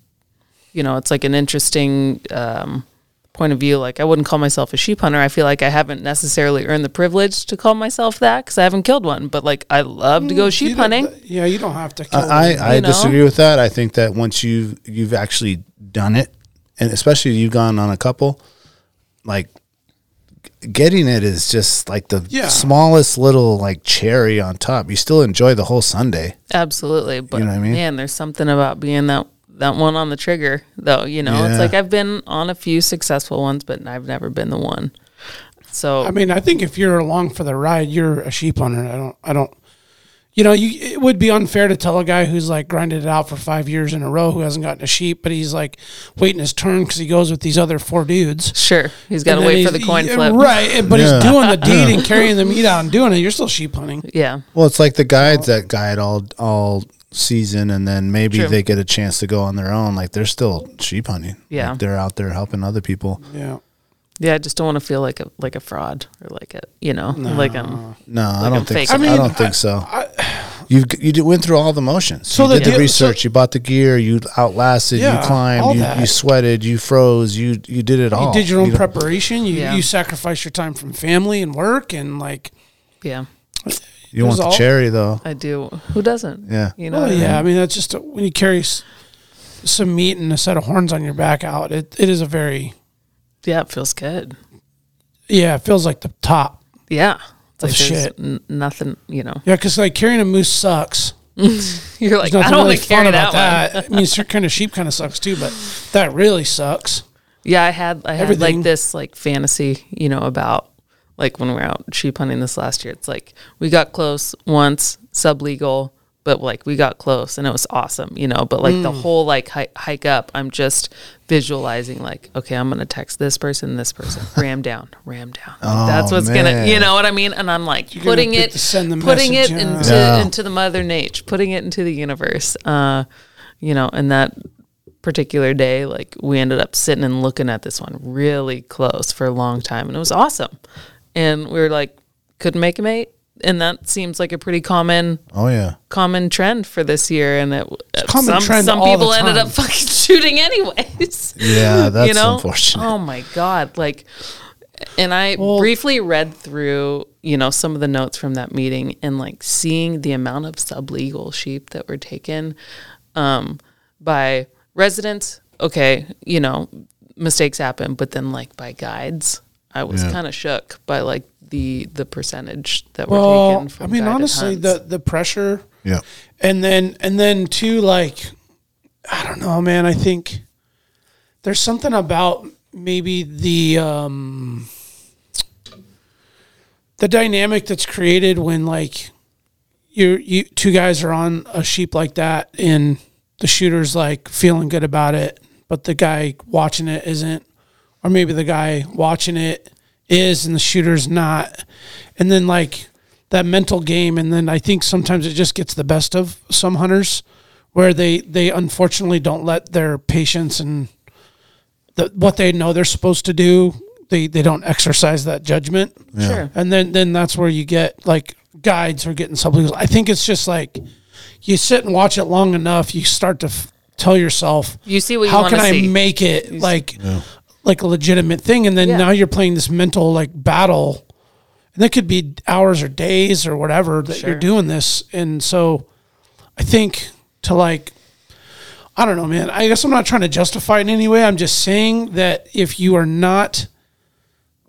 S4: you know, it's like an interesting um point of view like I wouldn't call myself a sheep hunter. I feel like I haven't necessarily earned the privilege to call myself that cuz I haven't killed one, but like I love to go
S3: You
S4: sheep
S3: don't-
S4: hunting.
S3: Yeah, you don't have to. Kill
S1: I,
S3: them.
S1: I, I
S4: you know?
S1: disagree with that. I think that once you've you've actually done it, and especially you've gone on a couple, like g- getting it is just like the
S3: Yeah.
S1: smallest little like cherry on top. You still enjoy the whole Sunday.
S4: Absolutely, but
S1: know what I mean?
S4: man, there's something about being that that one on the trigger, though. You know,
S1: Yeah.
S4: it's like I've been on a few successful ones, but I've never been the one. So
S3: I mean, I think if you're along for the ride, you're a sheep hunter. I don't, I don't, you know, you it would be unfair to tell a guy who's like grinded it out for five years in a row who hasn't gotten a sheep, but he's like waiting his turn because he goes with these other four dudes.
S4: sure, he's got to
S3: And then
S4: wait for the
S3: he's-
S4: coin
S3: yeah,
S4: flip,
S3: right? and- But
S1: Yeah.
S3: he's doing the deed and carrying the meat out and doing it. You're still sheep hunting.
S4: Yeah,
S1: Well, it's like the guides that guide all all season, and then maybe
S4: True.
S1: they get a chance to go on their own. Like they're still sheep hunting.
S4: Yeah.
S1: Like, they're out there helping other people.
S3: Yeah.
S4: yeah. I just don't want to feel like a like a fraud or like a you know like um
S1: No, I
S4: I'm
S1: don't think. So.
S4: faking
S1: I,
S4: it.
S1: don't think so. You've you did- went through all the motions.
S3: So
S1: So
S3: the
S1: you did the,
S3: deal-
S1: research. you bought the gear. You outlasted.
S3: Yeah,
S1: you
S3: all
S1: climbed. You,
S3: that.
S1: you sweated. You froze. You Oh, you did it all.
S3: You did your own
S1: don't-
S3: preparation. You
S4: Yeah.
S3: you sacrificed your time from family and work and like
S4: Yeah,
S1: You want
S3: It
S1: the
S3: was all-
S1: cherry though.
S4: I do. Who doesn't?
S1: Yeah.
S4: You know.
S3: Oh
S4: what I mean?
S3: yeah, I mean that's just when you carry s- some meat and a set of horns on your back out. It it is a very
S4: Yeah, it feels good.
S3: yeah. It feels like the top.
S4: Yeah. It's
S3: Of
S4: like there's
S3: Oh, shit.
S4: N- nothing, you know.
S3: Yeah, because like carrying a moose sucks.
S4: You're like,
S3: There's
S4: I
S3: nothing
S4: don't
S3: really
S4: want to carry
S3: fun about
S4: that, one.
S3: that. I mean, carrying a sheep kind of sucks too, but that really sucks.
S4: Yeah, I had I had
S3: Everything.
S4: like this like fantasy, you know, about like when we were out sheep hunting this last year. It's like we got close once, sublegal, but like we got close and it was awesome, you know. But like the
S1: Mm.
S4: whole like hi- hike up, I'm just visualizing like, okay, I'm gonna text this person, this person, ram down, ram down. Like, that's
S1: Oh,
S4: what's
S1: man.
S4: gonna, you know what I mean? And I'm like
S3: gonna
S4: putting
S3: get
S4: it,
S3: to send the
S4: putting
S3: message
S4: it
S3: out.
S4: into
S1: Yeah.
S4: into the mother nature, putting it into the universe. Uh, you know, and that particular day, like we ended up sitting and looking at this one really close for a long time, and it was awesome. And we were like, couldn't make a mate, and that seems like a pretty common
S1: Oh yeah.
S4: common trend for this year. And it
S3: common
S4: some
S3: trend
S4: some
S3: all the
S4: people ended
S3: time.
S4: up fucking shooting anyways.
S1: Yeah, that's unfortunate.
S4: Oh my god! Like, and I briefly read through you know some of the notes from that meeting and like seeing the amount of sublegal sheep that were taken um, by residents. Okay, you know mistakes happen, but then like by guides, I was kind of shook by like the the percentage that were
S3: Well,
S4: taken. From
S3: I mean,
S4: guided
S3: honestly,
S4: hunts.
S3: the the pressure,
S1: Yeah.
S3: and then and then too, like I don't know, man. I think there's something about maybe the um the dynamic that's created when like you you two guys are on a sheep like that, and the shooter's like feeling good about it, but the guy watching it isn't, or maybe the guy watching it is, and the shooter's not, and then like that mental game, and then I think sometimes it just gets the best of some hunters, where they they unfortunately don't let their patience and the, what they know they're supposed to do, they they don't exercise that judgment.
S4: Sure.
S3: And then then that's where you get like guides or getting something. I think it's just like you sit and watch it long enough, you start to f- tell yourself,
S4: You see what you
S3: how
S4: wanna
S3: can I
S4: see."
S3: make it like like a legitimate thing? And then
S4: Yeah.
S3: now you're playing this mental like battle, and that could be hours or days or whatever that you're
S4: Sure.
S3: doing this. And so, I think to like I don't know, man. I guess I'm not trying to justify it in any way. I'm just saying that if you are not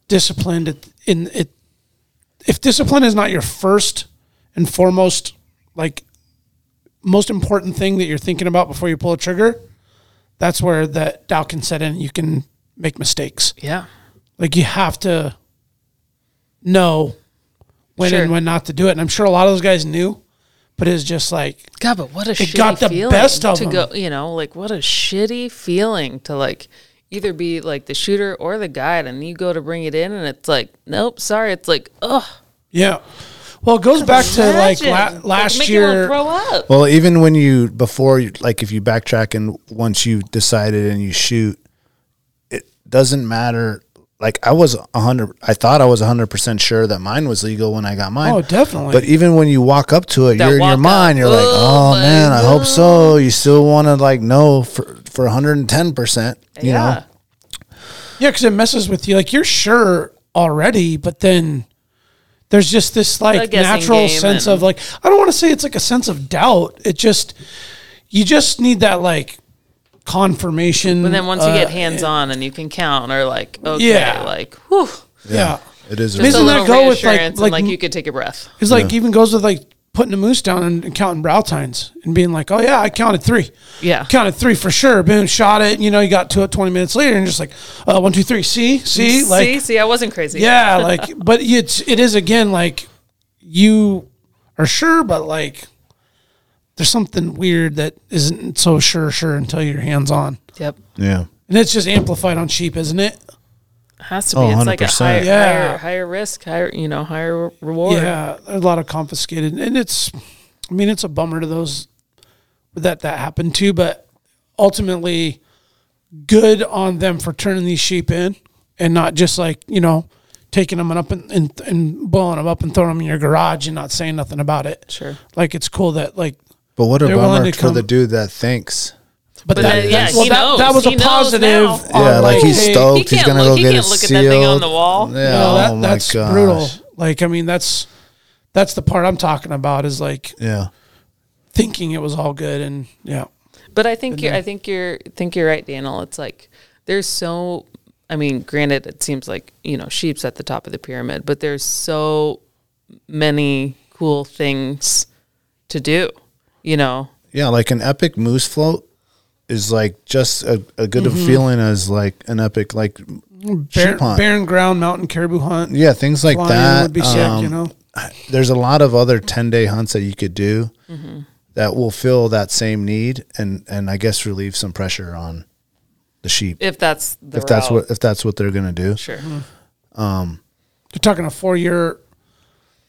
S3: disciplined at- in it, if discipline is not your first and foremost, like most important thing that you're thinking about before you pull a trigger, that's where that doubt can set in. You can make mistakes.
S4: yeah.
S3: Like you have to know when
S4: Sure.
S3: and when not to do it. And I'm sure a lot of those guys knew, but it's just like
S4: God, but what a shitty
S3: got the
S4: feeling
S3: best of
S4: to
S3: him.
S4: go. You know, like what a shitty feeling to like either be like the shooter or the guide, and you go to bring it in, and it's like, nope, sorry. It's like, ugh.
S3: Yeah. Well, it goes back to like la-
S4: imagine.
S3: last
S4: Like, make you wanna
S3: year.
S4: throw up.
S1: Well, even when you before, you, like if you backtrack and once you decided and you shoot, it doesn't matter. Like I was a hundred, I thought I was a hundred percent sure that mine was legal when I got mine.
S3: Oh, definitely.
S1: But even when you walk up to it,
S4: That
S1: you're in
S4: walk
S1: your
S4: up.
S1: mind, you're like,
S4: Oh,
S1: oh
S4: my
S1: man, I hope so. You still want to like know for for hundred and ten percent. You
S4: yeah.
S3: Yeah, because it messes with you. Like you're sure already, but then there's just this like
S4: guessing
S3: natural
S4: game
S3: sense
S4: and-
S3: of like I don't want to say it's like a sense of doubt. It just you just need that like confirmation.
S4: But then once you
S3: uh,
S4: get hands on and you can count, or like, okay,
S3: Yeah.
S4: like, whew.
S3: yeah.
S1: know, it is. a
S4: Just
S3: Doesn't
S1: real-
S4: a
S3: that
S4: little
S3: go with, like-
S4: reassurance
S3: like-
S4: and like you could take a breath.
S3: It's like even goes with like putting a moose down and, and counting brow tines and being like, oh yeah, I counted three.
S4: Yeah.
S3: Counted three for sure. Boom, shot it. You know, you got to it 20 minutes later and you're just like, uh, one, two, three. See, see, like,
S4: see, see, I wasn't crazy.
S3: yeah, like, but it's, it is again, like you are sure, but like there's something weird that isn't so sure, sure until you're hands on.
S4: Yep.
S1: yeah.
S3: And it's just amplified on sheep, isn't it?
S4: Has to be.
S1: Oh,
S4: it's like a
S1: 100%.
S4: higher,
S3: Yeah.
S4: higher, higher risk, higher, you know, higher reward.
S3: Yeah, a lot of confiscated, and it's, I mean, it's a bummer to those that that happened to, but ultimately, good on them for turning these sheep in and not just like you know taking them and up and, and, and blowing them up and throwing them in your garage and not saying nothing about it.
S4: Sure.
S3: Like it's cool that like,
S1: But what a
S3: They're willing
S1: bummer
S3: to
S1: for the
S3: come-
S1: dude that thinks.
S3: but,
S4: But
S3: that,
S4: then, yeah,
S3: well,
S4: he
S3: that,
S4: knows.
S3: that was
S4: He
S3: a
S4: knows
S3: positive.
S4: now.
S3: on,
S1: yeah, like he's
S3: hey,
S1: stoked.
S4: he
S1: he's
S4: can't
S1: gonna go
S4: look- he
S1: get
S4: can't
S1: it
S4: look at
S1: sealed.
S4: that thing on the wall.
S1: Yeah,
S3: you know, that,
S1: oh my
S3: that's
S1: gosh.
S3: brutal. Like, I mean, that's that's the part I'm talking about is like
S1: Yeah,
S3: thinking it was all good and yeah.
S4: But I think you're, I think you're think you're right, Daniel. It's like there's so I mean, granted, it seems like you know sheep's at the top of the pyramid, but there's so many cool things to do. You know,
S1: yeah. Like an epic moose float is like just a, a good
S4: Mm-hmm.
S1: feeling as like an epic like
S3: Barren,
S1: sheep hunt.
S3: barren ground, mountain caribou hunt.
S1: yeah, things like
S3: flying
S1: that.
S3: would be sick, you
S1: Um,
S3: know.
S1: there's a lot of other 10 day hunts that you could do
S3: Mm-hmm.
S1: that will fill that same need and and I guess relieve some pressure on the sheep
S4: if that's the
S1: if that's
S4: route.
S1: what if that's what they're gonna do.
S4: sure
S3: Hmm. You're talking a four year,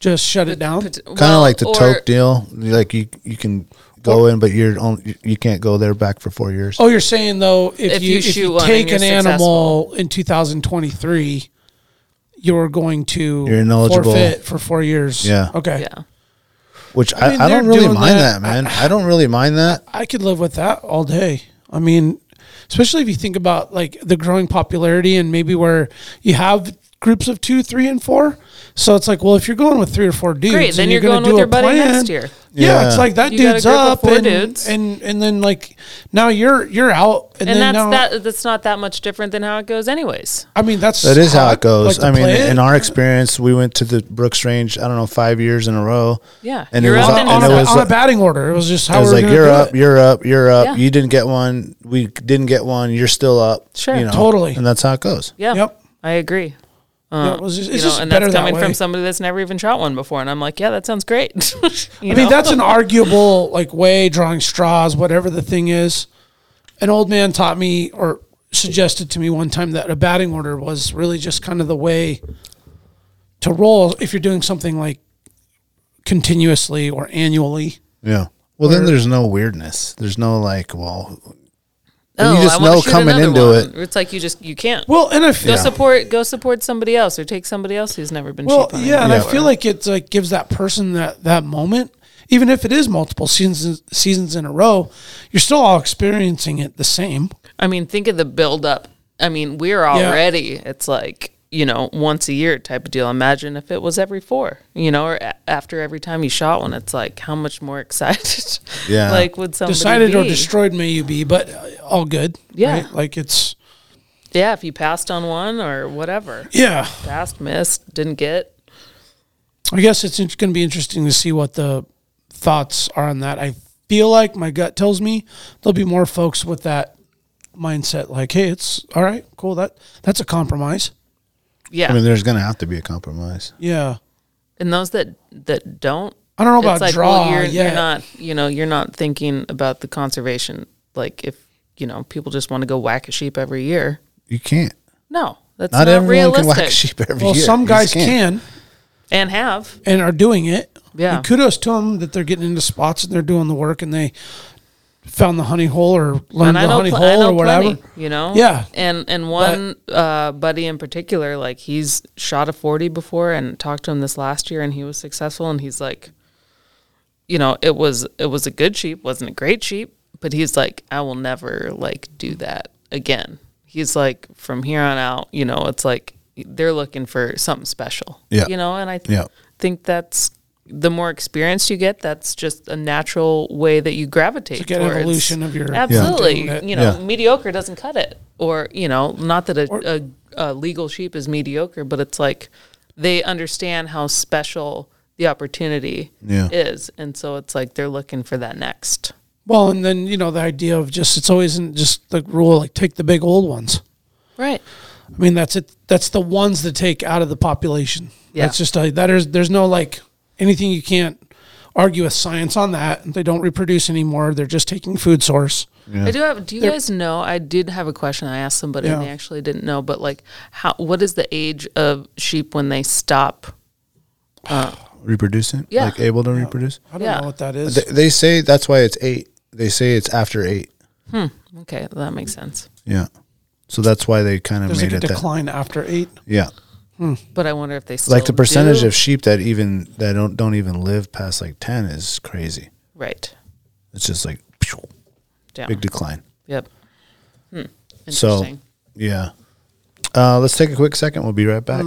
S3: just shut it down.
S1: Kind of like the toke deal, like you you can go in, but you're only you can't go there back for four years.
S3: Oh, you're saying though, if, you, if
S4: shoot
S3: you
S4: one and
S3: take
S4: you're
S3: an animal in 2023, you're going to
S1: You're ineligible.
S3: forfeit for four years.
S1: Yeah.
S3: Okay.
S4: Yeah,
S1: Which I, I,
S3: mean,
S1: don't
S3: they're
S1: really
S3: doing
S1: mind
S3: that.
S1: that, man. I, don't really mind that.
S3: I could live with that all day. I mean, especially if you think about like the growing popularity and maybe where you have groups of two, three, and four. So it's like, well, if you're going with three or four dudes,
S4: Great,
S3: and
S4: then
S3: you're
S4: you're
S3: gonna
S4: going with
S3: do
S4: your
S3: a
S4: buddy
S3: plan,
S4: next year.
S3: Yeah,
S1: Yeah.
S3: it's like that
S4: You got a
S3: dude's
S4: group of
S3: up,
S4: four
S3: and,
S4: dudes.
S3: and and then like now you're you're out, and,
S4: and
S3: then
S4: that's
S3: now,
S4: that. That's not that much different than how it goes, anyways.
S3: I mean, that's
S1: That is how it
S3: like
S1: goes.
S3: to
S1: I mean,
S3: play it.
S1: in our experience, we went to the Brooks Range. I don't know, five years in a row.
S4: Yeah,
S1: and
S4: You're
S1: it was
S4: out
S1: all-
S4: then
S3: on,
S1: and
S3: a,
S1: it was
S3: on a
S1: like-
S3: batting order. It was just how
S1: I was
S3: we're
S1: like,
S3: gonna
S1: you're
S3: do
S1: up,
S3: it.
S1: you're up, you're up.
S4: Yeah.
S1: You didn't get one. We didn't get one. You're still up.
S4: Sure.
S1: you know,
S3: Totally.
S1: And that's how it goes.
S4: Yeah,
S3: Yep.
S4: I agree.
S3: Yeah, it was just, it's
S4: Uh, you know,
S3: just
S4: and
S3: better
S4: that's coming
S3: that way.
S4: from somebody that's never even shot one before, and I'm like, yeah, that sounds great. You
S3: I mean,
S4: know?
S3: that's an arguable like way drawing straws, whatever the thing is. An old man taught me or suggested to me one time that a batting order was really just kind of the way to roll if you're doing something like continuously or annually.
S1: Yeah. Well, then there's no weirdness. There's no like, well,
S4: oh,
S1: you just
S4: I wanna
S1: know
S4: shoot
S1: coming
S4: another
S1: into
S4: one. It's like you just you can't.
S3: Well, and I
S4: go
S3: feel
S4: support go support somebody else or take somebody else who's never been.
S3: well,
S4: sheep hunting
S3: yeah, and I
S4: before.
S3: feel like it's like gives that person that that moment, even if it is multiple seasons seasons in a row, you're still all experiencing it the same.
S4: I mean, think of the buildup. I mean, we're already, it's like, you know, once a year type of deal. Imagine if it was every four, you know, or a- after every time you shot one, it's like, how much more excited,
S1: Yeah.
S4: like, would somebody
S3: Decided or
S4: be?
S3: destroyed may you be, but uh, all good.
S4: Yeah.
S3: right? like it's.
S4: Yeah, if you passed on one or whatever,
S3: Yeah,
S4: passed, missed, didn't get.
S3: I guess it's going to be interesting to see what the thoughts are on that. I feel like my gut tells me there'll be more folks with that mindset. Like, hey, it's all right, cool. That that's a compromise.
S4: Yeah.
S1: I mean, there's going to have to be a compromise.
S3: Yeah,
S4: and those that, that don't,
S3: I don't know about
S4: it's like,
S3: draw
S4: well, you're,
S3: yet.
S4: you're not, you know, you're not thinking about the conservation. Like if, you know, people just want to go whack a sheep every year.
S1: You can't.
S4: No, that's
S1: Not,
S4: not,
S1: everyone
S4: realistic.
S1: can whack sheep every
S3: well,
S1: year.
S3: some
S1: You
S3: guys
S1: just
S3: can
S4: and have.
S3: and are doing it.
S4: Yeah.
S3: And kudos to them that they're getting into spots and they're doing the work and they found the honey hole or learned
S4: And I
S3: the
S4: know,
S3: honey
S4: pl- I
S3: hole
S4: know
S3: or whatever.
S4: plenty, you know.
S3: Yeah.
S4: And and one uh, buddy in particular, like he's shot a forty before, and talked to him this last year, and he was successful, and he's like, you know, it was it was a good sheep, wasn't a great sheep, but he's like, I will never like do that again. He's like, from here on out, you know, it's like they're looking for something special.
S1: Yeah.
S4: You know, and I
S1: Yeah.
S4: think that's the more experience you get, that's just a natural way that you gravitate
S3: get
S4: towards.
S3: evolution of your-
S4: absolutely.
S3: Yeah.
S4: You know,
S1: Yeah.
S4: mediocre doesn't cut it, or you know, not that a, a, a legal sheep is mediocre, but it's like they understand how special the opportunity
S1: Yeah.
S4: is, and so it's like they're looking for that next.
S3: Well, and then you know the idea of just it's always in just the rule like take the big old ones.
S4: Right.
S3: I mean, that's it. That's the ones that take out of the population.
S4: Yeah.
S3: That's just a, that is. There's no like anything you can't argue with science on that. They don't reproduce anymore. They're just taking food source.
S4: I do have. Do you guys know? I did have a question. I asked somebody, and
S3: Yeah.
S4: they actually didn't know. But like, how? What is the age of sheep when they stop?
S1: can't. Reproducing?
S4: Yeah.
S1: Like able to reproduce?
S3: I don't
S4: Yeah.
S3: know what that is.
S1: They, they say that's why it's eight. They say it's after eight.
S4: Okay, that makes sense.
S1: Yeah. So that's why they kind of
S3: There's
S1: made
S3: like a
S1: it that.
S3: decline after eight.
S1: Yeah.
S4: But I wonder if they still
S1: like the percentage
S4: do.
S1: of sheep that even that don't don't even live past like ten is crazy.
S4: right
S1: It's just like phew,
S4: down.
S1: big decline.
S4: Yep.
S1: So
S4: Interesting.
S1: yeah, uh, let's take a quick second. We'll be right back.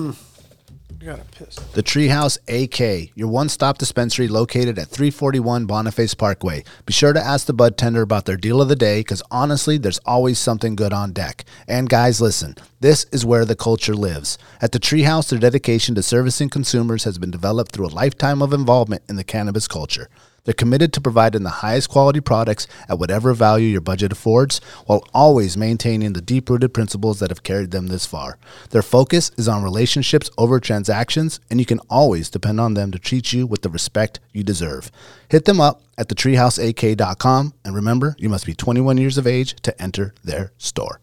S3: I got a piss.
S5: The Treehouse AK, your one stop dispensary located at 341 Boniface Parkway. Be sure to ask the bud tender about their deal of the day because honestly, there's always something good on deck. And guys, listen, this is where the culture lives. At the Treehouse, their dedication to servicing consumers has been developed through a lifetime of involvement in the cannabis culture. They're committed to providing the highest quality products at whatever value your budget affords, while always maintaining the deep rooted principles that have carried them this far. Their focus is on relationships over transactions, and you can always depend on them to treat you with the respect you deserve. Hit them up at thetreehouseak.com, and remember, you must be 21 years of age to enter their store.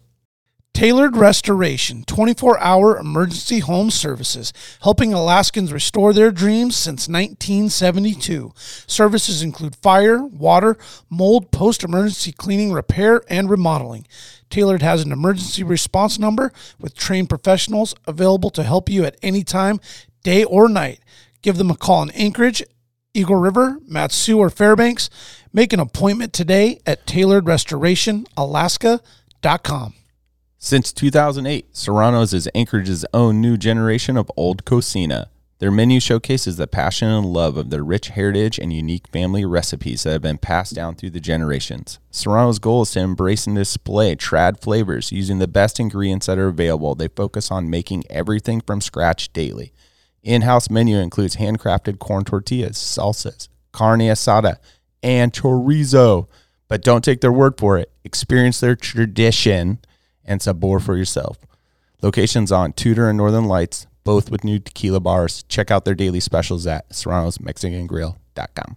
S3: Tailored Restoration, 24 hour emergency home services, helping Alaskans restore their dreams since 1972. Services include fire, water, mold, post emergency cleaning, repair, and remodeling. Tailored has an emergency response number with trained professionals available to help you at any time, day or night. Give them a call in Anchorage, Eagle River, Matsu, or Fairbanks. Make an appointment today at tailoredrestorationalaska.com.
S2: Since 2008, Serrano's is Anchorage's own new generation of old cocina. Their menu showcases the passion and love of their rich heritage and unique family recipes that have been passed down through the generations. Serrano's goal is to embrace and display trad flavors using the best ingredients that are available. They focus on making everything from scratch daily. In-house menu includes handcrafted corn tortillas, salsas, carne asada, and chorizo. But don't take their word for it. Experience their tradition and sabor for yourself. Locations on Tudor and Northern Lights, both with new tequila bars. Check out their daily specials at serranosmexicangrill.com.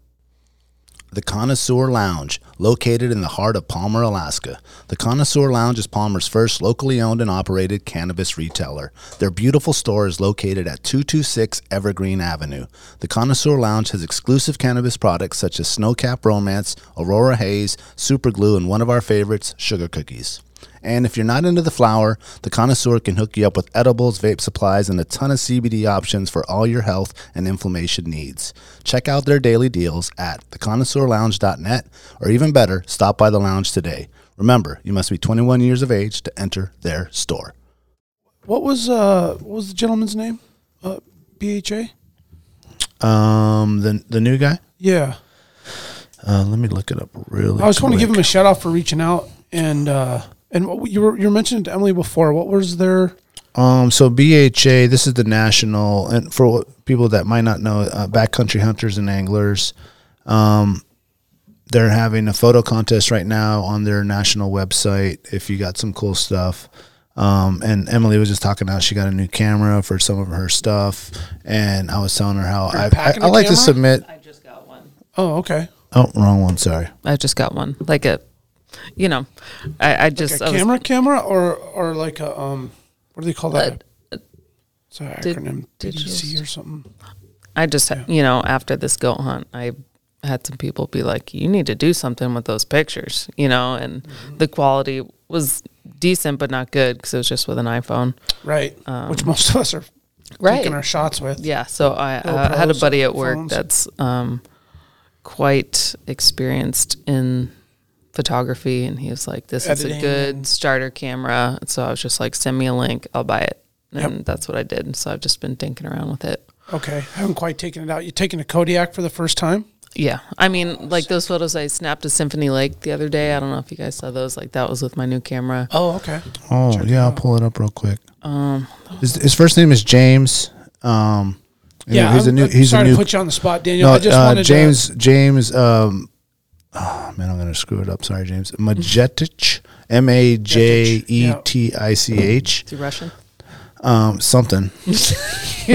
S5: The Connoisseur Lounge, located in the heart of Palmer, Alaska. The Connoisseur Lounge is Palmer's first locally owned and operated cannabis retailer. Their beautiful store is located at 226 Evergreen Avenue. The Connoisseur Lounge has exclusive cannabis products such as Snowcap Romance, Aurora Haze, Super Glue, and one of our favorites, Sugar Cookies. And if you're not into the flower, the connoisseur can hook you up with edibles, vape supplies, and a ton of CBD options for all your health and inflammation needs. Check out their daily deals at theconnoisseurlounge.net, or even better, stop by the lounge today. Remember, you must be 21 years of age to enter their store.
S3: What was uh what was the gentleman's name? Uh BHA?
S1: Um, the the new guy.
S3: Yeah.
S1: Uh, let me look it up really.
S3: I just want to
S1: quick.
S3: give him a shout out for reaching out and uh and what you were you were mentioning to Emily before. What was their
S1: Um, so BHA, this is the national, and for what- people that might not know, uh, backcountry hunters and anglers, um, they're having a photo contest right now on their national website. If you got some cool stuff, um, and Emily was just talking how she got a new camera for some of her stuff, and I was telling her how I, I,
S3: packing
S1: I
S3: a
S1: like to
S3: camera?
S1: submit.
S4: I just got one.
S3: Oh, okay.
S1: Oh, wrong one. Sorry.
S4: I just got one. Like a, you know, I, I
S3: A
S4: just I was-
S3: camera camera or or like a um what do they call that?
S4: But
S3: It's an
S4: did-
S3: acronym
S4: did you
S3: BDC or something.
S4: I just you know after this goat hunt, I had some people be like, "You need to do something with those pictures," you know, and the quality was decent but not good because it was just with an iPhone.
S3: Right. Which most of us are
S4: Um, Right.
S3: taking our shots with.
S4: Yeah. So I uh, had a
S3: GoPros,
S4: buddy at work
S3: phones.
S4: that's um, quite experienced in photography, and he was like, "This is a
S3: Editing
S4: good
S3: and-
S4: starter camera." So I was just like, "Send me a link. I'll buy it." And that's what I did. And so I've just been dinking around with it.
S3: Okay. I haven't quite taken it out. You taking a Kodiak for the first time?
S4: Yeah. I mean, like those photos I snapped at Symphony Lake the other day. I don't know if you guys saw those. Like that was with my new camera.
S3: Oh, okay.
S1: Oh yeah, I'll pull it up real quick. Um, his, his first name is James. Um,
S3: Yeah.
S1: he's
S3: I'm-
S1: a new.
S3: I'm
S1: He's
S3: sorry
S1: a new
S3: to put you on the spot, Daniel.
S1: No,
S3: I just
S1: uh,
S3: wanted
S1: James. James. Um, oh, man, I'm gonna screw it up. Sorry, James. Majetic. M a j e t i c h.
S4: Is he Russian?
S1: Um, something.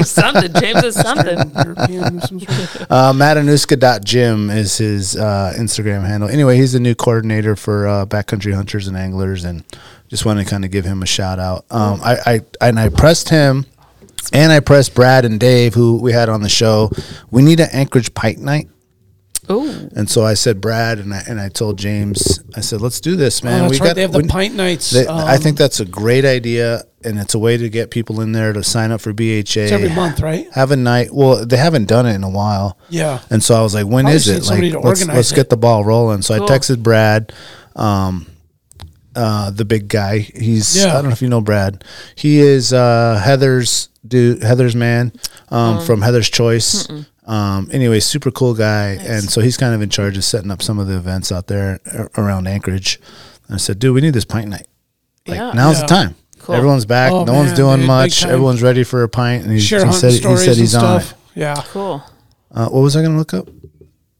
S4: something. James is something.
S3: to European or some sort of-
S1: Uh, Matanuska.gym is his uh, Instagram handle. Anyway, he's the new coordinator for uh, backcountry hunters and anglers, and just wanted to kind of give him a shout out. Um, I, I and I pressed him, and I pressed Brad and Dave, who we had on the show. We need an Anchorage Pike night.
S4: Ooh.
S1: And so I said, Brad, and I and I told James, I said, let's do this, man.
S3: Oh, that's
S1: we
S3: right. they have the
S1: we-
S3: pint nights.
S1: they- I
S3: um,
S1: think that's a great idea. and it's a way to get people in there to sign up for BHA.
S3: It's every month, right?
S1: Have a night. Well, they haven't done it in a while.
S3: Yeah.
S1: And so I was like, when
S3: Probably
S1: is
S3: just need
S1: it?
S3: somebody
S1: Like,
S3: to
S1: let's,
S3: organize
S1: let's
S3: it.
S1: get the ball rolling. So
S4: Cool.
S1: I texted Brad, um, uh, the big guy. He's,
S3: Yeah.
S1: I don't know if you know Brad. He is uh, Heather's dude, Heather's man um, from Heather's Choice. Um, anyway, super cool guy. And so he's kind of in charge of setting up some of the events out there a- around Anchorage. And I said, dude, we need this pint night. Like,
S4: Yeah.
S1: now's
S3: Yeah.
S1: the time.
S4: Cool.
S1: Everyone's back.
S3: Oh,
S1: no one's
S3: man,
S1: doing
S3: dude, big
S1: much.
S3: time.
S1: Everyone's ready for a pint. And he,
S3: Share
S1: he
S3: hunting
S1: said, he
S3: stories
S1: said he's
S3: and
S1: on it.
S3: stuff. Yeah.
S4: Cool.
S1: Uh, what was I going to look up?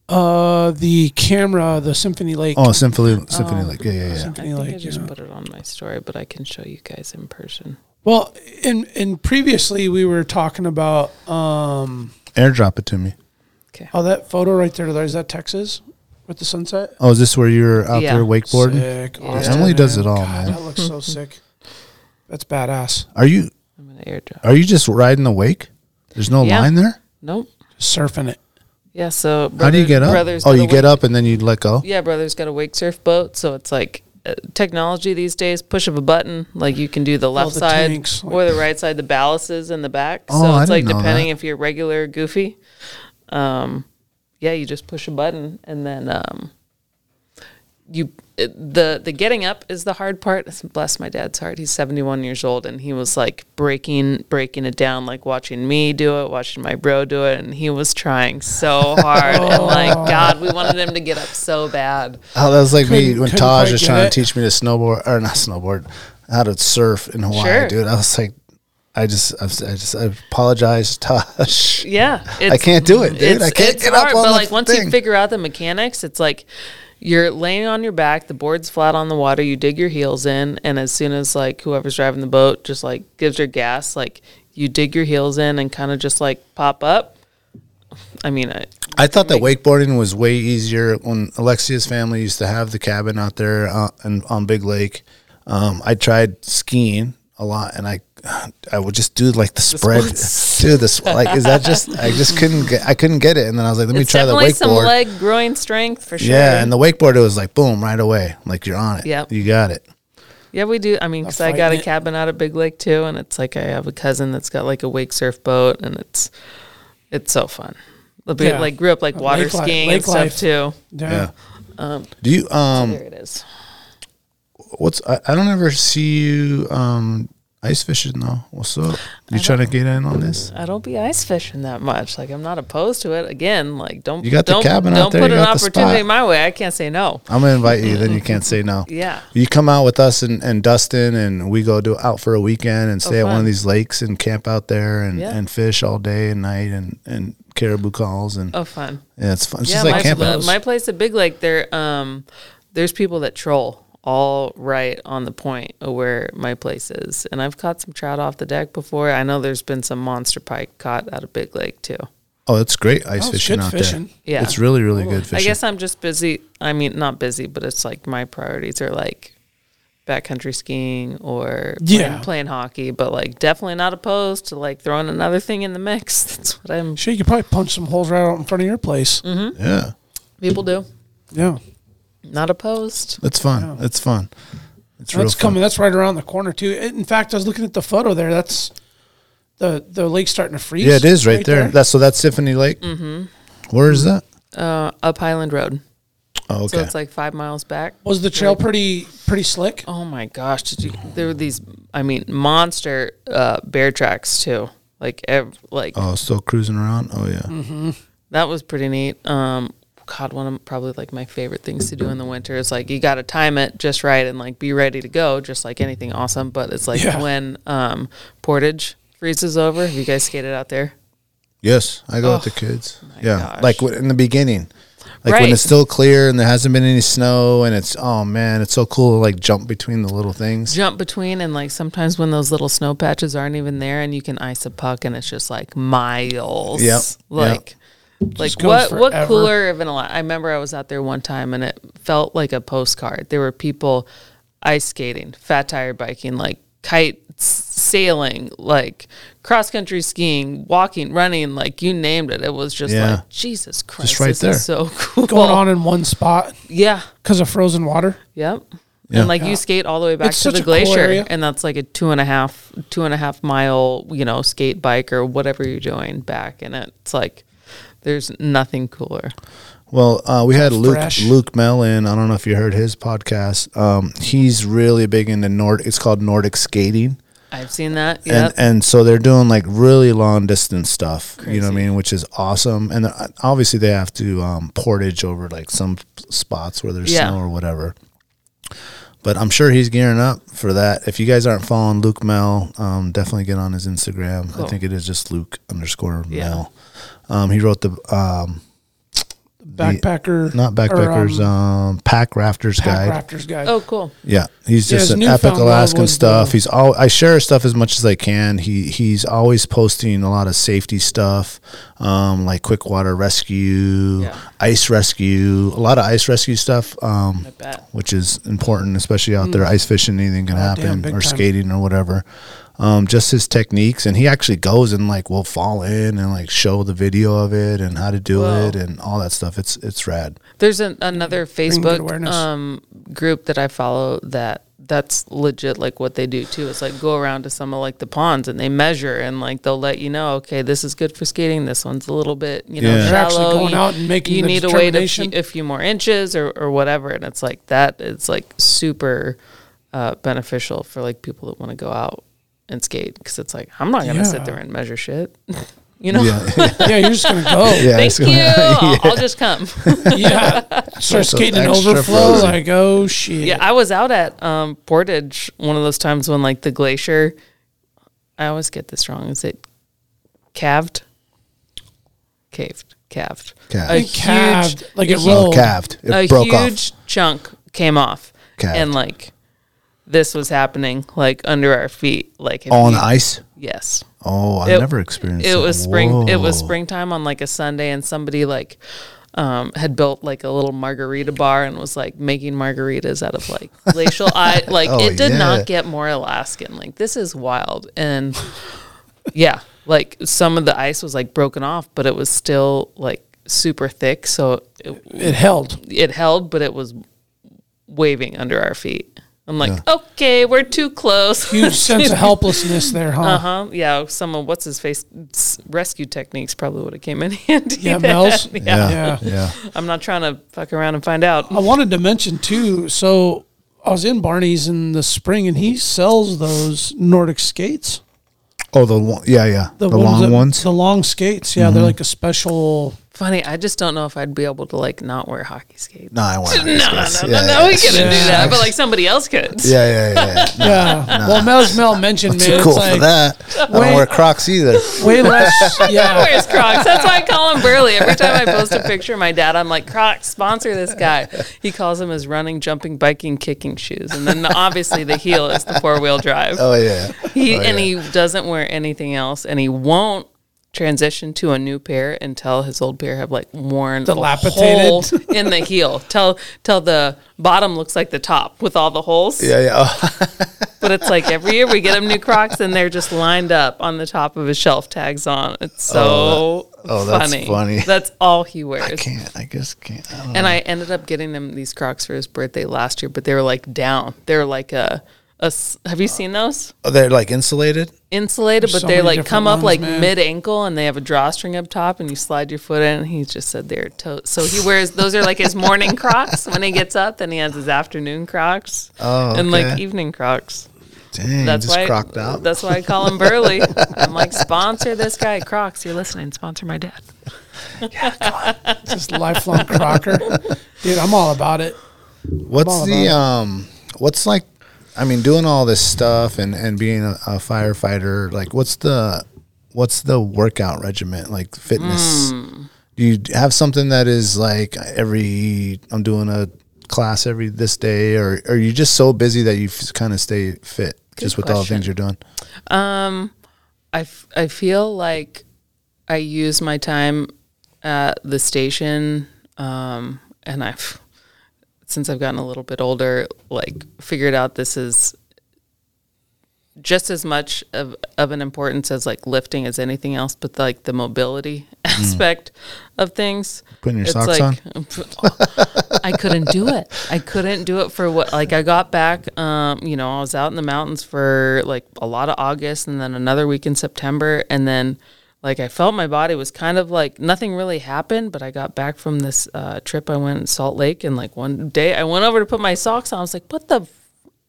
S3: Uh, the camera, the Symphony Lake.
S1: Oh, Symphony, Symphony Lake. Yeah, yeah, yeah.
S4: I
S3: Symphony
S4: think I
S3: Lake.
S4: just
S3: yeah.
S4: put it on my story, but I can show you guys in person.
S3: Well, and and previously we were talking about um
S1: Airdrop it to me.
S3: oh that photo right there. Is that Texas with the sunset?
S1: Oh, is this where you're out
S4: Yeah.
S1: there wakeboarding?
S3: Sick.
S4: Yeah.
S3: Austin,
S1: Emily does it all,
S3: God,
S1: man.
S3: That looks so sick. That's badass.
S1: Are you
S4: I'm gonna airdrop.
S1: are you just riding the wake? There's no
S4: Yeah.
S1: line there.
S4: Nope.
S3: Surfing it.
S4: Yeah. So
S1: How do you
S4: brother-
S1: get up?
S4: Brothers
S1: Oh,
S4: got
S1: you
S4: a
S1: get
S4: wake-
S1: up and then you let go.
S4: Yeah, brother's got a wake surf boat, so it's like uh, technology these days. Push of a button, like you can do the left
S3: the
S4: side
S3: tanks, like-
S4: or the right side. The ballast is in the back,
S1: Oh,
S4: so
S1: I
S4: it's like
S1: didn't know
S4: depending
S1: that.
S4: if you're regular or goofy. Um, yeah, you just push a button and then um, you it, the the getting up is the hard part. Bless my dad's heart. He's 71 years old and he was like breaking breaking it down like watching me do it, watching my bro do it and he was trying so hard and like god, we wanted him to get up so bad.
S1: Oh, that was like me
S3: Couldn't-
S1: when
S3: couldn't
S1: Taj
S3: quite
S1: was
S3: get
S1: trying
S3: it.
S1: to teach me to snowboard or not snowboard, how to surf in Hawaii,
S4: Sure.
S1: dude. I was like, I just, I, was- I just, I apologize, Taj.
S4: Yeah.
S1: I can't do it, dude. I can't get up on
S4: but
S1: the
S4: like once
S1: thing.
S4: you figure out the mechanics, it's like you're laying on your back, the board's flat on the water, you dig your heels in, and as soon as like whoever's driving the boat just like gives her gas, like you dig your heels in and kind of just like pop up. I mean, I,
S1: I thought that wakeboarding was way easier when Alexia's family used to have the cabin out there uh, and on Big Lake. Um, I tried skiing a lot, and I I would just do like the spread,
S4: splits.
S1: dude. This like is that just I just couldn't get I couldn't get it, and then I was like, let me
S4: it's
S1: try the
S4: definitely
S1: wakeboard.
S4: some leg groin strength for sure.
S1: yeah, and the wakeboard it was like boom right away, like you're on it.
S4: Yep.
S1: you got it.
S4: Yeah, we do. I mean, because I got a
S3: fighting it.
S4: cabin out at Big Lake too, and it's like I have a cousin that's got like a wake surf boat, and it's it's so fun. Like, we,
S3: Yeah.
S4: like grew up like
S3: Lake
S4: water
S3: life-
S4: skiing
S3: lake
S4: and stuff
S3: life.
S4: too.
S3: Yeah.
S1: Yeah. do you um
S4: There it is.
S1: what's I, I don't ever see you um ice fishing though. What's up? You trying to get in on this?
S4: I don't be ice fishing that much. Like I'm not opposed to it. Again, like don't
S1: You got the
S4: don't,
S1: cabin out
S4: don't
S1: there,
S4: put
S1: you
S4: an
S1: got the
S4: opportunity
S1: spot.
S4: my way. I can't say no.
S1: I'm gonna invite you, then you can't say no.
S4: Mm-hmm. Yeah.
S1: You come out with us and, and Dustin, and we go do out for a weekend and stay at one
S4: Oh, fun.
S1: of these lakes and camp out there and,
S4: Yeah.
S1: and fish all day and night and, and caribou calls and
S4: Oh, fun.
S1: yeah, it's fun. It's
S4: yeah,
S1: just like
S4: my,
S1: camping.
S4: the- my place at Big Lake, there um, there's people that troll all right on the point of where my place is, and I've caught some trout off the deck before. I know there's been some monster pike caught out of Big Lake too.
S1: oh, it's great ice
S3: Oh, it's
S1: fishing
S3: good
S1: out
S3: fishing.
S1: there.
S4: Yeah.
S1: it's really really good
S4: I
S1: fishing.
S4: guess I'm just busy. I mean, not busy, but it's like my priorities are like backcountry skiing or playing,
S3: Yeah.
S4: playing hockey, but like definitely not opposed to like throwing another thing in the mix. That's what I'm
S3: Sure, you could probably punch some holes right out in front of your place.
S4: Mm-hmm.
S1: yeah,
S4: people do.
S3: Yeah.
S4: Not opposed.
S1: it's fun. It's fun. It's real
S3: That's
S1: fun.
S3: coming. That's right around the corner too. In fact, I was looking at the photo there. That's the the lake's starting to freeze.
S1: Yeah, it is right, there. That's so that's Symphony Lake.
S4: Mm-hmm.
S1: Where is that?
S4: Uh, up Highland Road.
S1: Oh,
S4: So
S1: okay.
S4: it's like five miles back.
S3: was the trail pretty pretty slick?
S4: Oh my gosh. Did you, there were these, I mean, monster uh, bear tracks too. Like, ev- like
S1: oh, still cruising around. Oh yeah.
S4: that was pretty neat. Um, God, one of probably like my favorite things to do in the winter is like you got to time it just right and like be ready to go, just like anything awesome. But it's like
S3: Yeah.
S4: when um, Portage freezes over. Have you guys skated out there?
S1: Yes, I go with the kids. Yeah,
S4: Oh gosh.
S1: like w- in the beginning, like
S4: Right.
S1: when it's still clear and there hasn't been any snow, and it's oh man, it's so cool to like jump between the little things.
S4: Jump between and like sometimes when those little snow patches aren't even there and you can ice a puck and it's just like miles.
S1: Yep.
S4: Like. Like
S3: goes
S4: what? What
S3: forever.
S4: cooler of an? al- I remember I was out there one time and it felt like a postcard. There were people ice skating, fat tire biking, like kite s- sailing, like cross country skiing, walking, running, like you named it. It was just
S1: Yeah.
S4: like Jesus Christ,
S1: right
S4: this is so cool.
S3: Going on in one spot
S4: yeah,
S3: because of frozen water.
S4: yep. And like you skate all the way back
S3: It's
S4: to
S3: such
S4: the
S3: a cool
S4: glacier,
S3: area.
S4: and that's like a two and a half, two and a half mile, you know, skate bike or whatever you're doing back, and it's like there's nothing cooler.
S1: Well, uh, we had Luke
S3: Fresh.
S1: Luke Mell in. I don't know if you heard his podcast. Um, he's really big into Nord. It's called Nordic skating.
S4: I've seen that.
S1: and
S4: Yep.
S1: and so they're doing like really long distance stuff. You know what I mean, which is awesome. And uh, obviously they have to um, portage over like some spots where there's
S4: Yeah.
S1: snow or whatever. But I'm sure he's gearing up for that. If you guys aren't following Luke Mel, um, definitely get on his Instagram. I
S4: Cool.
S1: think it is just Luke underscore
S4: Yeah.
S1: Mel. Um, he wrote the um,
S3: Backpacker.
S1: not backpackers,
S3: or, um,
S1: um, pack rafters
S3: pack
S1: guide.
S3: rafters guy.
S4: oh, cool.
S1: Yeah, he's
S3: Yeah,
S1: just
S3: his
S1: an
S3: newfound
S1: epic
S3: love
S1: Alaskan
S3: was the-
S1: stuff. He's all I share his stuff as much as I can. He he's always posting a lot of safety stuff, um, like quick water rescue,
S4: Yeah.
S1: ice rescue, a lot of ice rescue stuff, um,
S4: bet. Hmm. Oh,
S1: which is important, especially out there ice fishing. Anything can happen,
S3: big
S1: or
S3: time.
S1: skating or whatever. Um, just his techniques, and he actually goes and like will fall in and like show the video of it and how to do
S4: Whoa.
S1: it and all that stuff. It's it's rad.
S4: There's an, another Facebook
S3: awareness.
S4: um, group that I follow that that's legit like what they do too. It's like go around to some of like the ponds and they measure and like they'll let you know, okay, this is good for skating, this one's a little bit, you know,
S1: Yeah.
S3: They're actually
S4: shallow.
S3: going
S4: you,
S3: out and making
S4: you
S3: the
S4: need to wait a few,
S3: determination.
S4: a few more inches or, or whatever. And it's like that it's like super uh, beneficial for like people that want to go out and skate because it's like I'm not gonna
S3: Yeah.
S4: sit there and measure shit. you know?
S3: yeah, you're just gonna go.
S1: Yeah,
S4: Thank
S1: it's
S4: you.
S1: gonna-
S4: I'll- I'll just come.
S3: yeah. Start
S1: So
S3: skating an
S1: extra
S3: overflow.
S1: frozen.
S3: Like, oh shit.
S4: Yeah, I was out at um, Portage one of those times when like the glacier. I always get this wrong. Is it calved? Caved, calved.
S1: Calved.
S4: A
S1: It
S4: huge,
S3: calved, like it
S4: a, hu-
S1: Oh,
S3: rolled.
S1: calved. It
S4: a
S1: broke off.
S4: huge chunk came off,
S1: Calved.
S4: and like this was happening like under our feet, like if
S1: on
S4: you-
S1: ice.
S4: Yes,
S1: Oh, I
S4: It-
S1: never experienced.
S4: it
S1: that.
S4: was spring it was
S1: Whoa.
S4: springtime on like a sunday and somebody like um, had built like a little margarita bar and was like making margaritas out of like glacial i like
S1: Oh,
S4: it did
S1: yeah.
S4: not get more alaskan like this is wild and yeah like some of the ice was like broken off but it was still like super thick so it,
S3: It held.
S4: it held but it was waving under our feet i'm like okay we're too close
S3: Huge sense of helplessness there, huh?
S4: uh huh. Yeah. Some of what's his face s- rescue techniques probably would have came in handy.
S3: Yeah,
S4: then.
S3: Mel's?
S4: Yeah.
S1: Yeah,
S3: Yeah.
S1: yeah.
S4: I'm not trying to fuck around and find out.
S3: I wanted to mention too. So I was in Barney's in the spring, and he sells those Nordic skates.
S1: Oh, the one, yeah, yeah, the, long
S3: that-
S1: ones. Mm-hmm.
S3: The long skates. Yeah, they're like a special.
S4: Funny. I just don't know if I'd be able to like not wear hockey skates.
S1: no, I want. No,
S4: No, no, no, we couldn't do that. But like somebody else could.
S1: Yeah, yeah, yeah. yeah.
S3: Yeah. uh, Well, Mel's Mel mentioned
S1: Too
S3: man,
S1: cool
S3: it's like
S1: for that. I don't
S3: wait-
S1: wear Crocs either.
S3: way less. Yeah.
S4: Where's Crocs? That's why I call him Burley. Every time I post a picture of my dad, I'm like, Crocs, sponsor this guy. He calls them his running, jumping, biking, kicking shoes. And then obviously the heel is the four wheel drive.
S1: Oh yeah.
S4: He and he doesn't wear anything else, and he won't transition to a new pair until his old pair have like worn
S3: Dilapidated.
S4: a hole in the heel. Till till the bottom looks like the top with all the holes.
S1: Yeah, yeah. Oh,
S4: But it's like every year we get him new Crocs, and they're just lined up on the top of his shelf. Tags on. It's so
S1: oh, that's
S4: funny.
S1: funny.
S4: That's all he wears.
S1: can't. I guess can't. I don't
S4: And I ended up getting him these Crocs for his birthday last year, but they were like down. They're like a. a s- have you seen those?
S1: know. They're like insulated.
S4: insulated,
S3: There's
S4: but
S3: so
S4: they
S3: many
S4: like
S3: different
S4: come up
S3: ones,
S4: like
S3: man.
S4: mid ankle and they have a drawstring up top and you slide your foot in. And he just said they're to- so he wears those are like his morning Crocs when he gets up. Then he has his afternoon Crocs
S1: Oh,
S4: and like
S1: okay.
S4: evening Crocs.
S1: Dang,
S4: That's
S1: just
S4: why
S1: crocked out.
S4: That's why I call him Burley. I'm like sponsor this guy Crocs. You're listening. Sponsor my dad.
S3: Just lifelong crocker. Dude, I'm all about it.
S1: What's
S3: all
S1: the um? What's like? I mean, doing all this stuff and and being a, a firefighter. Like, what's the what's the workout regimen like? Fitness. Do you have something that is like every? I'm doing a class every this day, or are you just so busy that you kind of stay fit just with all the things you're doing?
S4: I, f- I feel like I use my time at the station, um, and I've since I've gotten a little bit older, like figured out this is just as much of, of an importance as like lifting as anything else, but like the mobility aspect of things.
S1: Mm. Putting your
S4: it's
S1: socks
S4: like,
S1: on?
S4: I couldn't do it. I couldn't do it for what like I got back um you know, I was out in the mountains for like a lot of August and then another week in September and then like I felt my body was kind of like nothing really happened, but I got back from this uh trip I went in Salt Lake and like one day I went over to put my socks on. I was like, "What the f-?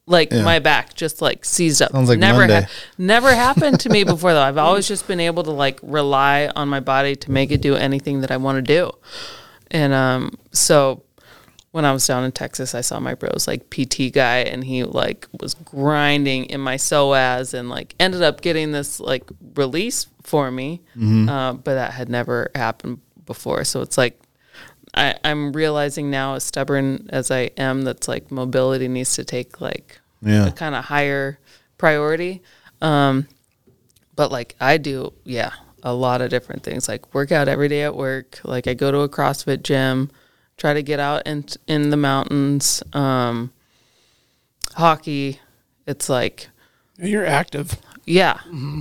S4: like my back just like seized up.
S1: Sounds like
S4: never
S1: Monday.
S4: never happened to me before though. I've always just been able to like rely on my body to make it do anything that I want to do. And um, so when I was down in Texas, I saw my bros like PT guy, and he like was grinding in my psoas, and like ended up getting this like release for me, uh, but that had never happened before. So it's like. I, I'm realizing now, as stubborn as I am, that's like mobility needs to take like
S1: Yeah.
S4: a kind of higher priority but like I do, yeah, a lot of different things. Like work out every day at work. Like I go to a CrossFit gym, try to get out in in the mountains. Um, hockey. It's like
S3: You're active.
S4: yeah,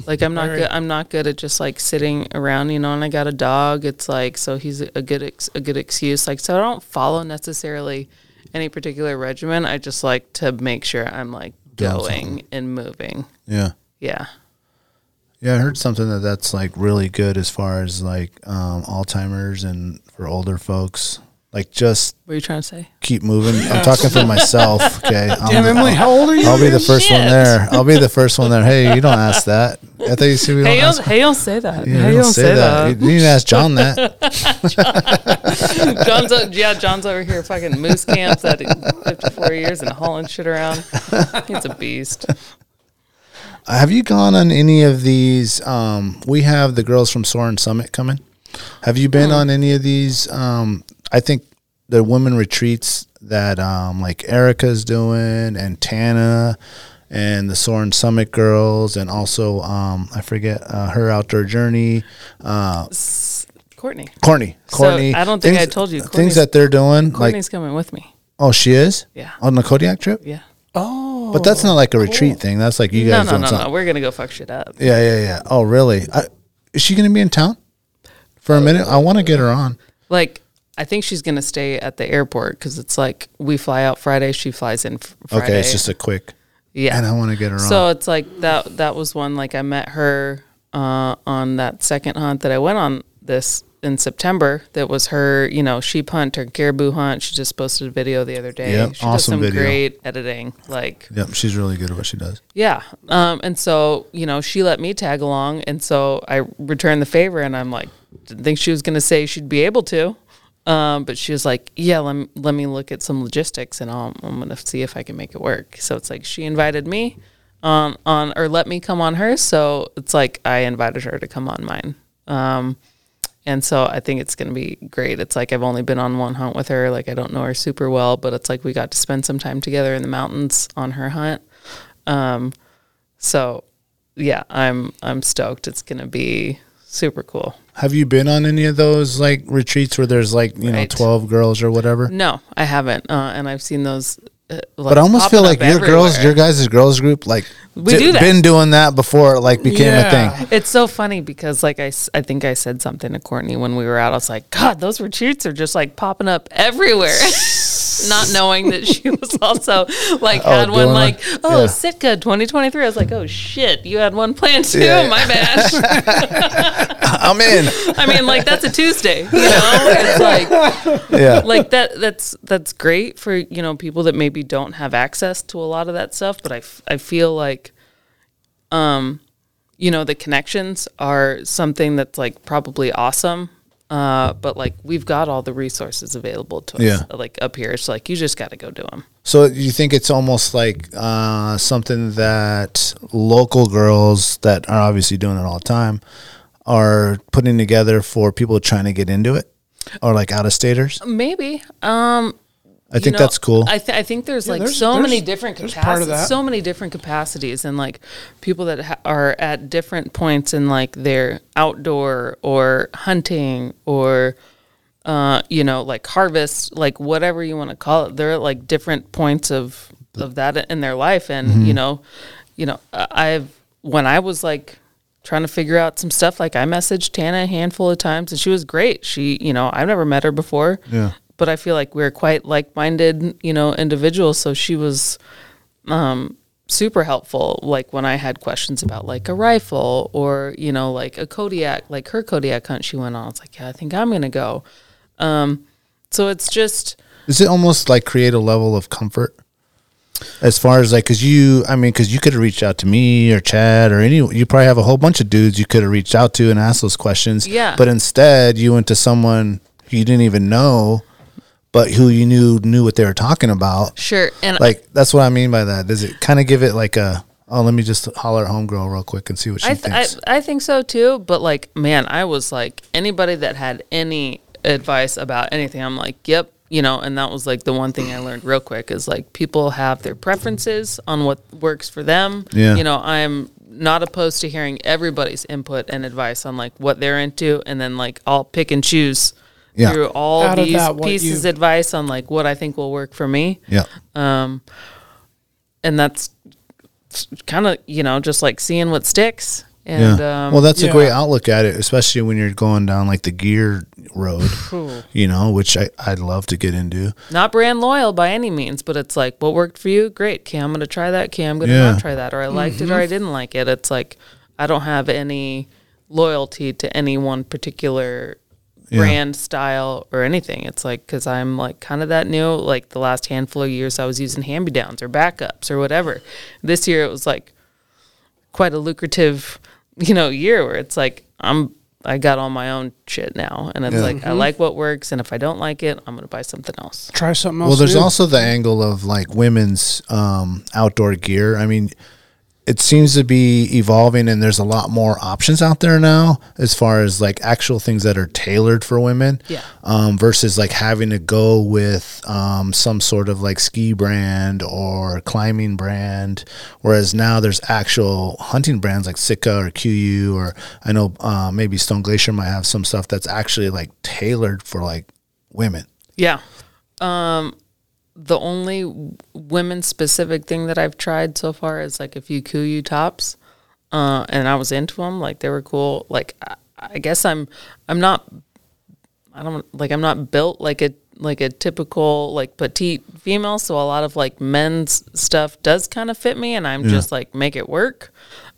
S4: like I'm not
S3: Very.
S4: good. I'm not good at just like sitting around, you know. And I got a dog. It's like so he's a good ex- a good excuse. Like so I don't follow necessarily any particular regimen. I just like to make sure I'm like going and moving.
S1: Yeah.
S4: Yeah.
S1: Yeah, I heard something that that's like really good as far as like um, Alzheimer's and for older folks. Like just
S4: What are you trying to say?
S1: keep moving. I'm talking for myself. Okay. I'm
S3: Damn,
S1: the-
S3: Emily, how old are you?
S1: I'll be the first one
S4: Shit.
S1: there. I'll be the first one there. Hey, you don't ask that. I thought you said we don't
S4: Hey,
S1: ask.
S4: don't, hey, don't say that.
S1: Yeah,
S4: hey,
S1: you don't say that. You didn't ask John that.
S4: John's o- yeah, John's over here fucking moose camps at 54 years and hauling shit around. He's a beast.
S1: Have you gone on any of these? Um, we have the girls from Soren Summit coming. Have you been on any of these? Um, I think the women retreats that um, like Erica's doing and Tana and the Soren Summit girls, and also um, I forget uh, her outdoor journey. Uh,
S4: Courtney.
S1: Courtney, Courtney.
S4: I don't think
S1: things-
S4: I told you,
S1: things that they're doing. Like,
S4: Courtney's coming with me.
S1: oh, she is.
S4: Yeah.
S1: On the Kodiak trip.
S4: Yeah.
S1: But that's not like a retreat thing. That's like you
S4: No,
S1: guys
S4: no,
S1: doing
S4: no,
S1: something.
S4: no. We're going to go fuck shit up.
S1: Yeah, yeah, yeah. Oh, really? I, is she going to be in town
S4: Uh,
S1: for a minute? I want to get her on.
S4: Like, I think she's going to stay at the airport because it's like we fly out Friday, she flies in fr- Friday.
S1: Okay, it's just a quick.
S4: yeah.
S1: And I want to get her
S4: So
S1: on.
S4: it's like that. That was one. Like I met her uh, on that second hunt that I went on this in September. That was her. You know, sheep hunt or caribou hunt. She just posted a video the other day.
S1: Yep,
S4: she
S1: awesome
S4: does some
S1: video.
S4: great editing. Like
S1: Yep, she's really good at what she does.
S4: yeah. Um, and so, you know, she let me tag along. And so I returned the favor and I'm like, didn't think she was going to say she'd be able to. Um, but she was like, yeah, let me, let me look at some logistics and I'll, I'm going to see if I can make it work. So it's like she invited me on, on or let me come on hers. So it's like I invited her to come on mine. Um, and so I think it's going to be great. It's like I've only been on one hunt with her. Like I don't know her super well, but it's like we got to spend some time together in the mountains on her hunt. Um, so yeah, I'm I'm stoked. It's gonna be super cool.
S1: Have you been on any of those like retreats where there's like, you
S4: Right.
S1: know, 12 girls or whatever?
S4: No, I haven't, uh, and I've seen those. Uh,
S1: But I almost feel like your girls, your guys' girls group, like
S4: We do that.
S1: been doing that before it like became a
S3: Yeah.
S1: thing.
S4: It's so funny because, like, I, s- I think I said something to Courtney when we were out. I was like, God, those retreats are just like popping up everywhere. Not knowing that she was also like had
S1: doing
S4: one
S1: one.
S4: like oh
S1: Yeah.
S4: Sitka 2023. I was like oh shit, you had one planned too.
S1: Yeah.
S4: My bad.
S1: I'm in.
S4: I mean, like that's a Tuesday. You know, it's like
S1: Yeah.
S4: like that that's that's great for you know people that maybe don't have access to a lot of that stuff but i, f- I feel like um you know the connections are something that's like probably awesome uh but like we've got all the resources available to us
S1: Yeah.
S4: like up here it's like you just got to go do them
S1: So you think it's almost like uh, something that local girls that are obviously doing it all the time are putting together for people trying to get into it, or like out of staters.
S4: maybe um
S1: I think
S4: you know,
S1: that's cool.
S4: I, th- I think there's like
S3: there's-
S4: so
S3: there's-
S4: many different
S3: there's part of
S4: capacities,
S3: that.
S4: so many different capacities, and like people that ha- are at different points in like their outdoor or hunting or uh, you know like harvest, like whatever you want to call it. They're at like different points of of that in their life, and you know, you know, I- I've when I was like trying to figure out some stuff. Like I messaged Tana a handful of times and she was great. She, you know, I've never met her before.
S1: Yeah.
S4: But I feel like we are quite like minded, you know, individuals. So she was um super helpful like when I had questions about like a rifle or, you know, like a Kodiak, like her Kodiak hunt she went on. It's like, yeah, I think I'm gonna go. Um so it's just
S1: Does it almost like create a level of comfort? As far as like, cause you, I mean, cause you could have reached out to me or Chad or any, you probably have a whole bunch of dudes you could have reached out to and asked those questions.
S4: Yeah.
S1: But instead, you went to someone who you didn't even know, but who you knew knew what they were talking about.
S4: sure and
S1: Like, that's what I mean by that. Does it kind of give it like a, oh, let me just holler at homegirl real quick and see what she
S4: I, th-
S1: thinks?
S4: I I think so too. But like, man, I was like anybody that had any advice about anything, I'm like, yep, you know. And that was like the one thing I learned real quick is like people have their preferences on what works for them.
S1: Yeah.
S4: You know, I'm not opposed to hearing everybody's input and advice on like what they're into, and then like I'll pick and choose
S1: Yeah.
S4: through all
S3: Out of
S4: these
S3: that, what
S4: pieces
S3: you-
S4: of advice on like what I think will work for me
S1: yeah.
S4: and that's kind of you know just like seeing what sticks
S1: Yeah.
S4: and um,
S1: well, that's
S3: yeah.
S1: a great outlook at it, especially when you're going down like the gear road, you know, which I, I'd love to get into.
S4: not brand loyal by any means but it's like what worked for you great okay i'm gonna try that okay i'm gonna
S1: Yeah.
S4: not try that or i liked it or i didn't like it it's like i don't have any loyalty to any one particular brand style or anything it's like because i'm like kind of that new like the last handful of years i was using hand-me-downs or backups or whatever this year it was like quite a lucrative, you know, year where it's like I'm I got all my own shit now, and it's like I like what works, and if I don't like it, I'm gonna buy something else.
S3: Try something else.
S1: Well, there's
S3: new.
S1: also the angle of like women's um, outdoor gear. I mean, it seems to be evolving, and there's a lot more options out there now as far as like actual things that are tailored for women.
S4: Yeah.
S1: Um, versus like having to go with um, some sort of like ski brand or climbing brand. Whereas now there's actual hunting brands like Sitka or QU, or I know uh, maybe Stone Glacier might have some stuff that's actually like tailored for like women.
S4: Yeah. Um, the only women specific thing that I've tried so far is like a few Kuyu tops, uh, and I was into them. Like they were cool. Like I, I guess I'm I'm not I don't like I'm not built like a like a typical like petite female, so a lot of like men's stuff does kind of fit me, and I'm just like make it work.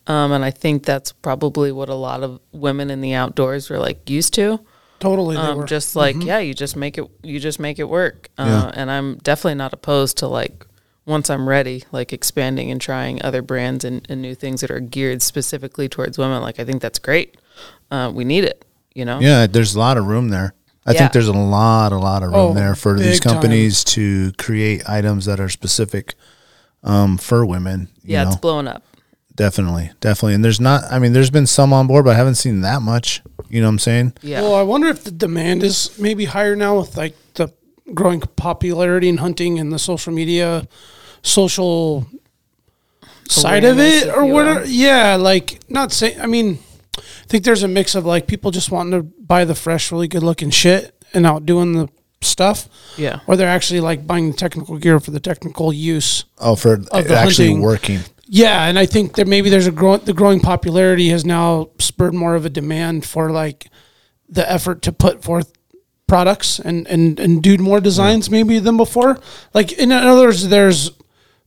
S4: Um, and I think that's probably what a lot of women in the outdoors are like used to
S3: totally they
S4: um,
S3: were.
S4: just like
S1: Mm-hmm.
S4: yeah you just make it you just make it work uh, and i'm definitely not opposed to like once i'm ready like expanding and trying other brands and, and new things that are geared specifically towards women like i think that's great uh, we need it you know
S1: Yeah, there's a lot of room there. I
S4: Yeah.
S1: think there's a lot, a lot of room
S3: Oh,
S1: there for these
S3: big time.
S1: companies to create items that are specific um, for women. You
S4: yeah
S1: know?
S4: it's blowing up
S1: definitely, definitely. And there's not. I mean, there's been some on board, but I haven't seen that much. You know what I'm saying?
S4: yeah
S3: Well, I wonder if the demand is maybe higher now with like the growing popularity in hunting and the social media, social side of
S4: Awareness,
S3: it
S4: if
S3: or
S4: you
S3: whatever.
S4: will.
S3: Yeah, like not saying. I mean, I think there's a mix of like people just wanting to buy the fresh, really good looking shit and outdoing the stuff,
S4: yeah
S3: or they're actually like buying the technical gear for the technical use.
S1: Oh, for it
S3: the
S1: actually
S3: hunting.
S1: working.
S3: Yeah, and I think that maybe there's a growing the growing popularity has now spurred more of a demand for like the effort to put forth products and and and do more designs maybe than before. Like in other words, there's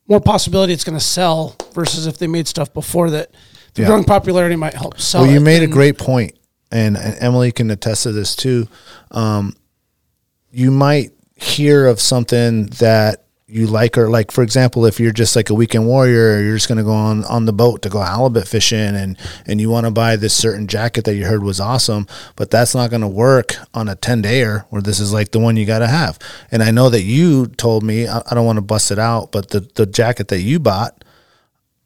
S3: more possibility it's going to sell versus if they made stuff before that. The
S1: Yeah.
S3: growing popularity might help sell.
S1: Well, you
S3: it.
S1: made a great point, and, and Emily can attest to this too. Um, you might hear of something that you like, or like for example, if you're just like a weekend warrior, you're just going to go on on the boat to go halibut fishing, and and you want to buy this certain jacket that you heard was awesome, but that's not going to work on a ten dayer where this is like the one you got to have. And I know that you told me I, I don't want to bust it out, but the the jacket that you bought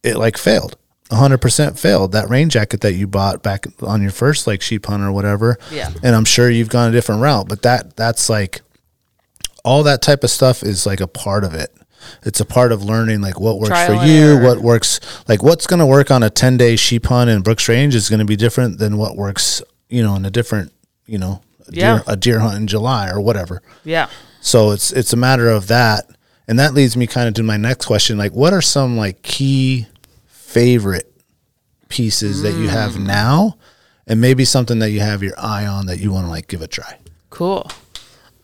S1: it like failed. 100% failed that rain jacket that you bought back on your first like sheep hunt or whatever.
S4: Yeah.
S1: And I'm sure you've gone a different route, but that that's like all that type of stuff is like a part of it. It's a part of learning like what works
S4: Trial
S1: for
S4: and
S1: you,
S4: error.
S1: what works like what's going to work on a 10-day sheep hunt in Brooks Range is going to be different than what works, you know, in a different, you know, a
S4: Yeah.
S1: deer, a deer hunt in July or whatever.
S4: yeah
S1: So it's it's a matter of that, and that leads me kind of to my next question: like, what are some like key favorite pieces that you have now, and maybe something that you have your eye on that you want to like give a try.
S4: Cool.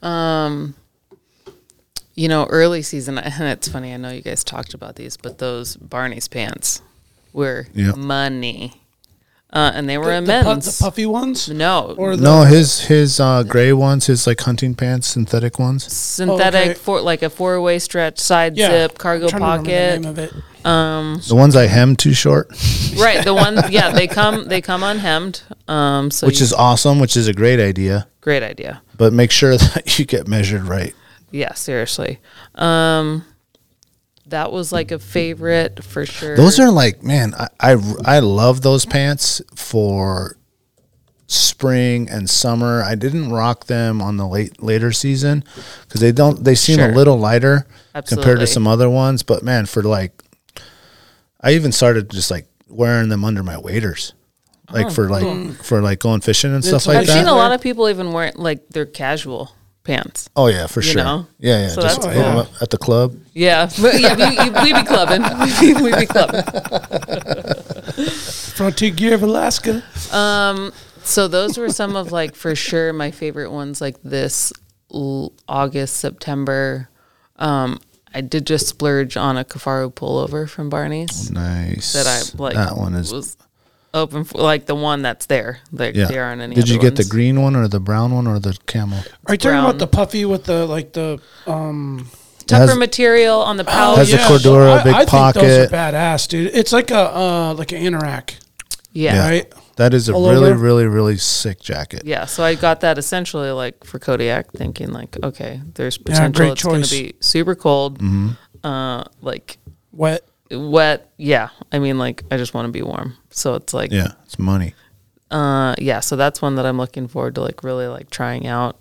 S4: Um, you know, early season, and it's funny. I know you guys talked about these, but those Barney's pants were
S1: Yeah.
S4: money, uh, and they
S3: The, the,
S4: were
S3: pu- the
S4: immense.
S3: puffy ones?
S4: no,
S3: Or the,
S1: No, his his uh, gray ones, his like hunting pants, synthetic ones.
S4: synthetic
S3: okay.
S4: for like a four-way stretch side
S3: yeah.
S4: zip cargo
S3: I'm trying to remember the
S4: pocket.
S3: name of it.
S1: The ones I hem too short,
S4: Right, the ones. Yeah, they come. They come unhemmed. Um, so
S1: which
S4: you-
S1: is awesome, which is a great idea.
S4: great idea.
S1: But make sure that you get measured right.
S4: Yeah, seriously. Um, that was like a favorite for sure.
S1: Those are like, man, I, I I love those pants for spring and summer. I didn't rock them on the late later season because they don't they seem
S4: Sure.
S1: a little lighter compared
S4: Absolutely.
S1: to some other ones. But man, for like, I even started just like wearing them under my waders, like for like
S4: Oh.
S1: for like going fishing and stuff
S3: like
S1: like
S4: I've
S1: that.
S4: seen a lot of people even wearing like their casual pants.
S1: oh yeah, for
S4: you
S1: sure.
S4: know?
S1: Yeah, yeah.
S4: So
S1: just
S4: that's
S1: hit 'em
S3: cool.
S1: up at the club.
S4: Yeah, but yeah, we, you- we be clubbing. We be, we be clubbing.
S3: Frontier Gear of Alaska.
S4: So those were some of like for sure my favorite ones. Like this l- August September, um, I did just splurge on a Kafaru pullover from Barney's
S1: Oh, Nice.
S4: that I like.
S1: that one is
S4: was open for like the one that's there. Like
S1: yeah.
S4: there aren't any.
S1: Did you
S4: other
S1: get the
S4: ones.
S1: green one or the brown one or the camel?
S3: Are you talking
S4: Brown.
S3: about the puffy with the like the um
S4: tougher
S1: Has-
S4: material on the
S3: Oh,
S4: pouch?
S1: Has a Cordura, big
S3: those
S1: pocket.
S3: are badass, dude. It's like a uh like an Anorak,
S1: Yeah.
S4: yeah. yeah.
S3: right?
S1: That is a
S3: All
S1: really,
S3: over?
S1: really, really sick jacket.
S4: so I got that essentially like for Kodiak, thinking like, okay, there's
S3: Yeah,
S4: potential
S3: great
S4: it's going
S3: choice.
S4: to be super cold,
S1: Mm-hmm.
S4: uh, like
S3: Wet.
S4: wet. Yeah, I mean, like I just want to be warm, so it's like,
S1: Yeah, it's money.
S4: uh, yeah. So that's one that I'm looking forward to, like really like trying out.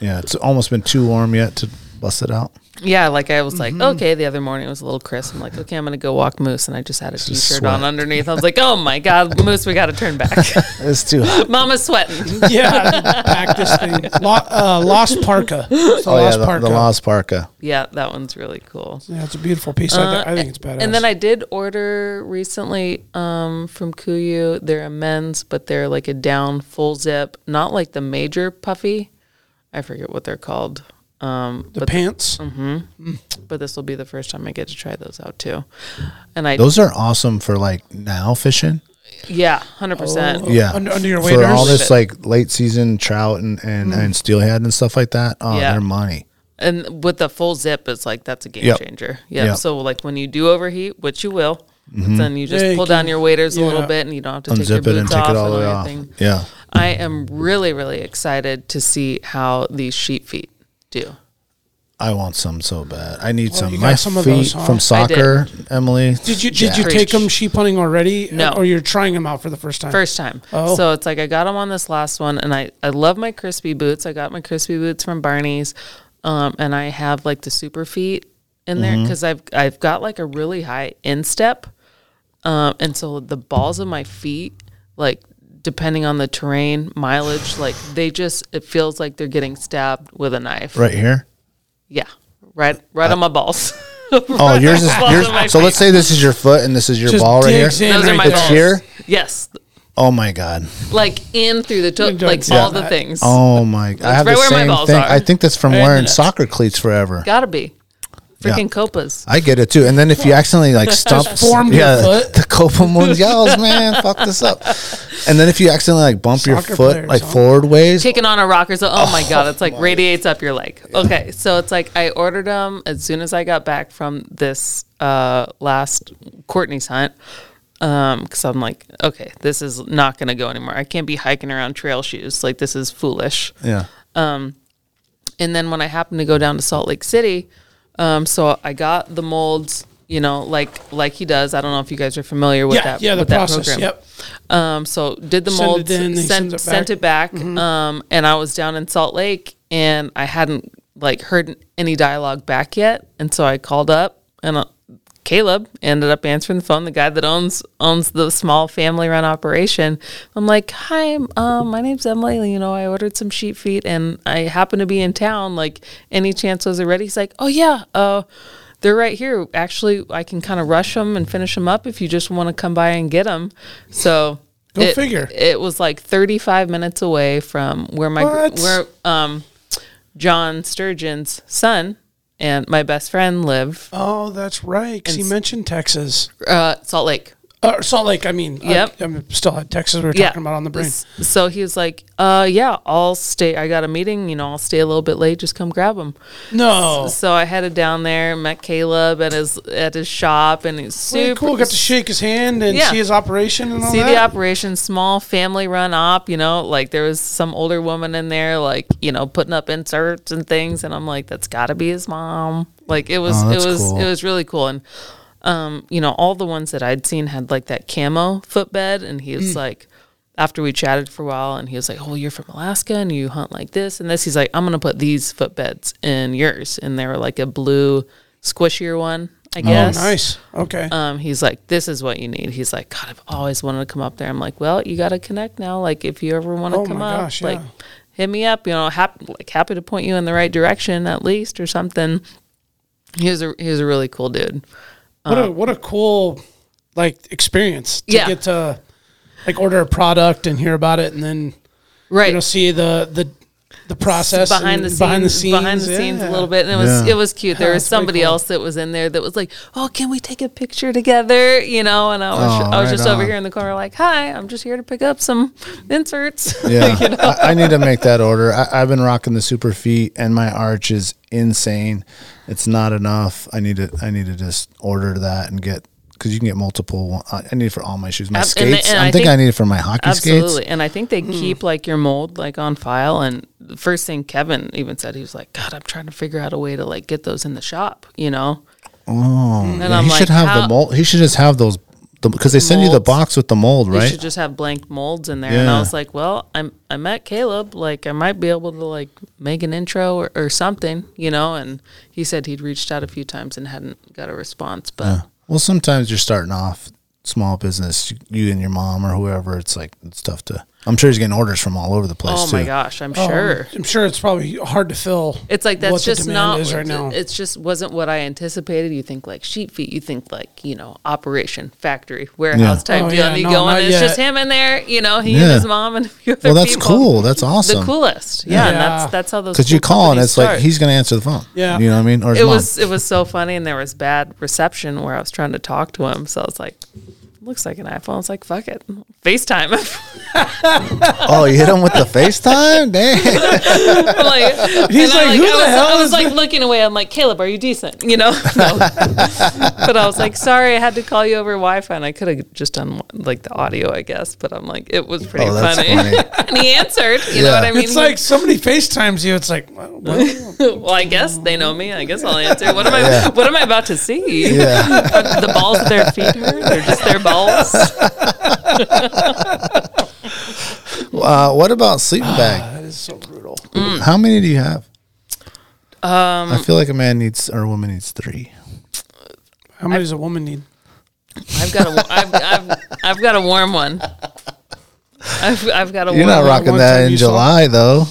S1: Yeah, it's almost been too warm yet to bust it out.
S4: Yeah, like I was like,
S1: Mm-hmm.
S4: okay. The other morning it was a little crisp. I'm like, okay, I'm gonna go walk Moose, and I just had a
S1: is
S4: t-shirt
S1: sweat.
S4: on underneath. I was like, oh my god, Moose, we got to turn back.
S1: It's too hot.
S4: Mama's sweating.
S3: Yeah, dude, back this thing. Lo- uh, Lost Parka. It's the
S1: Oh,
S3: Lost
S1: yeah, the,
S3: Parka.
S1: the Lost Parka.
S4: Yeah, that one's really cool.
S3: Yeah, it's a beautiful piece. I, I think it's badass.
S4: Uh, And then I did order recently um, from Kuyu. They're a men's, but they're like a down full zip, not like the major puffy. I forget what they're called. Um,
S3: the
S4: but
S3: pants.
S4: but this will be the first time I get to try those out too. And I
S1: Those are awesome for like now fishing.
S4: yeah, hundred
S3: Oh.
S4: percent.
S1: Yeah.
S3: Under- under your
S1: For all
S3: waders?
S1: this like late season trout and, and, and steelhead and stuff like that. Oh,
S4: Mm-hmm. Yeah.
S1: they're money.
S4: And with the full zip, it's like that's a game
S1: Yep.
S4: changer. Yeah.
S1: Yep. Mm-hmm.
S4: So like when you do overheat, which you will, then you just
S3: Yeah, you
S4: pull down your waders a
S3: yeah.
S4: little bit, and you don't have to take your
S1: Unzip
S4: boots
S1: it and take
S4: off
S1: it all the way
S4: and
S1: off.
S4: everything.
S1: Yeah.
S4: I am really, really excited to see how these sheep feet do.
S1: I want some so bad. I need some.
S3: you got
S1: My
S3: some
S1: feet
S3: of those, huh?
S1: from
S4: I did.
S1: soccer, Emily.
S3: Did you did you
S4: Jack.
S3: take them sheep hunting already? Uh,
S4: No.
S3: Or you're trying them out for the first time?
S4: First time.
S3: Oh.
S4: So it's like I got them on this last one, and I, I love my crispy boots. I got my crispy boots from Barney's, um, and I have like the super feet in there
S1: Mm-hmm.
S4: because I've I've got like a really high instep, um, and so the balls of my feet, like depending on the terrain, mileage, like they just it feels like they're getting stabbed with a knife.
S1: Right here.
S4: Yeah. Right. Right on my balls.
S1: Oh, yours is
S4: Balls on my
S1: yours. So let's
S4: feet.
S1: say this is your foot and this is your
S3: Just
S1: ball right here.
S3: digs in
S4: Those are
S3: right
S4: my
S1: It's
S4: balls.
S1: here.
S4: Yes.
S1: Oh my god.
S4: like in through the toe,
S3: don't
S4: like
S3: do
S4: all
S3: that.
S4: the things.
S1: Oh my! I have
S4: right
S1: the
S4: where my
S1: same
S4: balls
S1: thing.
S4: are.
S1: I think that's from
S3: the
S1: wearing
S3: net.
S1: soccer cleats forever.
S4: Gotta be freaking
S1: Yeah.
S4: copas.
S1: I get it too. And then if you accidentally like stump,
S3: formed your foot.
S1: the Copa Mundials, man, fuck this up. And then if you accidentally like bump your
S3: Soccer
S1: foot
S3: players,
S1: like
S3: huh?
S1: forward ways,
S4: Kicking on a rocker, so oh my god, it's like radiates up your leg. Okay, so it's like I ordered them as soon as I got back from this uh, last Courtney's hunt, because I'm like, okay, this is not gonna go anymore. I can't be hiking around trail shoes. Like this is foolish.
S1: yeah,
S4: and then when I happened to go down to Salt Lake City, um, so I got the molds, you know, like like he does. I don't know if you guys are familiar with
S3: Yeah,
S4: that.
S3: yeah, the
S4: with that
S3: process.
S4: program.
S3: Yep.
S4: Um, so did the
S3: Send it
S4: molds,
S3: in, they send
S4: sent
S3: it
S4: sent it back,
S3: Mm-hmm.
S4: um, and I was down in Salt Lake, and I hadn't like heard any dialogue back yet, and so I called up, and uh, Caleb ended up answering the phone, the guy that owns owns the small family run operation. I'm like, hi, um, my name's Emily. You know, I ordered some sheep feet, and I happen to be in town. Like, any chance those are ready? He's like, oh yeah, uh, they're right here. Actually, I can kind of rush them and finish them up if you just want to come by and get them. So
S3: Go
S4: it,
S3: figure.
S4: It was like 35 minutes away from where my
S3: What?
S4: where um John Sturgeon's son and my best friend live,
S3: Oh, that's right. 'cause he mentioned Texas.
S4: uh, Salt Lake.
S3: Uh, Salt Lake, I mean.
S4: Yep.
S3: I, am still at Texas, we were talking about on the brain.
S4: S- So he was like, uh, yeah, I'll stay. I got a meeting, you know, I'll stay a little bit late. Just come grab them.
S3: No.
S4: So I headed down there, met Caleb at his at his shop, and he's
S3: Really
S4: super
S3: cool. Got to shake his hand and
S4: Yeah.
S3: see his operation and all
S4: see
S3: that.
S4: the operation small family run op you know like there was some older woman in there like you know putting up inserts and things and i'm like that's gotta be his mom like it was
S1: Oh,
S4: it
S1: that's
S4: was
S1: cool.
S4: it was really cool and um you know all the ones that i'd seen had like that camo footbed and he
S1: Mm.
S4: was like after we chatted for a while and he was like oh you're from alaska and you hunt like this and this he's like i'm gonna put these footbeds in yours and they were like a blue squishier one i
S1: Oh,
S4: guess
S3: nice. Okay.
S4: um, he's like, this is what you need. He's like, God, I've always wanted to come up there. I'm like, well, you got to connect now. Like, if you ever want to
S3: Oh
S4: come
S3: my
S4: up,
S3: gosh,
S4: like,
S3: yeah.
S4: hit me up. You know, hap- like happy to point you in the right direction at least or something. He was a he was a really cool dude.
S3: what a what a cool like experience to
S4: uh, Yeah.
S3: get to like order a product and hear about it and then
S4: Right.
S3: you know see the the the process
S4: behind
S3: and
S4: the scenes, behind the scenes, a little bit, and it was
S1: Yeah.
S4: it was cute. There
S3: Yeah,
S4: was
S3: that's pretty
S4: somebody
S3: cool.
S4: else that was in there that was like, "Oh, can we take a picture together?" You know, and I was
S1: Oh,
S4: I was
S1: right
S4: just over
S1: on.
S4: here in the corner like, "Hi, I'm just here to pick up some inserts."
S1: Yeah, I, I need to make that order. I, I've been rocking the super feet, and my arch is insane. It's not enough. I need to. I need to just order that and get because you can get multiple. one- I I need it for all my shoes. My
S4: Ab- and the-
S1: skates.
S4: and
S1: I'm
S4: I
S1: thinking I
S4: think-
S1: need it for my hockey
S4: Absolutely.
S1: skates.
S4: And I think they
S1: Hmm.
S4: keep like your mold like on file. And the first thing Kevin even said, he was like, God, I'm trying to figure out a way to like get those in the shop, you know? Oh, and
S1: he should have the mold. He should just have those because they send you the
S4: Molds.
S1: box with the mold,
S4: You
S1: right?
S4: should just have blank molds in there. And I
S1: Yeah.
S4: was like, well, I'm, I met Caleb. Like, I might be able to like make an intro or, or something, you know? And he said he'd reached out a few times and hadn't got a response. But
S1: Well, sometimes you're starting off small business. You, you and your mom or whoever. It's like it's tough to. I'm sure he's getting orders from all over the place.
S4: oh
S1: too.
S4: my gosh, I'm sure.
S3: I'm sure it's probably hard to fill.
S4: It's like
S3: what
S4: that's
S3: the
S4: just
S3: demand
S4: not.
S3: is right now.
S4: It's just wasn't what I anticipated. You think like sheet feet. You think like you know operation factory warehouse type
S3: Oh,
S4: deal.
S3: yeah,
S4: and you
S3: no,
S4: go
S3: not
S4: on. It's
S3: yet.
S4: just him in there. You know, he
S1: Yeah.
S4: and his mom and a few other
S1: Well, that's
S4: people.
S1: cool. That's awesome.
S4: The coolest. Yeah, and
S3: Yeah.
S4: that's that's how those.
S1: Because you
S4: cool
S1: call and
S4: companies
S1: it's like
S4: start.
S1: he's going to answer the phone.
S3: Yeah.
S1: you know what I mean. Or his
S4: It
S1: mom.
S4: was it was so funny, and there was bad reception where I was trying to talk to him. So I was like. Looks like an iPhone. It's like fuck it, FaceTime. him."
S1: Oh, you hit him with the FaceTime? Damn.
S4: I'm like,
S3: He's
S4: and I'm
S3: like, "Who
S4: I
S3: the
S4: was,
S3: hell
S4: I was
S3: is
S4: like looking away. I'm like, Caleb, are you decent? You know. No. but I was like, sorry, I had to call you over Wi-Fi, and I could have just done like the audio, I guess. But I'm like, it was pretty
S1: Oh, that's
S4: funny.
S1: funny.
S4: and he answered. You know
S1: Yeah.
S4: what I mean?
S3: it's like somebody FaceTimes you. It's like well, well,
S4: well, I guess they know me. I guess I'll answer. What am I?
S1: Yeah.
S4: What am I about to see?
S1: Yeah.
S4: Are the balls of their feet hurt? They're just their balls.
S1: Uh, what about sleeping bag?
S3: Ah,
S1: Mm.
S3: that is so brutal.
S1: How many do you have? Um, I feel like a man needs or a woman needs three.
S3: How many does a woman need?
S4: I've got a. I've, I've, I've got a warm one. I've, I've got a.
S1: You're
S4: warm
S1: not
S4: one.
S1: rocking
S3: one
S1: that
S3: time
S1: in
S3: you saw-
S1: July though,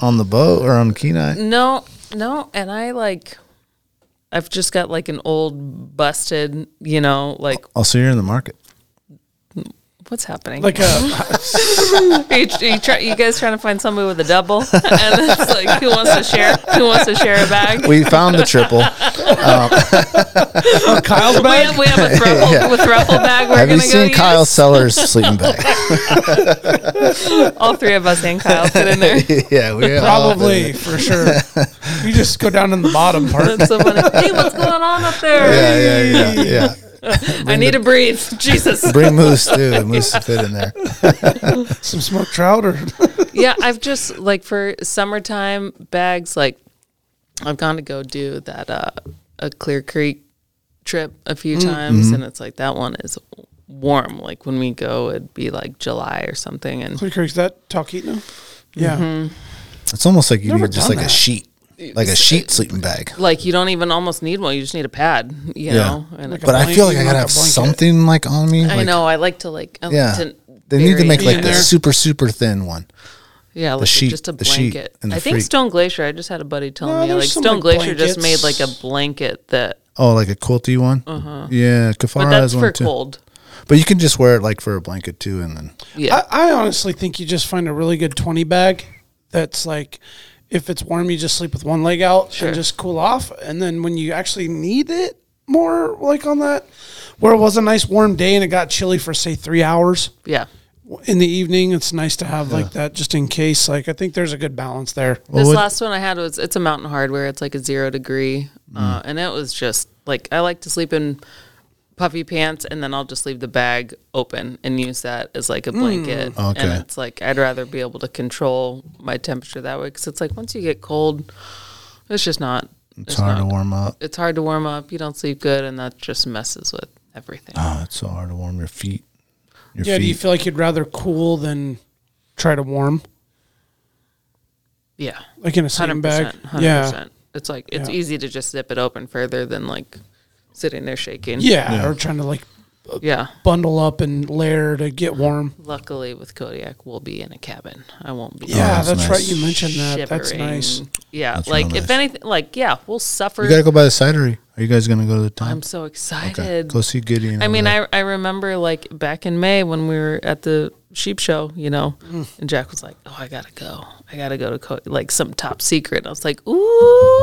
S1: on the boat or on Kenai.
S4: No, no, and I like I've just got like an old busted, you know, like
S1: Oh, so you're in the market.
S4: what's happening?
S3: Like a
S4: are you, are you, try, you guys trying to find somebody with a double? and it's like who wants to share who wants to share a bag?
S1: We found the triple.
S3: a Kyle's
S4: We
S3: bag.
S4: have, we have a thruffle, with thruffle bag. We're
S1: have you
S4: gonna go
S1: seen
S4: use.
S1: Kyle Sellers' sleeping bag?
S4: All three of us and Kyle fit in there.
S1: yeah, we have.
S3: Probably for sure. You just go down in the bottom part.
S4: That's so funny. Hey, what's going on up there?
S1: Yeah, yeah, yeah, yeah.
S4: I need to breathe. Jesus.
S1: Bring moose too. Moose to fit in there.
S3: Some smoked trout or
S4: yeah, I've just like for summertime bags, like I've gone to go do that uh a Clear Creek trip a few
S1: Mm-hmm.
S4: times and it's like that one is warm. Like when we go it'd be like July or something and
S3: Clear Creek's that Talkeetna? Yeah.
S4: Mm-hmm.
S1: It's almost like you
S3: Never
S1: need just
S3: done
S1: like a
S3: that.
S1: sheet, like a sheet sleeping bag.
S4: like you don't even almost need one, you just need a pad, you know. And
S3: Like
S4: it-
S3: a
S1: But I feel like
S3: blanket,
S1: I gotta
S3: a
S1: have
S3: blanket.
S1: something like on me.
S4: I
S1: like-
S4: know, I like to like I like
S1: Yeah.
S4: to
S1: They need to
S4: bury
S1: make
S4: it
S1: like
S4: in
S1: the
S4: there.
S1: super super thin one.
S4: Yeah, like
S1: sheet-
S4: just a
S1: the sheet
S4: blanket.
S1: and the
S4: I think
S1: freak.
S4: Stone Glacier. I just had a buddy telling
S3: No,
S4: me
S3: there's
S4: like
S3: some,
S4: Stone
S3: like,
S4: Glacier just made like
S3: blankets.
S4: a blanket that
S1: Oh, like a quilty one. Uh-huh. Yeah,
S4: But
S1: kafara
S4: that's
S1: has
S4: for
S1: one too.
S4: cold.
S1: But you can just wear it like for a blanket too, and then
S4: Yeah.
S3: I, I honestly think you just find a really good 20 bag that's like, if it's warm, you just sleep with one leg out
S4: Sure.
S3: and just cool off. And then when you actually need it more, like on that, where it was a nice warm day and it got chilly for, say, three hours
S4: yeah.
S3: in the evening, it's nice to have like that just in case. Like, I think there's a good balance there.
S4: This
S1: would-
S4: last one I had was it's a mountain hardware. It's like a zero degree,
S3: Mm.
S4: uh, and it was just like I like to sleep in puffy pants, and then I'll just leave the bag open and use that as like a
S3: Mm.
S4: blanket.
S1: Okay.
S4: And it's like I'd rather be able to control my temperature that way because it's like once you get cold, it's just not.
S1: it's, hard to warm up.
S4: It's hard to warm up. You don't sleep good, and that just messes with everything.
S3: Ah.
S1: Oh, it's so hard to warm your feet. Your
S3: Yeah.
S1: feet.
S3: Do you feel like you'd rather cool than try to warm?
S4: yeah,
S3: Like in a sleeping
S4: hundred
S3: bag?
S4: percent. Hundred
S3: Yeah.
S4: percent. It's like it's
S3: Yeah.
S4: easy to just zip it open further than like sitting there shaking.
S3: yeah. Or trying to like
S4: Yeah.
S3: bundle up and layer to get warm.
S4: Luckily, with Kodiak, we'll be in a cabin. I won't be.
S3: Yeah,
S1: that's
S3: that's,
S1: nice.
S3: right. You mentioned that. That's
S4: shivering.
S3: nice.
S4: Yeah,
S1: That's
S4: like
S1: real
S4: if
S1: nice.
S4: anything, like yeah, we'll suffer.
S1: You gotta go by the cidery. Are you guys gonna go to the time?
S4: I'm so excited.
S1: Go see Gideon.
S4: I
S1: over
S4: mean,
S1: there.
S4: I I remember like back in May when we were at the sheep show, you know, and Jack was like, "Oh, I gotta go. I gotta go to Co- like some top secret." I was like, "Ooh,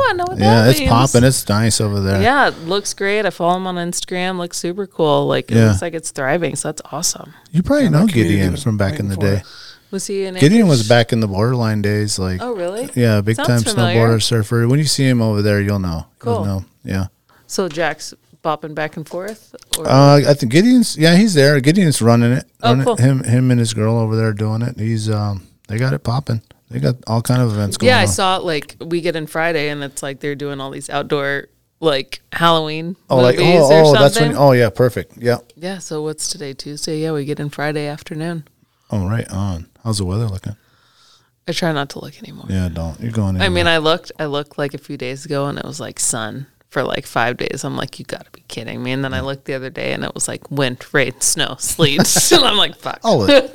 S4: I know what that
S1: yeah, it's
S4: means."
S1: popping. It's nice over there.
S4: Yeah, it looks great. I follow him on Instagram. Looks super cool. Like it
S1: Yeah.
S4: looks like it's thriving. So that's awesome.
S1: You probably know Gideon
S3: was
S1: from back in
S3: waiting
S1: the
S3: for
S1: day.
S3: it.
S4: Was he in?
S1: Gideon was
S4: Anchorage?
S1: back in the borderline days, like
S4: Oh, really?
S1: yeah, big
S4: Sounds
S1: time
S4: familiar.
S1: snowboarder surfer. When you see him over there, you'll know.
S4: Cool.
S1: You'll know. Yeah.
S4: So Jack's bopping back and forth. Or
S1: Uh, I think Gideon's. Yeah, he's there. Gideon's running it.
S4: Oh,
S1: running it.
S4: cool.
S1: Him, him, and his girl over there doing it. He's um, they got it popping. They got all kind of events going.
S4: yeah,
S1: on.
S4: I saw it like we get in Friday, and it's like they're doing all these outdoor like Halloween
S1: Oh, like
S4: movies
S1: oh,
S4: or
S1: oh
S4: something.
S1: that's when. Oh, yeah, perfect. Yeah.
S4: Yeah. So what's today? Tuesday. Yeah, we get in Friday afternoon.
S1: Oh, right on. How's the weather looking?
S4: I try not to look anymore.
S1: Yeah, don't. You're going.
S4: I mean,
S1: anywhere.
S4: I looked. I looked like a few days ago, and it was like sun for like five days. I'm like, you got to be kidding me. And then I looked the other day, and it was like wind, rain, snow, sleet. and I'm like, fuck.
S1: Oh, it-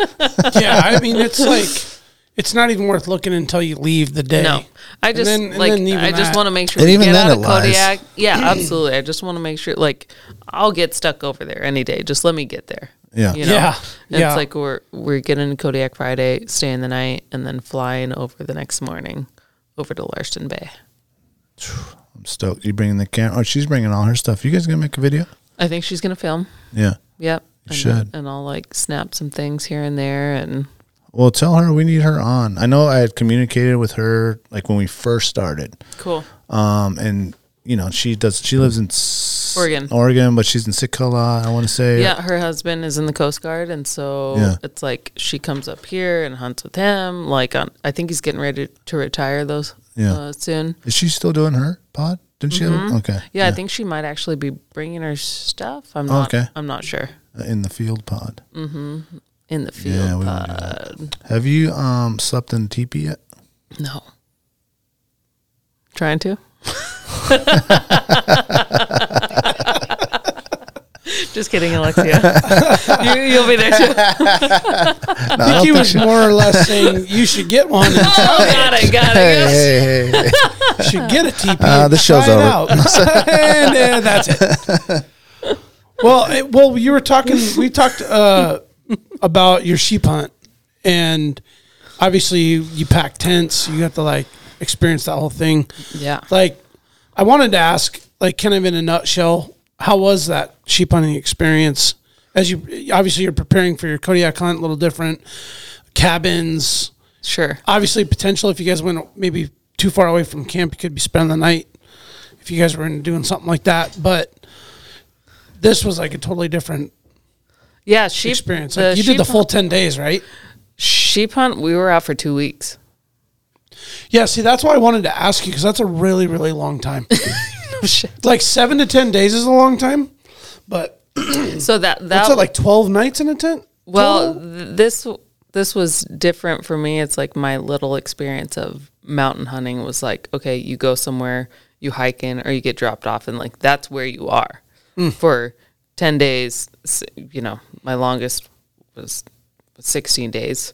S3: yeah, I mean, it's like it's not even worth looking until you leave the day.
S4: No, I
S3: And
S4: just
S3: then- and
S4: like
S3: then even
S4: I just
S3: that.
S4: want to make sure
S1: And
S4: we
S1: even
S4: get
S1: then
S4: out of
S1: it lies.
S4: Kodiak. Yeah, absolutely. I just want to make sure. Like, I'll get stuck over there any day. Just let me get there.
S1: Yeah.
S4: you know?
S3: Yeah,
S4: And
S3: yeah.
S4: It's like we're we're getting to Kodiak Friday, staying the night, and then flying over the next morning over to Larston Bay.
S1: I'm stoked. You bringing the camera? Oh, she's bringing all her stuff. You guys gonna make a video?
S4: I think she's gonna film.
S1: Yeah.
S4: Yep. and,
S1: should.
S4: And I'll like snap some things here and there, and
S1: Well, tell her we need her on. I know I had communicated with her like when we first started.
S4: cool.
S1: Um, and you know she does. She lives in S-
S4: Oregon.
S1: Oregon, but she's in Sikala. I want to say.
S4: Yeah, her husband is in the Coast Guard, and so
S1: Yeah.
S4: it's like she comes up here and hunts with him. Like, on, I think he's getting ready to retire those
S1: Yeah.
S4: uh, soon.
S1: Is she still doing her pod? Didn't she? Have, okay.
S4: Mm-hmm. Yeah, I think she might actually be bringing her stuff. I'm not.
S1: Oh, Okay.
S4: I'm not sure.
S1: In the field pod.
S4: In the field,
S1: Yeah, we won't do
S4: uh,
S1: Have you um slept in teepee yet?
S4: no. Trying to. Just kidding, Alexia. you, you'll be there too.
S3: I think he was more or less saying you should get one. And
S4: Oh, got it, got it. yes.
S1: Hey, hey, hey.
S3: you should get a TP.
S1: Uh, this show's
S3: Try it
S1: over.
S3: out. and uh, that's it. Well, it, well, you were talking. We talked uh, about your sheep hunt, and obviously you, you pack tents. You have to like experience that whole thing.
S4: Yeah.
S3: Like, I wanted to ask, like, kind of in a nutshell, how was that sheep hunting experience? As you obviously you're preparing for your Kodiak hunt, a little different cabins.
S4: Sure.
S3: Obviously, potential if you guys went maybe too far away from camp, you could be spending the night if you guys were into doing something like that. But this was like a totally different
S4: Yeah, sheep
S3: experience. Like you did the
S4: sheep
S3: full ten days, right?
S4: sheep hunt. We were out for two weeks.
S3: Yeah. See, that's why I wanted to ask you because that's a really, really long time. like seven to ten days is a long time, but
S4: So that that
S3: what's it like twelve nights in a tent?
S4: Well,
S3: Total?
S4: th- this this was different for me. It's like my little experience of mountain hunting was like, okay, you go somewhere, you hike in, or you get dropped off, and like that's where you are
S3: Mm.
S4: for ten days. S- You know, my longest was sixteen days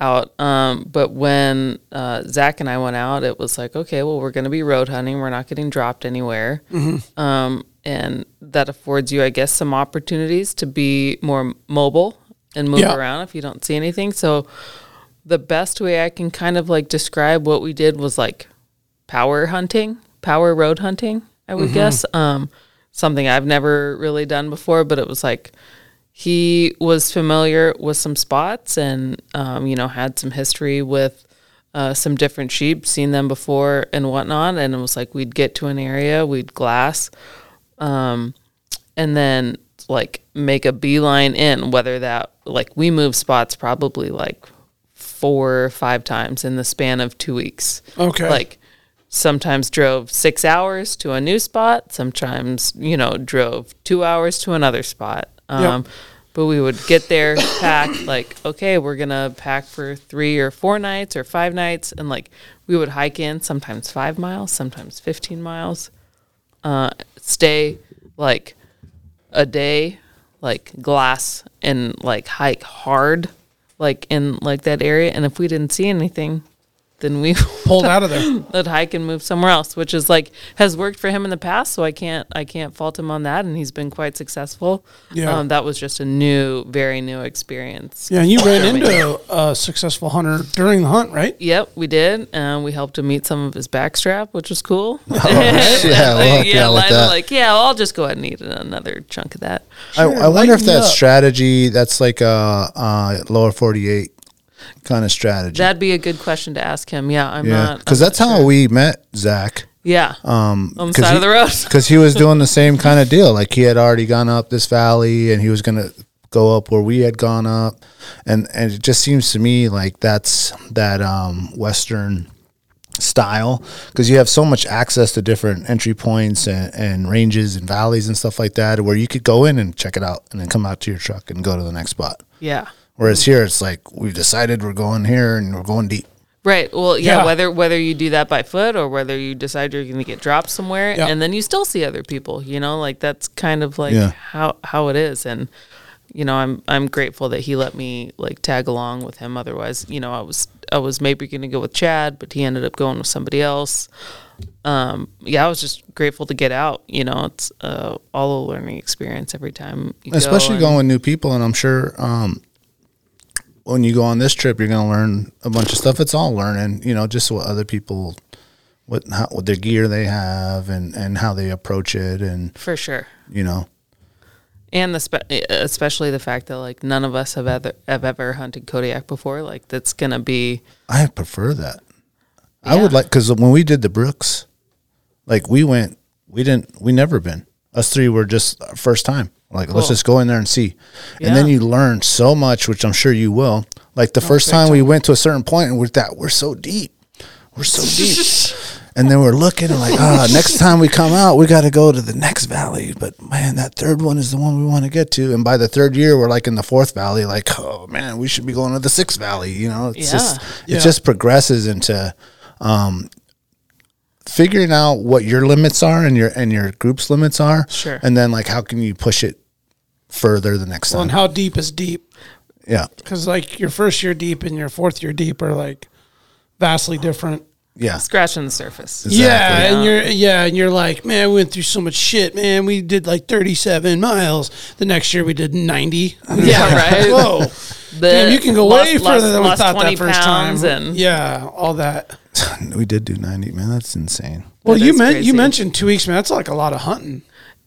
S4: out. Um, but when uh, Zach and I went out, it was like, okay, well, we're going to be road hunting. We're not getting dropped anywhere. Um, and that affords you, I guess, some opportunities to be more mobile and move
S3: Yeah.
S4: around if you don't see anything. So the best way I can kind of like describe what we did was like power hunting, power road hunting, I would guess. Um, something I've never really done before, but it was like he was familiar with some spots and, um, you know, had some history with uh, some different sheep, seen them before and whatnot. And it was like we'd get to an area, we'd glass, um, and then like make a beeline in, whether that, like, we move spots probably like four or five times in the span of two weeks.
S3: Okay.
S4: Like, sometimes drove six hours to a new spot, sometimes, you know, drove two hours to another spot. Um, But we would get there, pack, like, okay, we're going to pack for three or four nights or five nights. And like, we would hike in sometimes five miles, sometimes 15 miles, uh, stay like a day, like glass and like hike hard, like in like that area. And if we didn't see anything, then we
S3: pulled out of there.
S4: that hike and move somewhere else, which is like has worked for him in the past. So I can't I can't fault him on that, and he's been quite successful.
S3: Yeah.
S4: um, that was just a new, very new experience.
S3: Yeah, and you ran into a successful hunter during the hunt, right?
S4: Yep, we did. Um, we helped him meet some of his backstrap, which was cool.
S3: Oh,
S1: yeah, we'll help you out with
S4: Lionel
S1: that.
S4: like yeah, well, I'll just go ahead and eat another chunk of that.
S1: I, I wonder if
S3: lighten
S1: that
S3: up.
S1: strategy, that's like a, uh lower 48 kind of strategy.
S4: That'd be a good question to ask him. Yeah, I'm
S1: yeah.
S4: not
S1: Because
S4: I'm
S1: that's
S4: not
S1: how
S4: sure.
S1: we met Zach.
S4: yeah
S1: Um,
S4: on the side of the road.
S1: Because he was doing the same kind of deal. Like he had already gone up this valley and he was going to go up where we had gone up. And, and it just seems to me like that's that um, Western style because you have so much access to different entry points and, and ranges and valleys and stuff like that where you could go in and check it out and then come out to your truck and go to the next spot.
S4: yeah.
S1: Whereas here, it's like we've decided we're going here and we're going deep.
S4: Right. Well, yeah,
S3: Yeah.
S4: Whether whether you do that by foot or whether you decide you're going to get dropped somewhere,
S3: Yeah.
S4: and then you still see other people, you know, like that's kind of like
S1: Yeah.
S4: how how it is, and you know, I'm I'm grateful that he let me like tag along with him. Otherwise, you know, I was I was maybe going to go with Chad, but he ended up going with somebody else. Um, yeah, I was just grateful to get out. You know, it's uh, all a learning experience every time, you go
S1: Especially
S4: and-
S1: going with new people, and I'm sure um, when you go on this trip, you're going to learn a bunch of stuff. It's all learning, you know, just what other people, what how, what their gear they have, and and how they approach it, and
S4: for sure.
S1: you know,
S4: and the spe- uh, especially the fact that like none of us have ever have ever hunted Kodiak before. Like that's gonna be
S1: I prefer that. I would
S4: Yeah.
S1: like because when we did the Brooks, like we went, we didn't, we never been. Us three were just our first time. Like let's
S4: Cool.
S1: just go in there and see, and then
S4: Yeah.
S1: you
S4: Oh,
S1: learn so much, which I'm sure you will. Like the first time we went to a certain point, and with that, we're so deep, we're so deep. And then we're looking and like, ah, next time we come out, we got to go to the next valley. But man, that third one is the one we want to get to. And by the third year, we're like in the fourth valley. Like, oh man, we should be going to the sixth valley. You know, it's just
S4: Yeah.
S1: it just progresses into um, figuring out what your limits are and your and your group's limits are.
S4: Sure.
S1: And then like, how can you push it further the next time?
S3: On how deep is deep?
S1: yeah,
S3: Because like your first year deep and your fourth year deep are like vastly different.
S1: yeah.
S4: scratching the surface.
S1: Exactly.
S3: Yeah, and you're yeah, and you're like, man, we went through so much shit, man. We did like 37 miles. The next year we did 90.
S4: Yeah, right.
S3: Whoa,
S4: The-
S3: damn, you can go
S4: lost-
S3: way
S4: lost-
S3: further than we
S4: lost
S3: thought that
S4: 20
S3: first time.
S4: pounds And
S3: yeah, all that.
S1: We did do ninety, man. That's insane.
S3: Well, you
S4: is
S3: meant
S4: crazy.
S3: you mentioned two weeks, man. That's like a lot of hunting.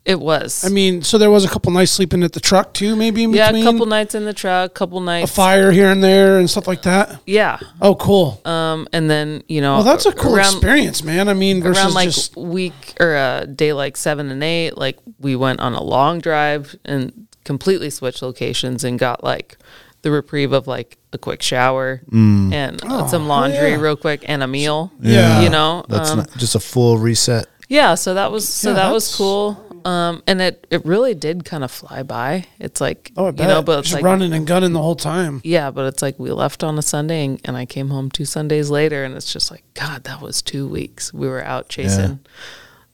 S4: it was.
S3: I mean, so there was a couple nights sleeping at the truck too, maybe in
S4: yeah, a
S3: between
S4: couple nights in the truck, couple
S3: a
S4: nights.
S3: fire here and there and stuff like that.
S4: yeah.
S3: Oh, cool.
S4: Um, and then you know,
S3: well, that's a cool
S4: around-
S3: experience, man. I mean, versus
S4: around like
S3: just
S4: week or uh, day like seven and eight, like we went on a long drive and completely switched locations and got like the reprieve of like a quick shower and uh, some laundry
S3: Oh, yeah.
S4: real quick and a meal.
S3: Mm. Yeah.
S4: you know,
S1: That's
S4: um,
S1: not, just a full reset.
S4: yeah. So that was so
S3: Yeah,
S4: that was
S3: that's-
S4: cool. Um, and it it really did kind of fly by. It's like
S3: oh, I
S4: you
S3: bet.
S4: know, but it's
S3: just
S4: like
S3: running and gunning the whole time.
S4: yeah, but it's like we left on a Sunday and, and I came home two Sundays later, and it's just like, God, that was two weeks. We were out chasing.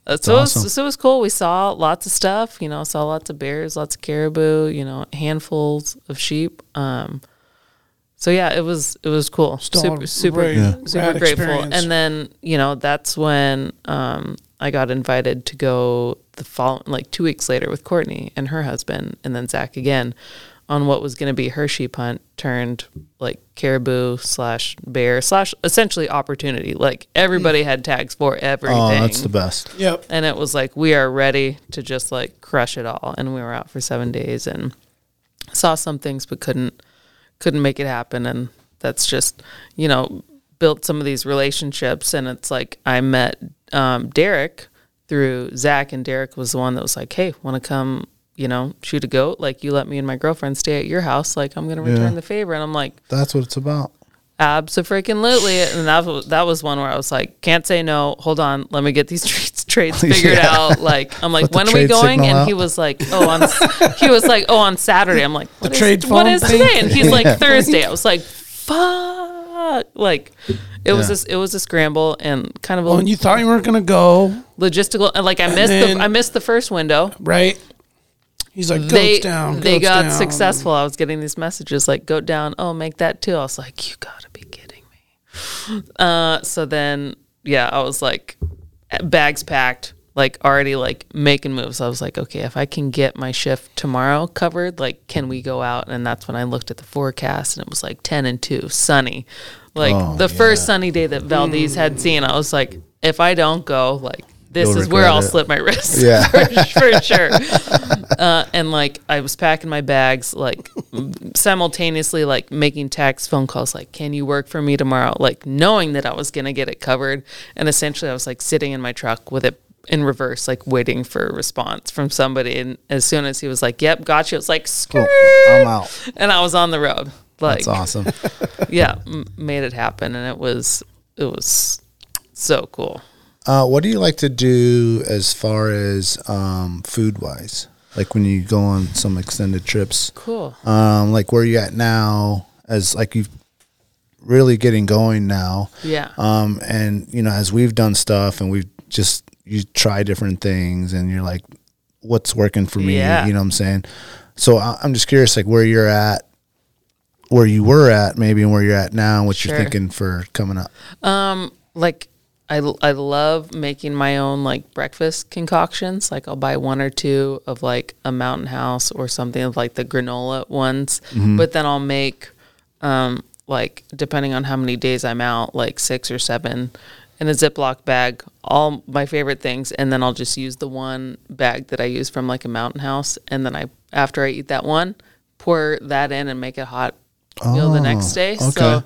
S4: Uh, so, it
S1: awesome.
S4: was, so it was cool. We saw lots of stuff, you know, saw lots of bears, lots of caribou, you know, handfuls of sheep. Um, so yeah, it was it was cool.
S3: Still a
S4: super super
S3: rad- Yeah.
S4: super
S3: rad
S4: grateful.
S3: experience.
S4: And then you know that's when um, I got invited to go the fall, like two weeks later with Courtney and her husband, and then Zach again on what was going to be her sheep hunt turned like caribou slash bear slash essentially opportunity. Like everybody had tags for everything.
S1: Hmm. Oh, that's the best.
S3: Yep.
S4: and it was like we are ready to just like crush it all and we were out for seven days and saw some things but couldn't couldn't make it happen and that's just you know built some of these relationships and it's like i met um, derek through zach and derek was the one that was like hey want to come you know shoot a goat like you let me and my girlfriend stay at your house like i'm gonna return the favor and i'm like
S1: That's what it's about.
S4: Absolutely, and that was, that was one where I was like, "Can't say no. Hold on, let me get these trades trades figured out." Like, I'm like,
S1: the
S4: "When are we
S1: trade
S4: going?"
S1: signal
S4: And
S1: out.
S4: he was like, "Oh, on s- he was like, oh, on Saturday." I'm like, "What is
S3: trade
S4: what
S3: phone
S4: is
S3: thing.
S4: today?" And he's like, "Thursday." I was like, "Fuck!" Like, it was this it was a scramble and kind of a
S3: Well, and you thought you weren't gonna go,
S4: logistical. And like, I missed
S3: then-
S4: the I missed the first window.
S3: right? He's like, goats
S4: They
S3: down.
S4: they
S3: goats
S4: got
S3: down."
S4: successful. I was getting these messages like, "Goat down." Oh, make that too. I was like, "You gotta be kidding me." Uh, so then, yeah, I was like, bags packed, like already like making moves. I was like, okay, if I can get my shift tomorrow covered, like, can we go out? And that's when I looked at the forecast, and it was like ten and two, sunny, like
S1: Oh,
S4: the first sunny day that Valdez had seen. I was like, if I don't go, like. This
S1: You'll
S4: is where I'll
S1: regret it.
S4: slip my wrist
S1: Yeah.
S4: for, for sure. Uh, and like I was packing my bags, like simultaneously like making text phone calls like can you work for me tomorrow like knowing that i was going to get it covered and essentially i was like sitting in my truck with it in reverse like waiting for a response from somebody and as soon as he was like yep got you it's like
S1: Cool.
S4: "Skirt,"
S1: I'm out.
S4: and i was on the road like
S1: It's awesome.
S4: yeah m- made it happen and it was it was so cool
S1: Uh, what do you like to do as far as um, food wise? Like when you go on some extended trips,
S4: cool
S1: um, like where you at now? As like you really getting going now,
S4: yeah
S1: um, and you know as we've done stuff and we've just you try different things and you're like, what's working for me?
S4: Yeah.
S1: You know what I'm saying? So I, I'm just curious, like where you're at, where you were at maybe, and where you're at now, and what
S4: Sure.
S1: you're thinking for coming up.
S4: like I, I love making my own like breakfast concoctions. Like I'll buy one or two of like a mountain house or something of like the granola ones, but then I'll make um like depending on how many days I'm out, like six or seven in a Ziploc bag, all my favorite things and then I'll just use the one bag that I use from like a mountain house and then I after I eat that one, pour that in and make it hot meal the next day. So
S1: okay.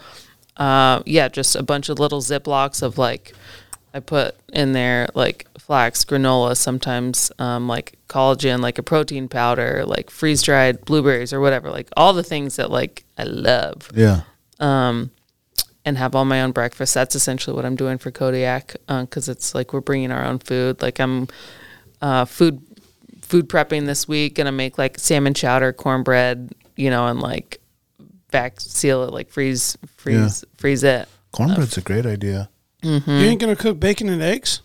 S4: uh, yeah, just a bunch of little Ziplocs of like, I put in there like flax, granola, sometimes um, like collagen, like a protein powder, like freeze dried blueberries or whatever, like all the things that like I love
S1: Yeah.
S4: and have all my own breakfast. That's essentially what I'm doing for Kodiak because it's like we're bringing our own food. Like I'm uh, food food prepping this week. Gonna make like salmon chowder, cornbread, you know, and like back seal it, like freeze freeze freeze it.
S1: Cornbread's a great idea.
S3: You ain't gonna cook bacon and eggs?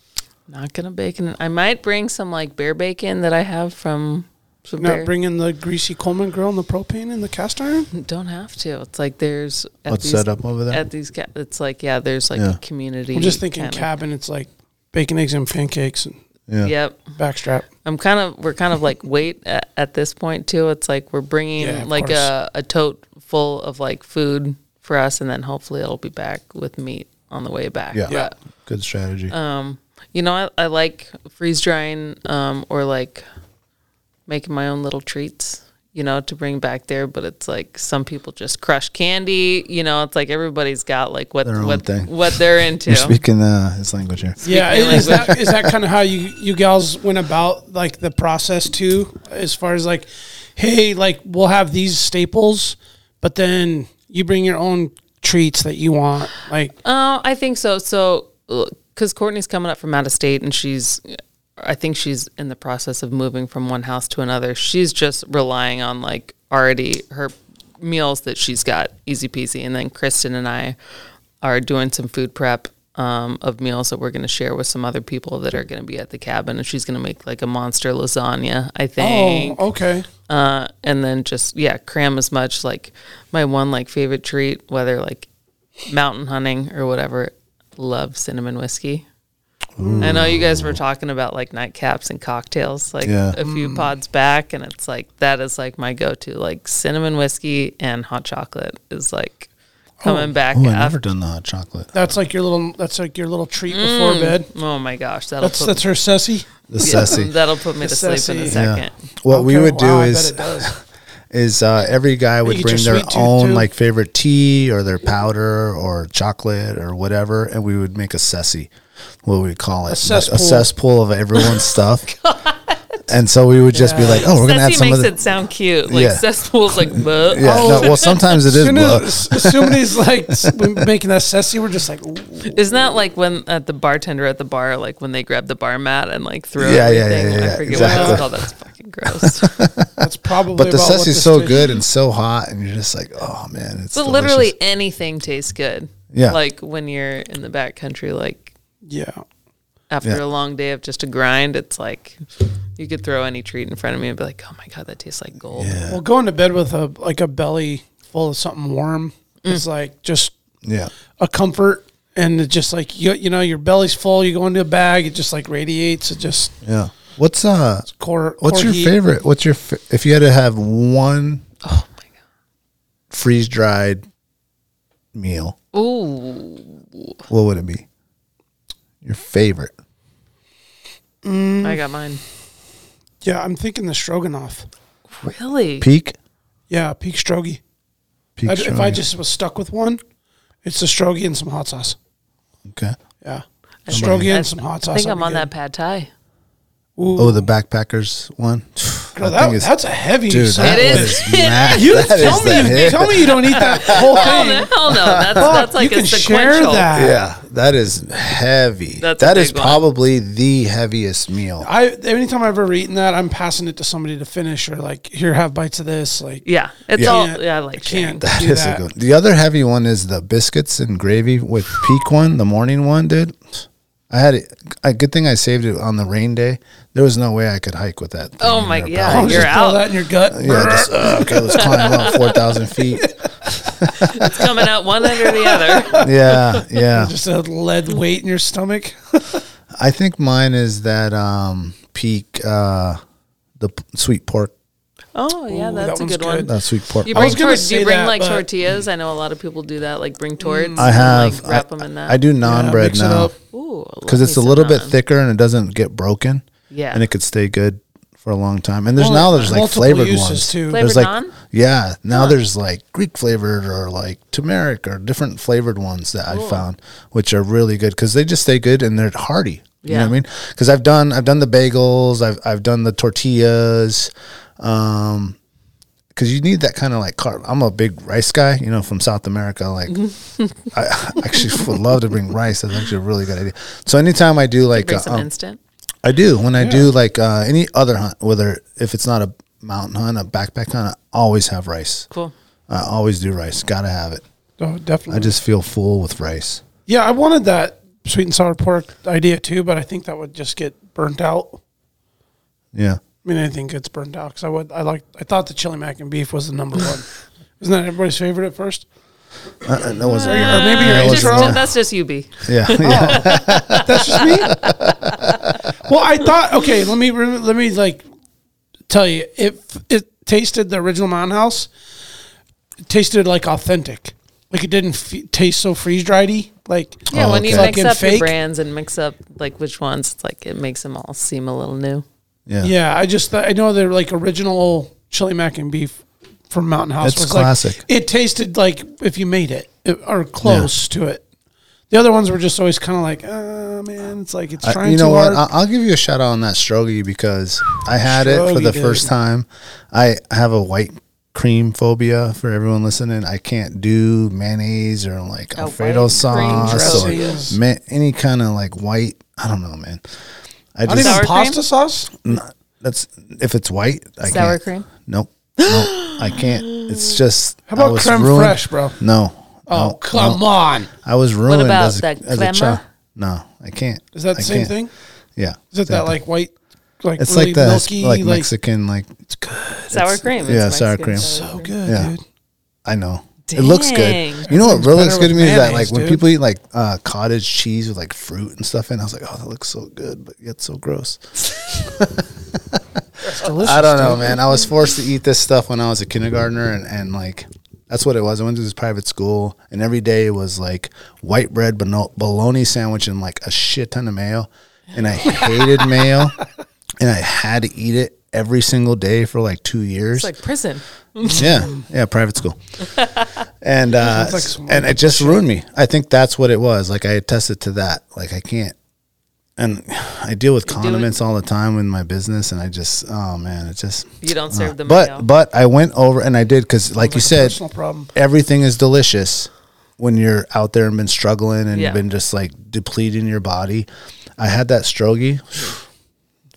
S4: Not gonna bacon. it. I might bring some like bear bacon that I have from. from
S3: Not
S4: bear-
S3: bringing the greasy Coleman grill and the propane and the cast iron?
S4: don't have to. It's like there's at
S1: What's set up over there?
S4: at these. Ca- it's like yeah, there's like
S1: Yeah.
S4: a community.
S3: I'm just thinking
S4: kinda-
S3: cabin. It's like bacon, eggs, and pancakes and
S1: Yeah.
S4: Yep.
S3: backstrap.
S4: I'm kind of we're kind of like wait at, at this point too. It's like we're bringing
S3: Yeah, of
S4: like
S3: course.
S4: a, a tote full of like food for us, and then hopefully it'll be back with meat on the way back.
S1: Yeah.
S3: Yeah.
S1: Good strategy.
S4: But, you know, I, I like freeze drying um, or like making my own little treats. You know, to bring back there, but it's like some people just crush candy. You know, it's like everybody's got like what
S1: Their own
S4: what
S1: thing.
S4: what they're into.
S1: You're speaking uh, his language here.
S3: Yeah, is that is that kind of how you you gals went about like the process too, as far as like, hey, like we'll have these staples, but then you bring your own treats that you want. Like,
S4: Uh, I think so. So, because Courtney's coming up from out of state, and she's, I think she's in the process of moving from one house to another. She's just relying on like already her meals that she's got, easy peasy. And then Kristen and I are doing some food prep um, of meals that we're going to share with some other people that are going to be at the cabin, and she's going to make like a monster lasagna, I think
S3: oh, okay,
S4: uh, and then just yeah, cram as much like my one like favorite treat, whether like mountain hunting or whatever. Love cinnamon whiskey. I know you guys were talking about like nightcaps and cocktails like
S1: Yeah.
S4: a few pods back, and it's like that is like my go-to. Like cinnamon whiskey and hot chocolate is like coming back.
S1: Oh, I
S4: after,
S1: never done the hot chocolate.
S3: That's like your little. That's like your little treat before bed.
S4: oh my gosh, that'll
S3: Mm. That's
S4: put
S3: that's her sissy.
S1: The
S4: yeah,
S1: sessy.
S4: that'll put me to sleep in
S3: Sessi.
S4: a
S1: Yeah.
S4: second.
S1: What we
S3: Okay,
S1: would do
S3: wow, I bet
S1: is
S3: it does.
S1: is uh, every guy would
S3: You get
S1: bring
S3: your
S1: their
S3: sweet tooth,
S1: own
S3: too.
S1: like favorite tea or their powder or chocolate or whatever, and we would make a sessy, what we would call it,
S3: cesspool.
S1: cesspool of everyone's stuff. And so we would just be like, oh, we're gonna add
S4: Sessie
S1: some of
S4: makes
S1: the.
S4: it sound cute. Like
S1: Yeah.
S4: cesspool's like, but
S1: Yeah, no, well, sometimes it is.
S3: soon
S1: blow.
S3: as, as soon as like s- we're making that sessy, we're just like, ooh.
S4: Isn't that like when at the bartender at the bar, like when they grab the bar mat and like throw
S1: Yeah, yeah,
S4: everything?
S1: yeah, yeah,
S4: I forget what
S1: exactly.
S4: that's called. That's fucking gross.
S3: that's probably.
S1: but the
S3: about what
S1: sessy's
S3: this
S1: so
S3: tastes-
S1: good and so hot, and you're just like, oh man, it's
S4: but
S1: delicious.
S4: literally anything tastes good.
S1: Yeah.
S4: Like when you're in the back country, like
S3: Yeah.
S4: after
S1: Yeah.
S4: a long day of just a grind, it's like you could throw any treat in front of me and be like, oh my God, that tastes like gold.
S3: Well, going to bed with a like a belly full of something warm
S4: Mm.
S3: is like just
S1: yeah,
S3: a comfort, and it's just like you you know your belly's full. You go into a bag, it just like radiates. It just
S1: yeah. What's uh,
S3: core.
S1: what's
S3: core
S1: your
S3: heat.
S1: favorite? What's your fa- if you had to have one
S4: Oh my God.
S1: freeze dried meal?
S4: Ooh.
S1: What would it be? Your favorite?
S4: I got mine.
S3: Yeah, I'm thinking the stroganoff.
S4: Really?
S1: Peak?
S3: Yeah, peak strogi.
S1: Peak
S3: I, if I
S1: Stronger.
S3: just was stuck with one, it's a strogi and some hot sauce.
S1: Okay.
S3: Yeah, strogi and some hot sauce.
S4: I think
S3: I'd
S4: I'm
S3: be
S4: on
S3: good.
S4: that pad thai.
S1: Oh, the backpackers one.
S3: Girl,
S1: That thing
S3: that,
S1: is-
S3: that's a heavy.
S1: Dude,
S3: sandwich.
S1: that
S4: It
S1: one
S4: is.
S1: is mad.
S3: You
S1: That
S3: tell
S1: is
S3: me,
S1: the hit.
S3: tell me you don't eat that whole
S4: Hell
S3: thing.
S4: no, hell no. That's, that's like
S3: you can
S4: a
S3: share
S4: sequential.
S3: that.
S1: Yeah, that is heavy.
S4: That's
S1: That's
S4: a
S1: that is
S4: big one.
S1: probably the heaviest meal.
S3: I anytime I've ever eaten that, I'm passing it to somebody to finish or like here have bites of this. Like
S4: Yeah. It's
S3: I
S4: all,
S3: can't-
S4: yeah, I like
S3: I
S4: sharing.
S3: can't
S1: That
S3: do
S1: is
S3: that.
S1: a good. The other heavy one is the biscuits and gravy with peak one, the morning one, dude. I had it. A good thing I saved it on the rain day. There was no way I could hike with that. thing
S4: Oh
S1: in
S4: my-
S1: there,
S4: yeah,
S1: pal.
S3: Oh,
S4: You're
S3: just
S4: out.
S3: throw that in your gut.
S1: Yeah, just, uh, okay, let's climb up four thousand feet.
S4: It's coming out one under the other.
S1: Yeah, yeah.
S3: Just a lead weight in your stomach.
S1: I think mine is that um, peak uh, the p- sweet pork.
S4: Oh, yeah,
S3: that
S4: that's a
S3: one's
S4: good, one.
S3: good.
S1: That sweet pork.
S3: I
S4: You bring,
S3: was gonna
S4: tor-
S3: say
S4: you bring
S3: that,
S4: like
S3: but-
S4: tortillas. I know a lot of people do that, like bring torts.
S1: Mm. I have.
S4: and, like, wrap
S1: I,
S4: them in that.
S1: I do non bread
S3: mix it
S1: now
S3: up.
S4: Ooh, I love
S1: because it's a
S4: me some
S1: little bit
S4: naan.
S1: thicker and it doesn't get broken.
S4: Yeah.
S1: and it could stay good for a long time. And there's now there's like
S3: multiple
S1: flavored
S3: uses,
S1: ones.
S3: too.
S1: There's like
S4: Flavored naan?
S1: yeah. Now there's like Greek flavored or like turmeric or different flavored ones that I found, which are really good because they just stay good and they're hearty. You know
S4: Yeah.
S1: what I mean? Because I've done I've done the bagels, I've I've done the tortillas. Um, because you need that kind of like carb. I'm a big rice guy, you know, from South America. Like, I actually would love to bring rice. That's actually a really good idea. So anytime I do like
S4: Bring
S1: a,
S4: some
S1: um,
S4: instant.
S1: I do when I do like uh, any other hunt, whether if it's not a mountain hunt, a backpack hunt, I always have rice.
S4: Cool.
S1: I always do rice. Gotta have it.
S3: Oh,
S1: I
S3: definitely.
S1: just feel full with rice.
S3: yeah, I wanted that sweet and sour pork idea too, but I think that would just get burnt out.
S1: Yeah.
S3: I mean, anything gets burnt out because I would. I like. I thought the chili mac and beef was the number one. Isn't that everybody's favorite at first?
S1: Uh, uh, that wasn't.
S3: Or maybe Oh.
S1: that
S3: your
S4: Just-
S3: intro.
S4: ju- that's just UB.
S1: Yeah. yeah.
S3: That's just me. well, I thought okay. Let me re- let me like tell you if it tasted the original Mountain House, it tasted like authentic. Like it didn't fe taste so freeze driedy. Like
S4: Yeah,
S1: Oh,
S4: when you
S1: okay.
S4: mix
S3: Fucking
S4: up your
S3: fake.
S4: brands and mix up like which ones, it's like it makes them all seem a little new.
S1: Yeah.
S3: yeah, I just th- I know they're like original chili mac and beef from Mountain House.
S1: It's
S3: was like-
S1: classic.
S3: it tasted like if you made it, it or close to it. The other ones were just always kind of like, oh man, it's like it's
S1: I-
S3: trying
S1: you know
S3: too
S1: what?
S3: hard.
S1: I- I'll give you a shout out on that strogi because I had it for
S3: Strogi,
S1: the
S3: dude.
S1: first time. I have a white cream phobia for everyone listening. I can't do mayonnaise or like
S4: A
S1: Alfredo
S4: white cream
S1: sauce or
S3: dressing.
S1: ma- any kind of like white. I don't know, man. I
S3: Not
S1: just
S3: even
S4: Sour
S3: pasta
S4: cream?
S3: sauce.
S1: that's if it's white. I
S4: Sour
S1: can't.
S4: cream?
S1: Nope. Nope. I can't. It's just.
S3: How about
S1: I was
S3: creme
S1: ruined-
S3: fraiche, bro?
S1: No.
S3: Oh
S1: No,
S3: come
S1: no.
S3: on!
S1: I was ruined
S4: about
S1: as a,
S4: the
S1: as a
S4: crema?
S1: child. No, I can't.
S3: Is that
S1: I
S3: the same
S1: can't.
S3: thing?
S1: Yeah.
S3: Is it that like white, like
S1: It's
S3: really
S1: like the
S3: milky,
S1: like
S3: like,
S1: Mexican like
S3: it's good,
S4: Sour cream.
S1: yeah,
S4: it's
S1: sour
S4: Mexican
S1: cream.
S3: so good,
S1: Yeah.
S3: dude.
S1: I know. It looks
S4: Dang.
S1: good. You know what really looks
S3: better
S1: good to
S3: with
S1: me is that
S3: mayonnaise,
S1: like when
S3: dude.
S1: people eat like uh, cottage cheese with like fruit and stuff in, it, I was like, oh, that looks so good, but yet so gross.
S3: It's delicious.
S1: I don't know, man. I was forced to eat this stuff when I was a kindergartner, and, and like that's what it was. I went to this private school, and every day was like white bread, bano- bologna sandwich, and like a shit ton of mayo. And I hated mayo, and I had to eat it every single day for like two years.
S4: It's like prison.
S1: yeah, yeah, private school, and uh,
S3: Sounds like some
S1: and it just ruined me. I think that's what it was. Like I attested to that. Like I can't. And I deal with
S4: it-
S1: condiments all the time in my business, and I just, oh man, it just
S4: You don't serve the
S1: Uh, but
S4: mayo.
S1: but I went over and I did because, like you
S3: a
S1: said,
S3: personal problem.
S1: everything is delicious when you're out there and been struggling and
S4: Yeah.
S1: been just like depleting your body. I had that strogie.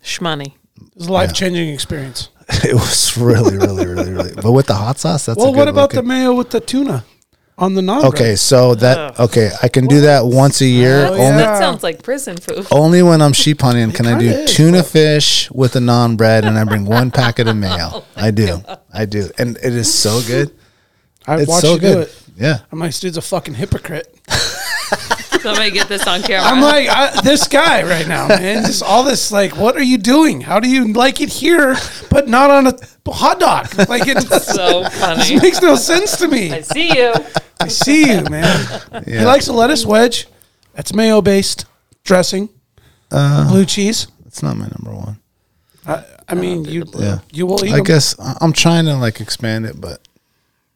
S4: Shmoney.
S3: It's a life changing experience.
S1: It was really, really, really, really. But with the hot sauce, that's a
S3: Well,
S1: good
S3: what about
S1: looking-
S3: the mayo with the tuna on the non?
S1: Okay, so that okay, I can do that once a year.
S4: That's-
S1: only Oh.
S4: That sounds like prison food.
S1: only when I'm sheep hunting can I do
S3: kinda is,
S1: tuna fish with a non bread, and I bring one packet of mayo.
S4: Oh
S1: I do, I do, and it is so good.
S3: I
S1: It's
S3: watched
S1: so
S3: you do
S1: good.
S3: it.
S1: Yeah.
S3: I'm like, this dude's a fucking hypocrite.
S4: Somebody get this on camera.
S3: I'm like I, this guy right now, man. Just all this, like, what are you doing? How do you like it here, but not on a hot dog? Like, it just
S4: so funny.
S3: makes no sense to me.
S4: I see you.
S3: I see you, man. He likes a lettuce wedge. That's mayo based dressing.
S1: Uh-huh.
S3: blue cheese.
S1: It's not my number one.
S3: I, I mean, you
S1: Yeah.
S3: you will eat.
S1: I
S3: 'em.
S1: guess I- I'm trying to like expand it, but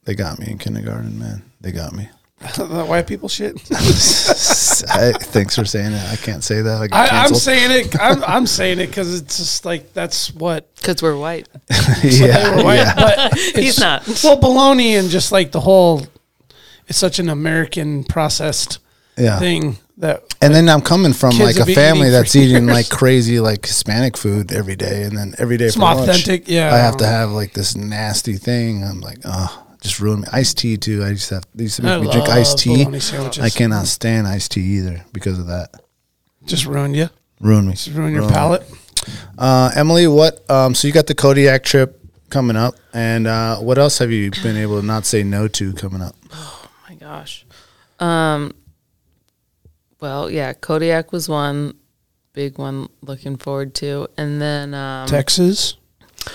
S1: they got me in kindergarten, man. They got me.
S3: the white people shit.
S1: I, thanks for saying it. I can't say that. I get
S3: I, I'm
S1: canceled.
S3: saying it. I'm, I'm saying it because it's just like that's what
S4: Because we're white.
S1: yeah,
S3: we're white, but
S4: He's not.
S3: well, bologna and just like the whole. It's such an American processed
S1: yeah.
S3: thing that
S1: And then I'm coming from
S3: Kids
S1: like
S3: have
S1: a
S3: been
S1: family
S3: eating
S1: that's
S3: for
S1: eating
S3: years.
S1: like crazy like Hispanic food every day, and then every day
S3: Some
S1: for lunch,
S3: authentic- yeah.
S1: I have to have like this nasty thing. I'm like, oh, just ruined me. Iced tea too. I just have they used to
S3: I
S1: make me drink
S3: love
S1: iced tea.
S3: bologna sandwiches.
S1: I cannot stand iced tea either because of that.
S3: just ruined you,
S1: Ruined me.
S3: just ruined your
S1: Ruined me.
S3: palate.
S4: Mm-hmm.
S1: Uh, Emily, what? Um, so you got the Kodiak trip coming up, and uh, what else have you been able to not say no to coming up?
S4: my gosh. Um. Well, yeah, Kodiak was one big one looking forward to, and then um,
S3: Texas.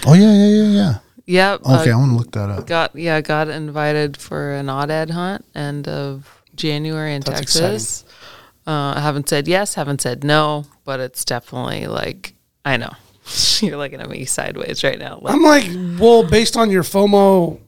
S1: Oh yeah, yeah, yeah,
S4: yeah,
S1: yeah. Okay, I
S4: uh,
S1: want to look that up.
S4: got yeah got invited for an odd ed hunt end of January in
S3: That's
S4: Texas. Uh, I haven't said yes, haven't said no, but it's definitely like I know you're looking at me sideways right now. Like,
S3: I'm like, well, based on your FOMO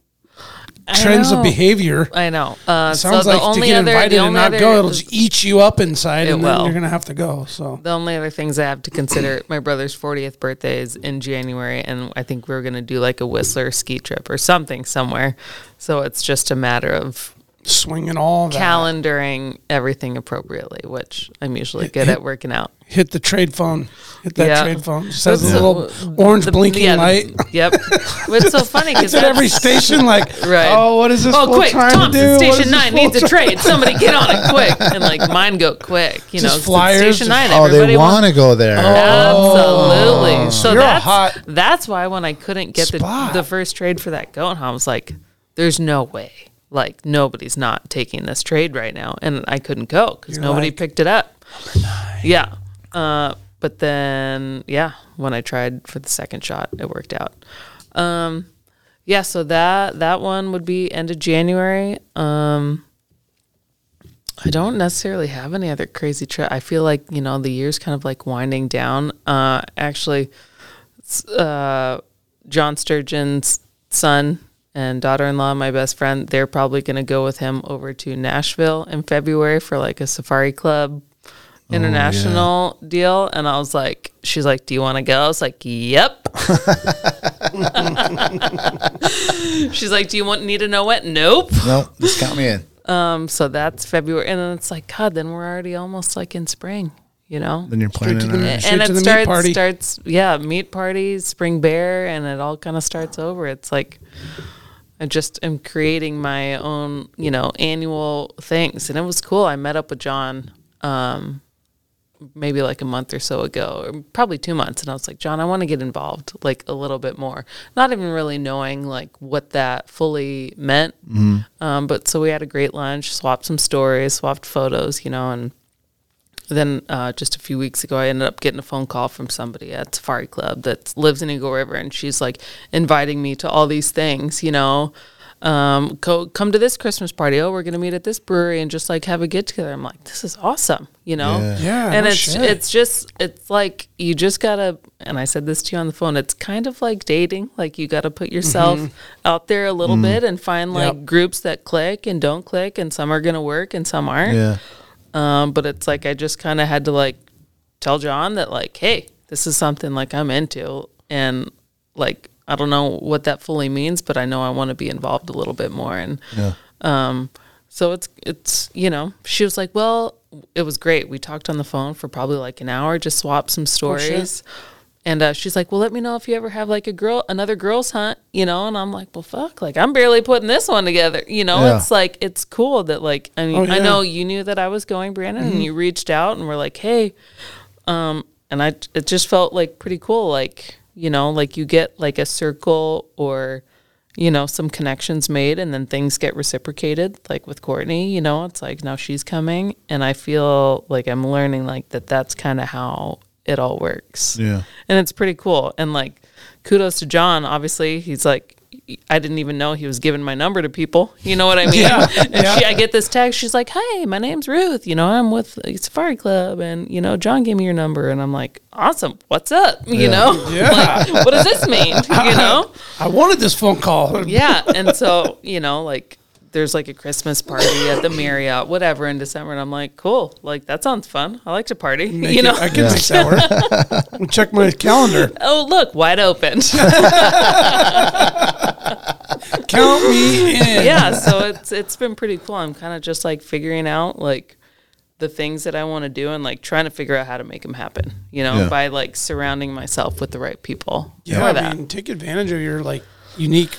S4: I
S3: trends
S4: know.
S3: of behavior,
S4: I know. Uh,
S3: sounds
S4: so the
S3: like
S4: only
S3: to get
S4: other,
S3: invited
S4: the
S3: and
S4: only
S3: not
S4: other,
S3: go, it'll just eat you up inside,
S4: It
S3: and
S4: will.
S3: then you're gonna have to go. So
S4: The only other things I have to consider my brother's 40th birthday is in January, and I think we are going to do like a Whistler ski trip or something somewhere. So it's just a matter of
S3: swinging all that,
S4: calendaring everything appropriately, which I'm usually good at working out.
S3: hit the trade phone, hit that
S4: Yeah.
S3: trade phone. Just has a
S4: That's-
S3: little orange
S4: The-
S3: blinking
S4: yeah,
S3: light.
S4: Yep. But it's so funny because
S3: It's at every station, like,
S4: Right.
S3: oh, what is this?
S4: Oh,
S3: fool
S4: quick!
S3: trying
S4: Thompson
S3: to do? What is
S4: Station
S3: this
S4: Nine
S3: fool
S4: needs a
S3: trying-
S4: trade. Somebody get on it quick, and like mine go quick. You know,
S3: Just
S4: 'cause it's
S3: flyers,
S4: Station
S3: just-
S4: Nine.
S1: Oh, they
S4: everybody wants- Oh.
S1: want to go there.
S4: Absolutely. So
S3: You're a
S4: that's
S3: hot
S4: that's why when I couldn't get the,
S3: spot.
S4: the first trade for that goat hunt, I was like, "There's no way. Like nobody's not taking this trade right now," and I couldn't go because nobody
S3: like,
S4: picked it up. Yeah. Uh, but then, yeah, when I tried for the second shot, it worked out. Um, yeah. So that that one would be end of January. Um, I don't necessarily have any other crazy trip. I feel like you know the year's kind of like winding down. Uh, actually, s- uh, John Sturgeon's son and daughter-in-law, my best friend, they're probably going to go with him over to Nashville in February for like a safari club international deal. And I was like, she's like, "Do you want to go?" I was like, "Yep." she's like, "Do you want need to know what?" Nope
S1: No, just count me in.
S4: so that's February, and then it's like God. Then we're already almost like in spring, you know.
S1: Then you're
S3: Straight to
S1: planning.
S3: the
S1: on it.
S3: moon. Straight
S4: and
S3: to
S4: it
S3: the meat
S4: starts
S3: party.
S4: starts yeah, meat parties, spring bear, and it all kind of starts over. It's like I just am creating my own, you know, annual things, and it was cool. I met up with John um, maybe like a month or so ago, or probably two months, and I was like, John, I want to get involved like a little bit more. Not even really knowing like what that fully meant, um, but so we had a great lunch, swapped some stories, swapped photos, you know, and then uh, just a few weeks ago, I ended up getting a phone call from somebody at Safari Club that lives in Eagle River, and she's like inviting me to all these things, you know. Um, go come to this Christmas party. Oh, we're gonna meet at this brewery and just like have a get together. I'm like, this is awesome, you know.
S3: Yeah,
S4: and
S3: no
S4: it's
S3: shit.
S4: it's just it's like you just gotta. And I said this to you on the phone. It's kind of like dating. Like you gotta put yourself out there a little bit and find like
S3: Yep.
S4: groups that click and don't click, and some are gonna work and some aren't.
S1: Yeah.
S4: Um, but it's like I just kind of had to like tell John that like, hey, this is something like I'm into, and like I don't know what that fully means, but I know I want to be involved a little bit more. And um, so it's it's you know she was like, well, it was great. We talked on the phone for probably like an hour, just swapped some stories. And uh, she's like, "Well, let me know if you ever have like a girl, another girls' hunt, you know." And I'm like, "Well, fuck, like I'm barely putting this one together, you know."
S1: Yeah.
S4: It's like it's cool that like I mean
S3: Oh,
S4: I
S3: yeah. Mm-hmm.
S4: know you knew that I was going, Brandon, and you reached out and were like, "Hey," um, and I it just felt like pretty cool, like you know, like you get like a circle or you know some connections made, and then things get reciprocated. Like with Courtney, you know, it's like now she's coming, and I feel like I'm learning like that. That's kind of how it all works
S1: Yeah.
S4: and it's pretty cool. And like, kudos to John. Obviously, he's like, I didn't even know he was giving my number to people. You know what I mean? and she, I get this text. She's like, "Hey, my name's Ruth. You know, I'm with uh, Safari Club, and you know, John gave me your number." And I'm like, "Awesome. What's up? You know, like, what does this mean? You know."
S3: I wanted this phone call.
S4: yeah and so you know like there's like a christmas party at the marriott whatever in december and i'm like cool like that sounds fun i like to party
S3: Make
S4: you
S3: it-
S4: know
S3: I can make that work. We'll check my calendar.
S4: oh look wide open
S3: Count me in.
S4: yeah so it's it's been pretty cool i'm kind of just like figuring out like the things that i want to do and like trying to figure out how to make them happen you know
S1: Yeah.
S4: by like surrounding myself with the right people
S3: Yeah,
S4: for
S3: I
S4: that
S3: mean, take advantage of your like unique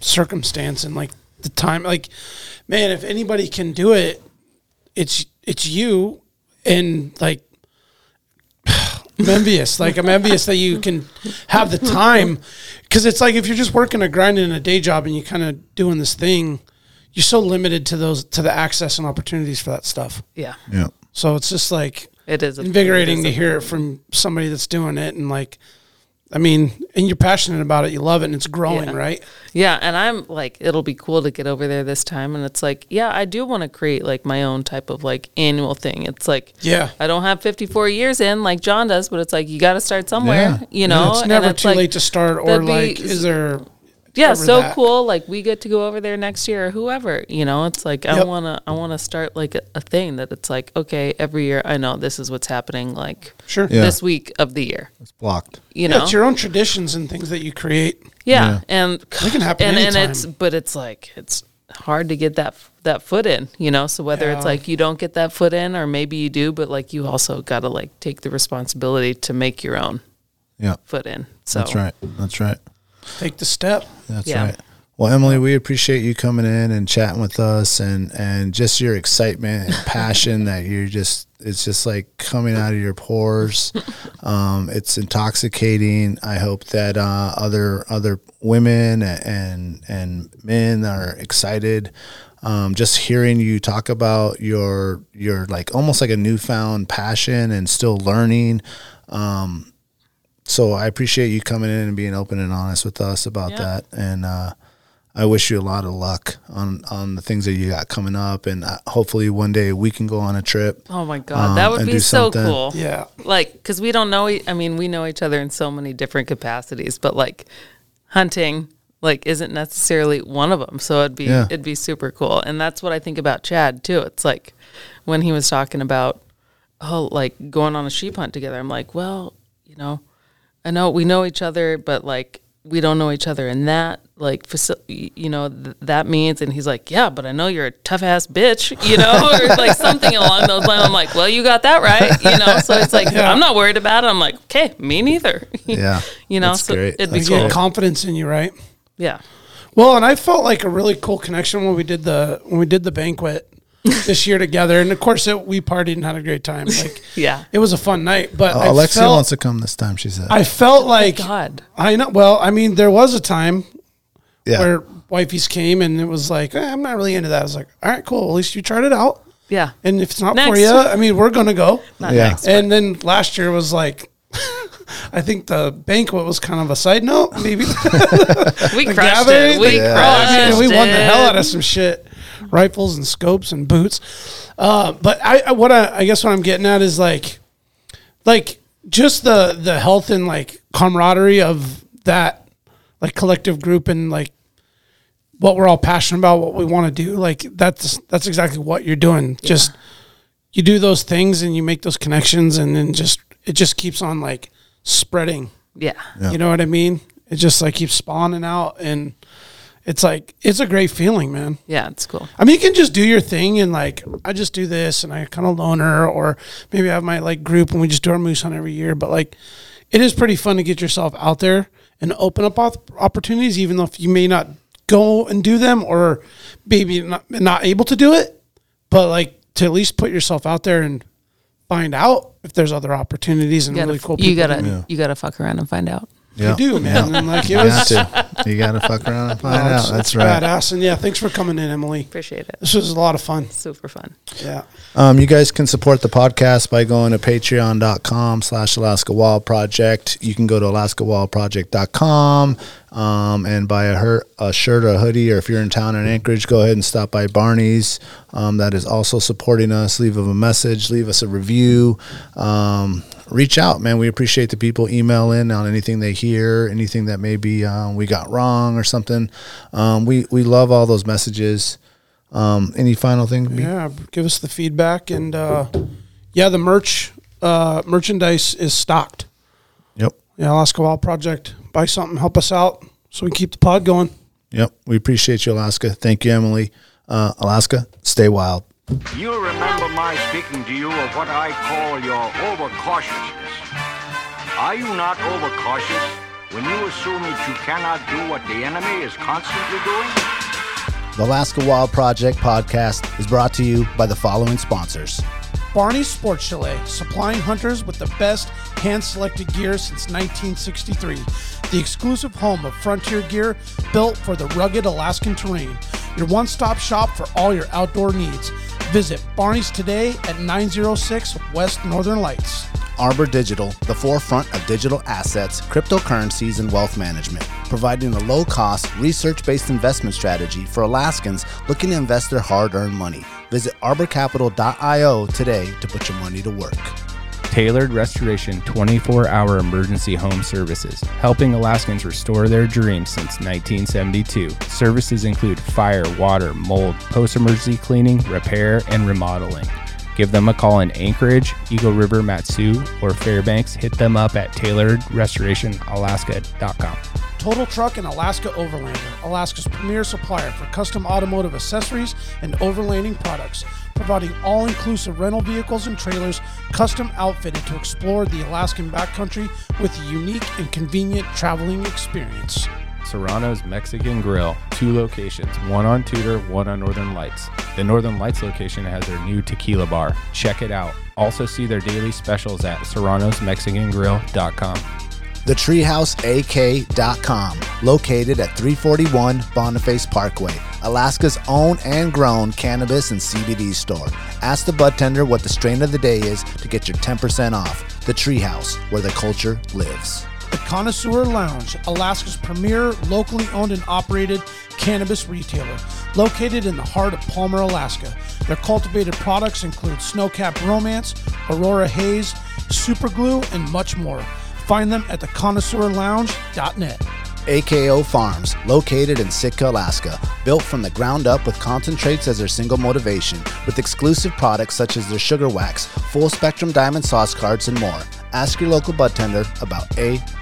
S3: circumstance and like the time. Like, man, if anybody can do it, it's it's you. And like, I'm envious. Like, I'm envious that you can have the time because it's like if you're just working a grind in a day job and you kind of doing this thing, you're so limited to those to the access and opportunities for that stuff.
S4: yeah
S1: Yeah.
S3: So it's just like
S4: it is a-
S3: invigorating
S4: it
S3: to
S4: is a-
S3: hear it from somebody that's doing it and like i mean and you're passionate about it you love it and it's growing
S4: Yeah.
S3: right
S4: Yeah, and I'm like, it'll be cool to get over there this time. And it's like, yeah, I do want to create like my own type of like annual thing. It's like,
S3: Yeah.
S4: I don't have 54 years in like John does, but it's like you got to start somewhere,
S1: Yeah.
S4: you know.
S3: it's
S4: And
S3: never
S4: it's
S3: too
S4: like-
S3: late to start or
S4: that'd be-
S3: like is there
S4: Yeah,
S3: cover
S4: so
S3: that.
S4: cool. Like we get to go over there next year or whoever, you know. It's like I
S3: Yep.
S4: wanna, I wanna start like a, a thing that it's like, okay, every year I know this is what's happening like
S3: sure
S1: Yeah.
S4: this week of the year,
S1: It's blocked.
S4: you
S3: Yeah,
S4: know.
S3: it's your own traditions and things that you create
S4: Yeah, and
S3: It can happen
S4: and, and
S3: anytime.
S4: it's but it's like it's hard to get that that foot in, you know. So whether
S3: Yeah.
S4: it's like you don't get that foot in, or maybe you do, but like you also got to like take the responsibility to make your own
S1: Yeah.
S4: foot in. So
S1: That's right. That's right.
S3: take the step
S1: That's
S4: Yeah.
S1: right. Well, Emily, we appreciate you coming in and chatting with us and, and just your excitement and passion that you're just, it's just like coming out of your pores. Um, it's intoxicating. I hope that uh, other, other women and, and men are excited. Um, just hearing you talk about your, your like almost like a newfound passion and still learning. Um, so I appreciate you coming in and being open and honest with us about that. And uh, I wish you a lot of luck on on the things that you got coming up, and uh, hopefully one day we can go on a trip.
S4: Oh my god,
S1: um,
S4: that would
S1: and
S4: be
S1: do
S4: so
S1: something.
S4: cool.
S3: yeah
S4: like because we don't know e- i mean we know each other in so many different capacities but like hunting like isn't necessarily one of them so it'd be
S1: Yeah.
S4: it'd be super cool and that's what i think about chad too it's like when he was talking about oh like going on a sheep hunt together i'm like well you know i know we know each other but like we don't know each other in that like faci- you know th- that means and he's like yeah but i know you're a tough ass bitch you know or like something along those lines i'm like well you got that right you know so it's like i'm not worried about it i'm like okay me neither
S1: Yeah,
S4: you know
S1: that's
S4: so
S1: great.
S4: it'd be
S3: you
S1: That's
S4: cool
S3: get confidence in you right
S4: yeah
S3: Well, and I felt like a really cool connection when we did the when we did the banquet. this year together, and of course it, we partied and had a great time. Like
S4: Yeah.
S3: it was a fun night. But
S1: Uh,
S3: I
S1: Alexia
S3: felt,
S1: wants to come this time. She said,
S3: I felt like
S4: God.
S3: I know. Well, I mean, there was a time
S1: "Yeah,
S3: where wifey's came and it was like, eh, I'm not really into that. I was like, all right, cool. At least you tried it out.
S4: Yeah.
S3: And if it's not for
S4: Next.
S3: you, I mean, we're gonna go.
S4: Not
S1: Yeah.
S4: next.
S3: And then last year was like, I think the banquet was kind of a side note, maybe.
S4: We
S3: The
S4: crushed
S3: gathering,
S4: it. We
S3: the-
S4: crushed
S3: I mean,
S4: it.
S3: we won the hell out of some shit, rifles and scopes and boots. Uh, but I, I what I, I guess what I'm getting at is like, like just the the health and like camaraderie of that like collective group and like what we're all passionate about, what we want to do. Like that's that's exactly what you're doing. Just you do those things and you make those connections, and then just it just keeps on like spreading.
S4: Yeah.
S3: You know what I mean? It just like keeps spawning out and it's like it's a great feeling, man.
S4: Yeah. It's cool.
S3: I mean, you can just do your thing and like I just do this and I kind of loner or maybe I have my like group and we just do our moose hunt every year, but like it is pretty fun to get yourself out there and open up op- opportunities even though if you may not go and do them or maybe not, not able to do it, but like to at least put yourself out there and find out if there's other opportunities and
S4: You gotta,
S3: really cool people.
S4: you gotta,
S3: that
S4: you gotta fuck around and find out.
S1: yeah,
S3: you do, man. And like Oh, it
S1: You
S3: was
S1: got to. You got to fuck around and find out.
S3: That's-
S1: That's right.
S3: Badass. And yeah, thanks for coming in, Emily.
S4: Appreciate it.
S3: This was a lot of fun.
S4: Super fun.
S3: Yeah.
S1: Um, you guys can support the podcast by going to patreon.com slash Alaska Wild Project. You can go to alaskawildproject.com um, and buy a, her- a shirt or a hoodie, or if you're in town in Anchorage, go ahead and stop by Barney's. Um, that is also supporting us. Leave them a message, leave us a review. Um, reach out, man. We appreciate the people email in on anything they hear, anything that maybe um, we got wrong or something. Um, we, we love all those messages. Um, any final thing?
S3: Yeah. Give us the feedback. And uh, yeah, the merch, uh, merchandise is stocked.
S1: Yep.
S3: Yeah. Alaska Wild Project. Buy something, help us out so we can keep the pod going.
S1: Yep. We appreciate you, Alaska. Thank you, Emily. Uh, Alaska, stay wild.
S6: You'll remember my speaking to you of what I call your overcautiousness. Are you not overcautious when you assume that you cannot do what the enemy is constantly doing?
S5: The Alaska Wild Project podcast is brought to you by the following sponsors.
S3: Barney's Sports Chalet, supplying hunters with the best hand selected gear since 1963. The exclusive home of frontier gear built for the rugged Alaskan terrain. Your one stop shop for all your outdoor needs. Visit Barney's today at 906 West Northern Lights.
S5: Arbor Digital, the forefront of digital assets, cryptocurrencies, and wealth management, providing a low cost, research based investment strategy for Alaskans looking to invest their hard earned money. Visit arborcapital.io today to put your money to work.
S2: Tailored Restoration 24 hour emergency home services, helping Alaskans restore their dreams since 1972. Services include fire, water, mold, post emergency cleaning, repair, and remodeling. Give them a call in Anchorage, Eagle River, Matsu, or Fairbanks. Hit them up at tailoredrestorationalaska.com.
S3: Total Truck and Alaska Overlander, Alaska's premier supplier for custom automotive accessories and overlanding products, providing all inclusive rental vehicles and trailers custom outfitted to explore the Alaskan backcountry with a unique and convenient traveling experience.
S2: Serrano's Mexican Grill, two locations, one on Tudor, one on Northern Lights. The Northern Lights location has their new tequila bar. Check it out. Also see their daily specials at serranosmexicangrill.com.
S5: TheTreehouseAK.com, located at 341 Boniface Parkway, Alaska's own and grown cannabis and CBD store. Ask the bud tender what the strain of the day is to get your 10% off. The Treehouse, where the culture lives.
S3: The Connoisseur Lounge, Alaska's premier locally owned and operated cannabis retailer, located in the heart of Palmer, Alaska. Their cultivated products include Snowcap Romance, Aurora Haze, Super Glue, and much more. Find them at theconnoisseurlounge.net.
S5: AKO Farms, located in Sitka, Alaska, built from the ground up with concentrates as their single motivation, with exclusive products such as their sugar wax, full spectrum diamond sauce cards, and more. Ask your local bud tender about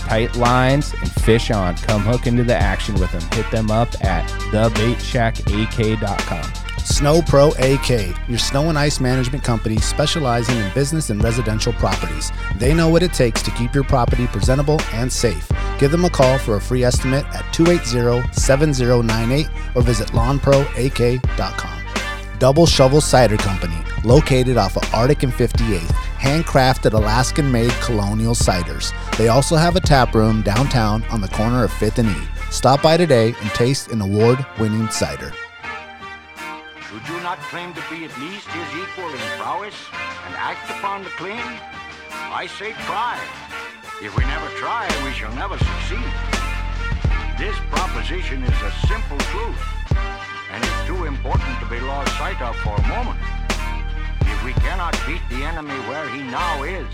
S2: Tight lines and fish on. Come hook into the action with them. Hit them up at thebaitshackak.com.
S1: Snow Pro AK, your snow and ice management company specializing in business and residential properties. They know what it takes to keep your property presentable and safe. Give them a call for a free estimate at 280-7098 or visit lawnproak.com. Double Shovel Cider Company, located off of Arctic and 58th, handcrafted Alaskan made colonial ciders. They also have a tap room downtown on the corner of 5th and E. Stop by today and taste an award winning cider.
S6: Should you not claim to be at least his equal in prowess and act upon the claim? I say try. If we never try, we shall never succeed. This proposition is a simple truth, and it's too important to be lost sight of for a moment. If we cannot beat the enemy where he now is,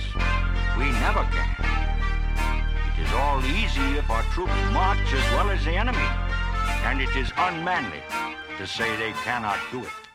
S6: we never can. It is all easy if our troops march as well as the enemy, and it is unmanly to say they cannot do it.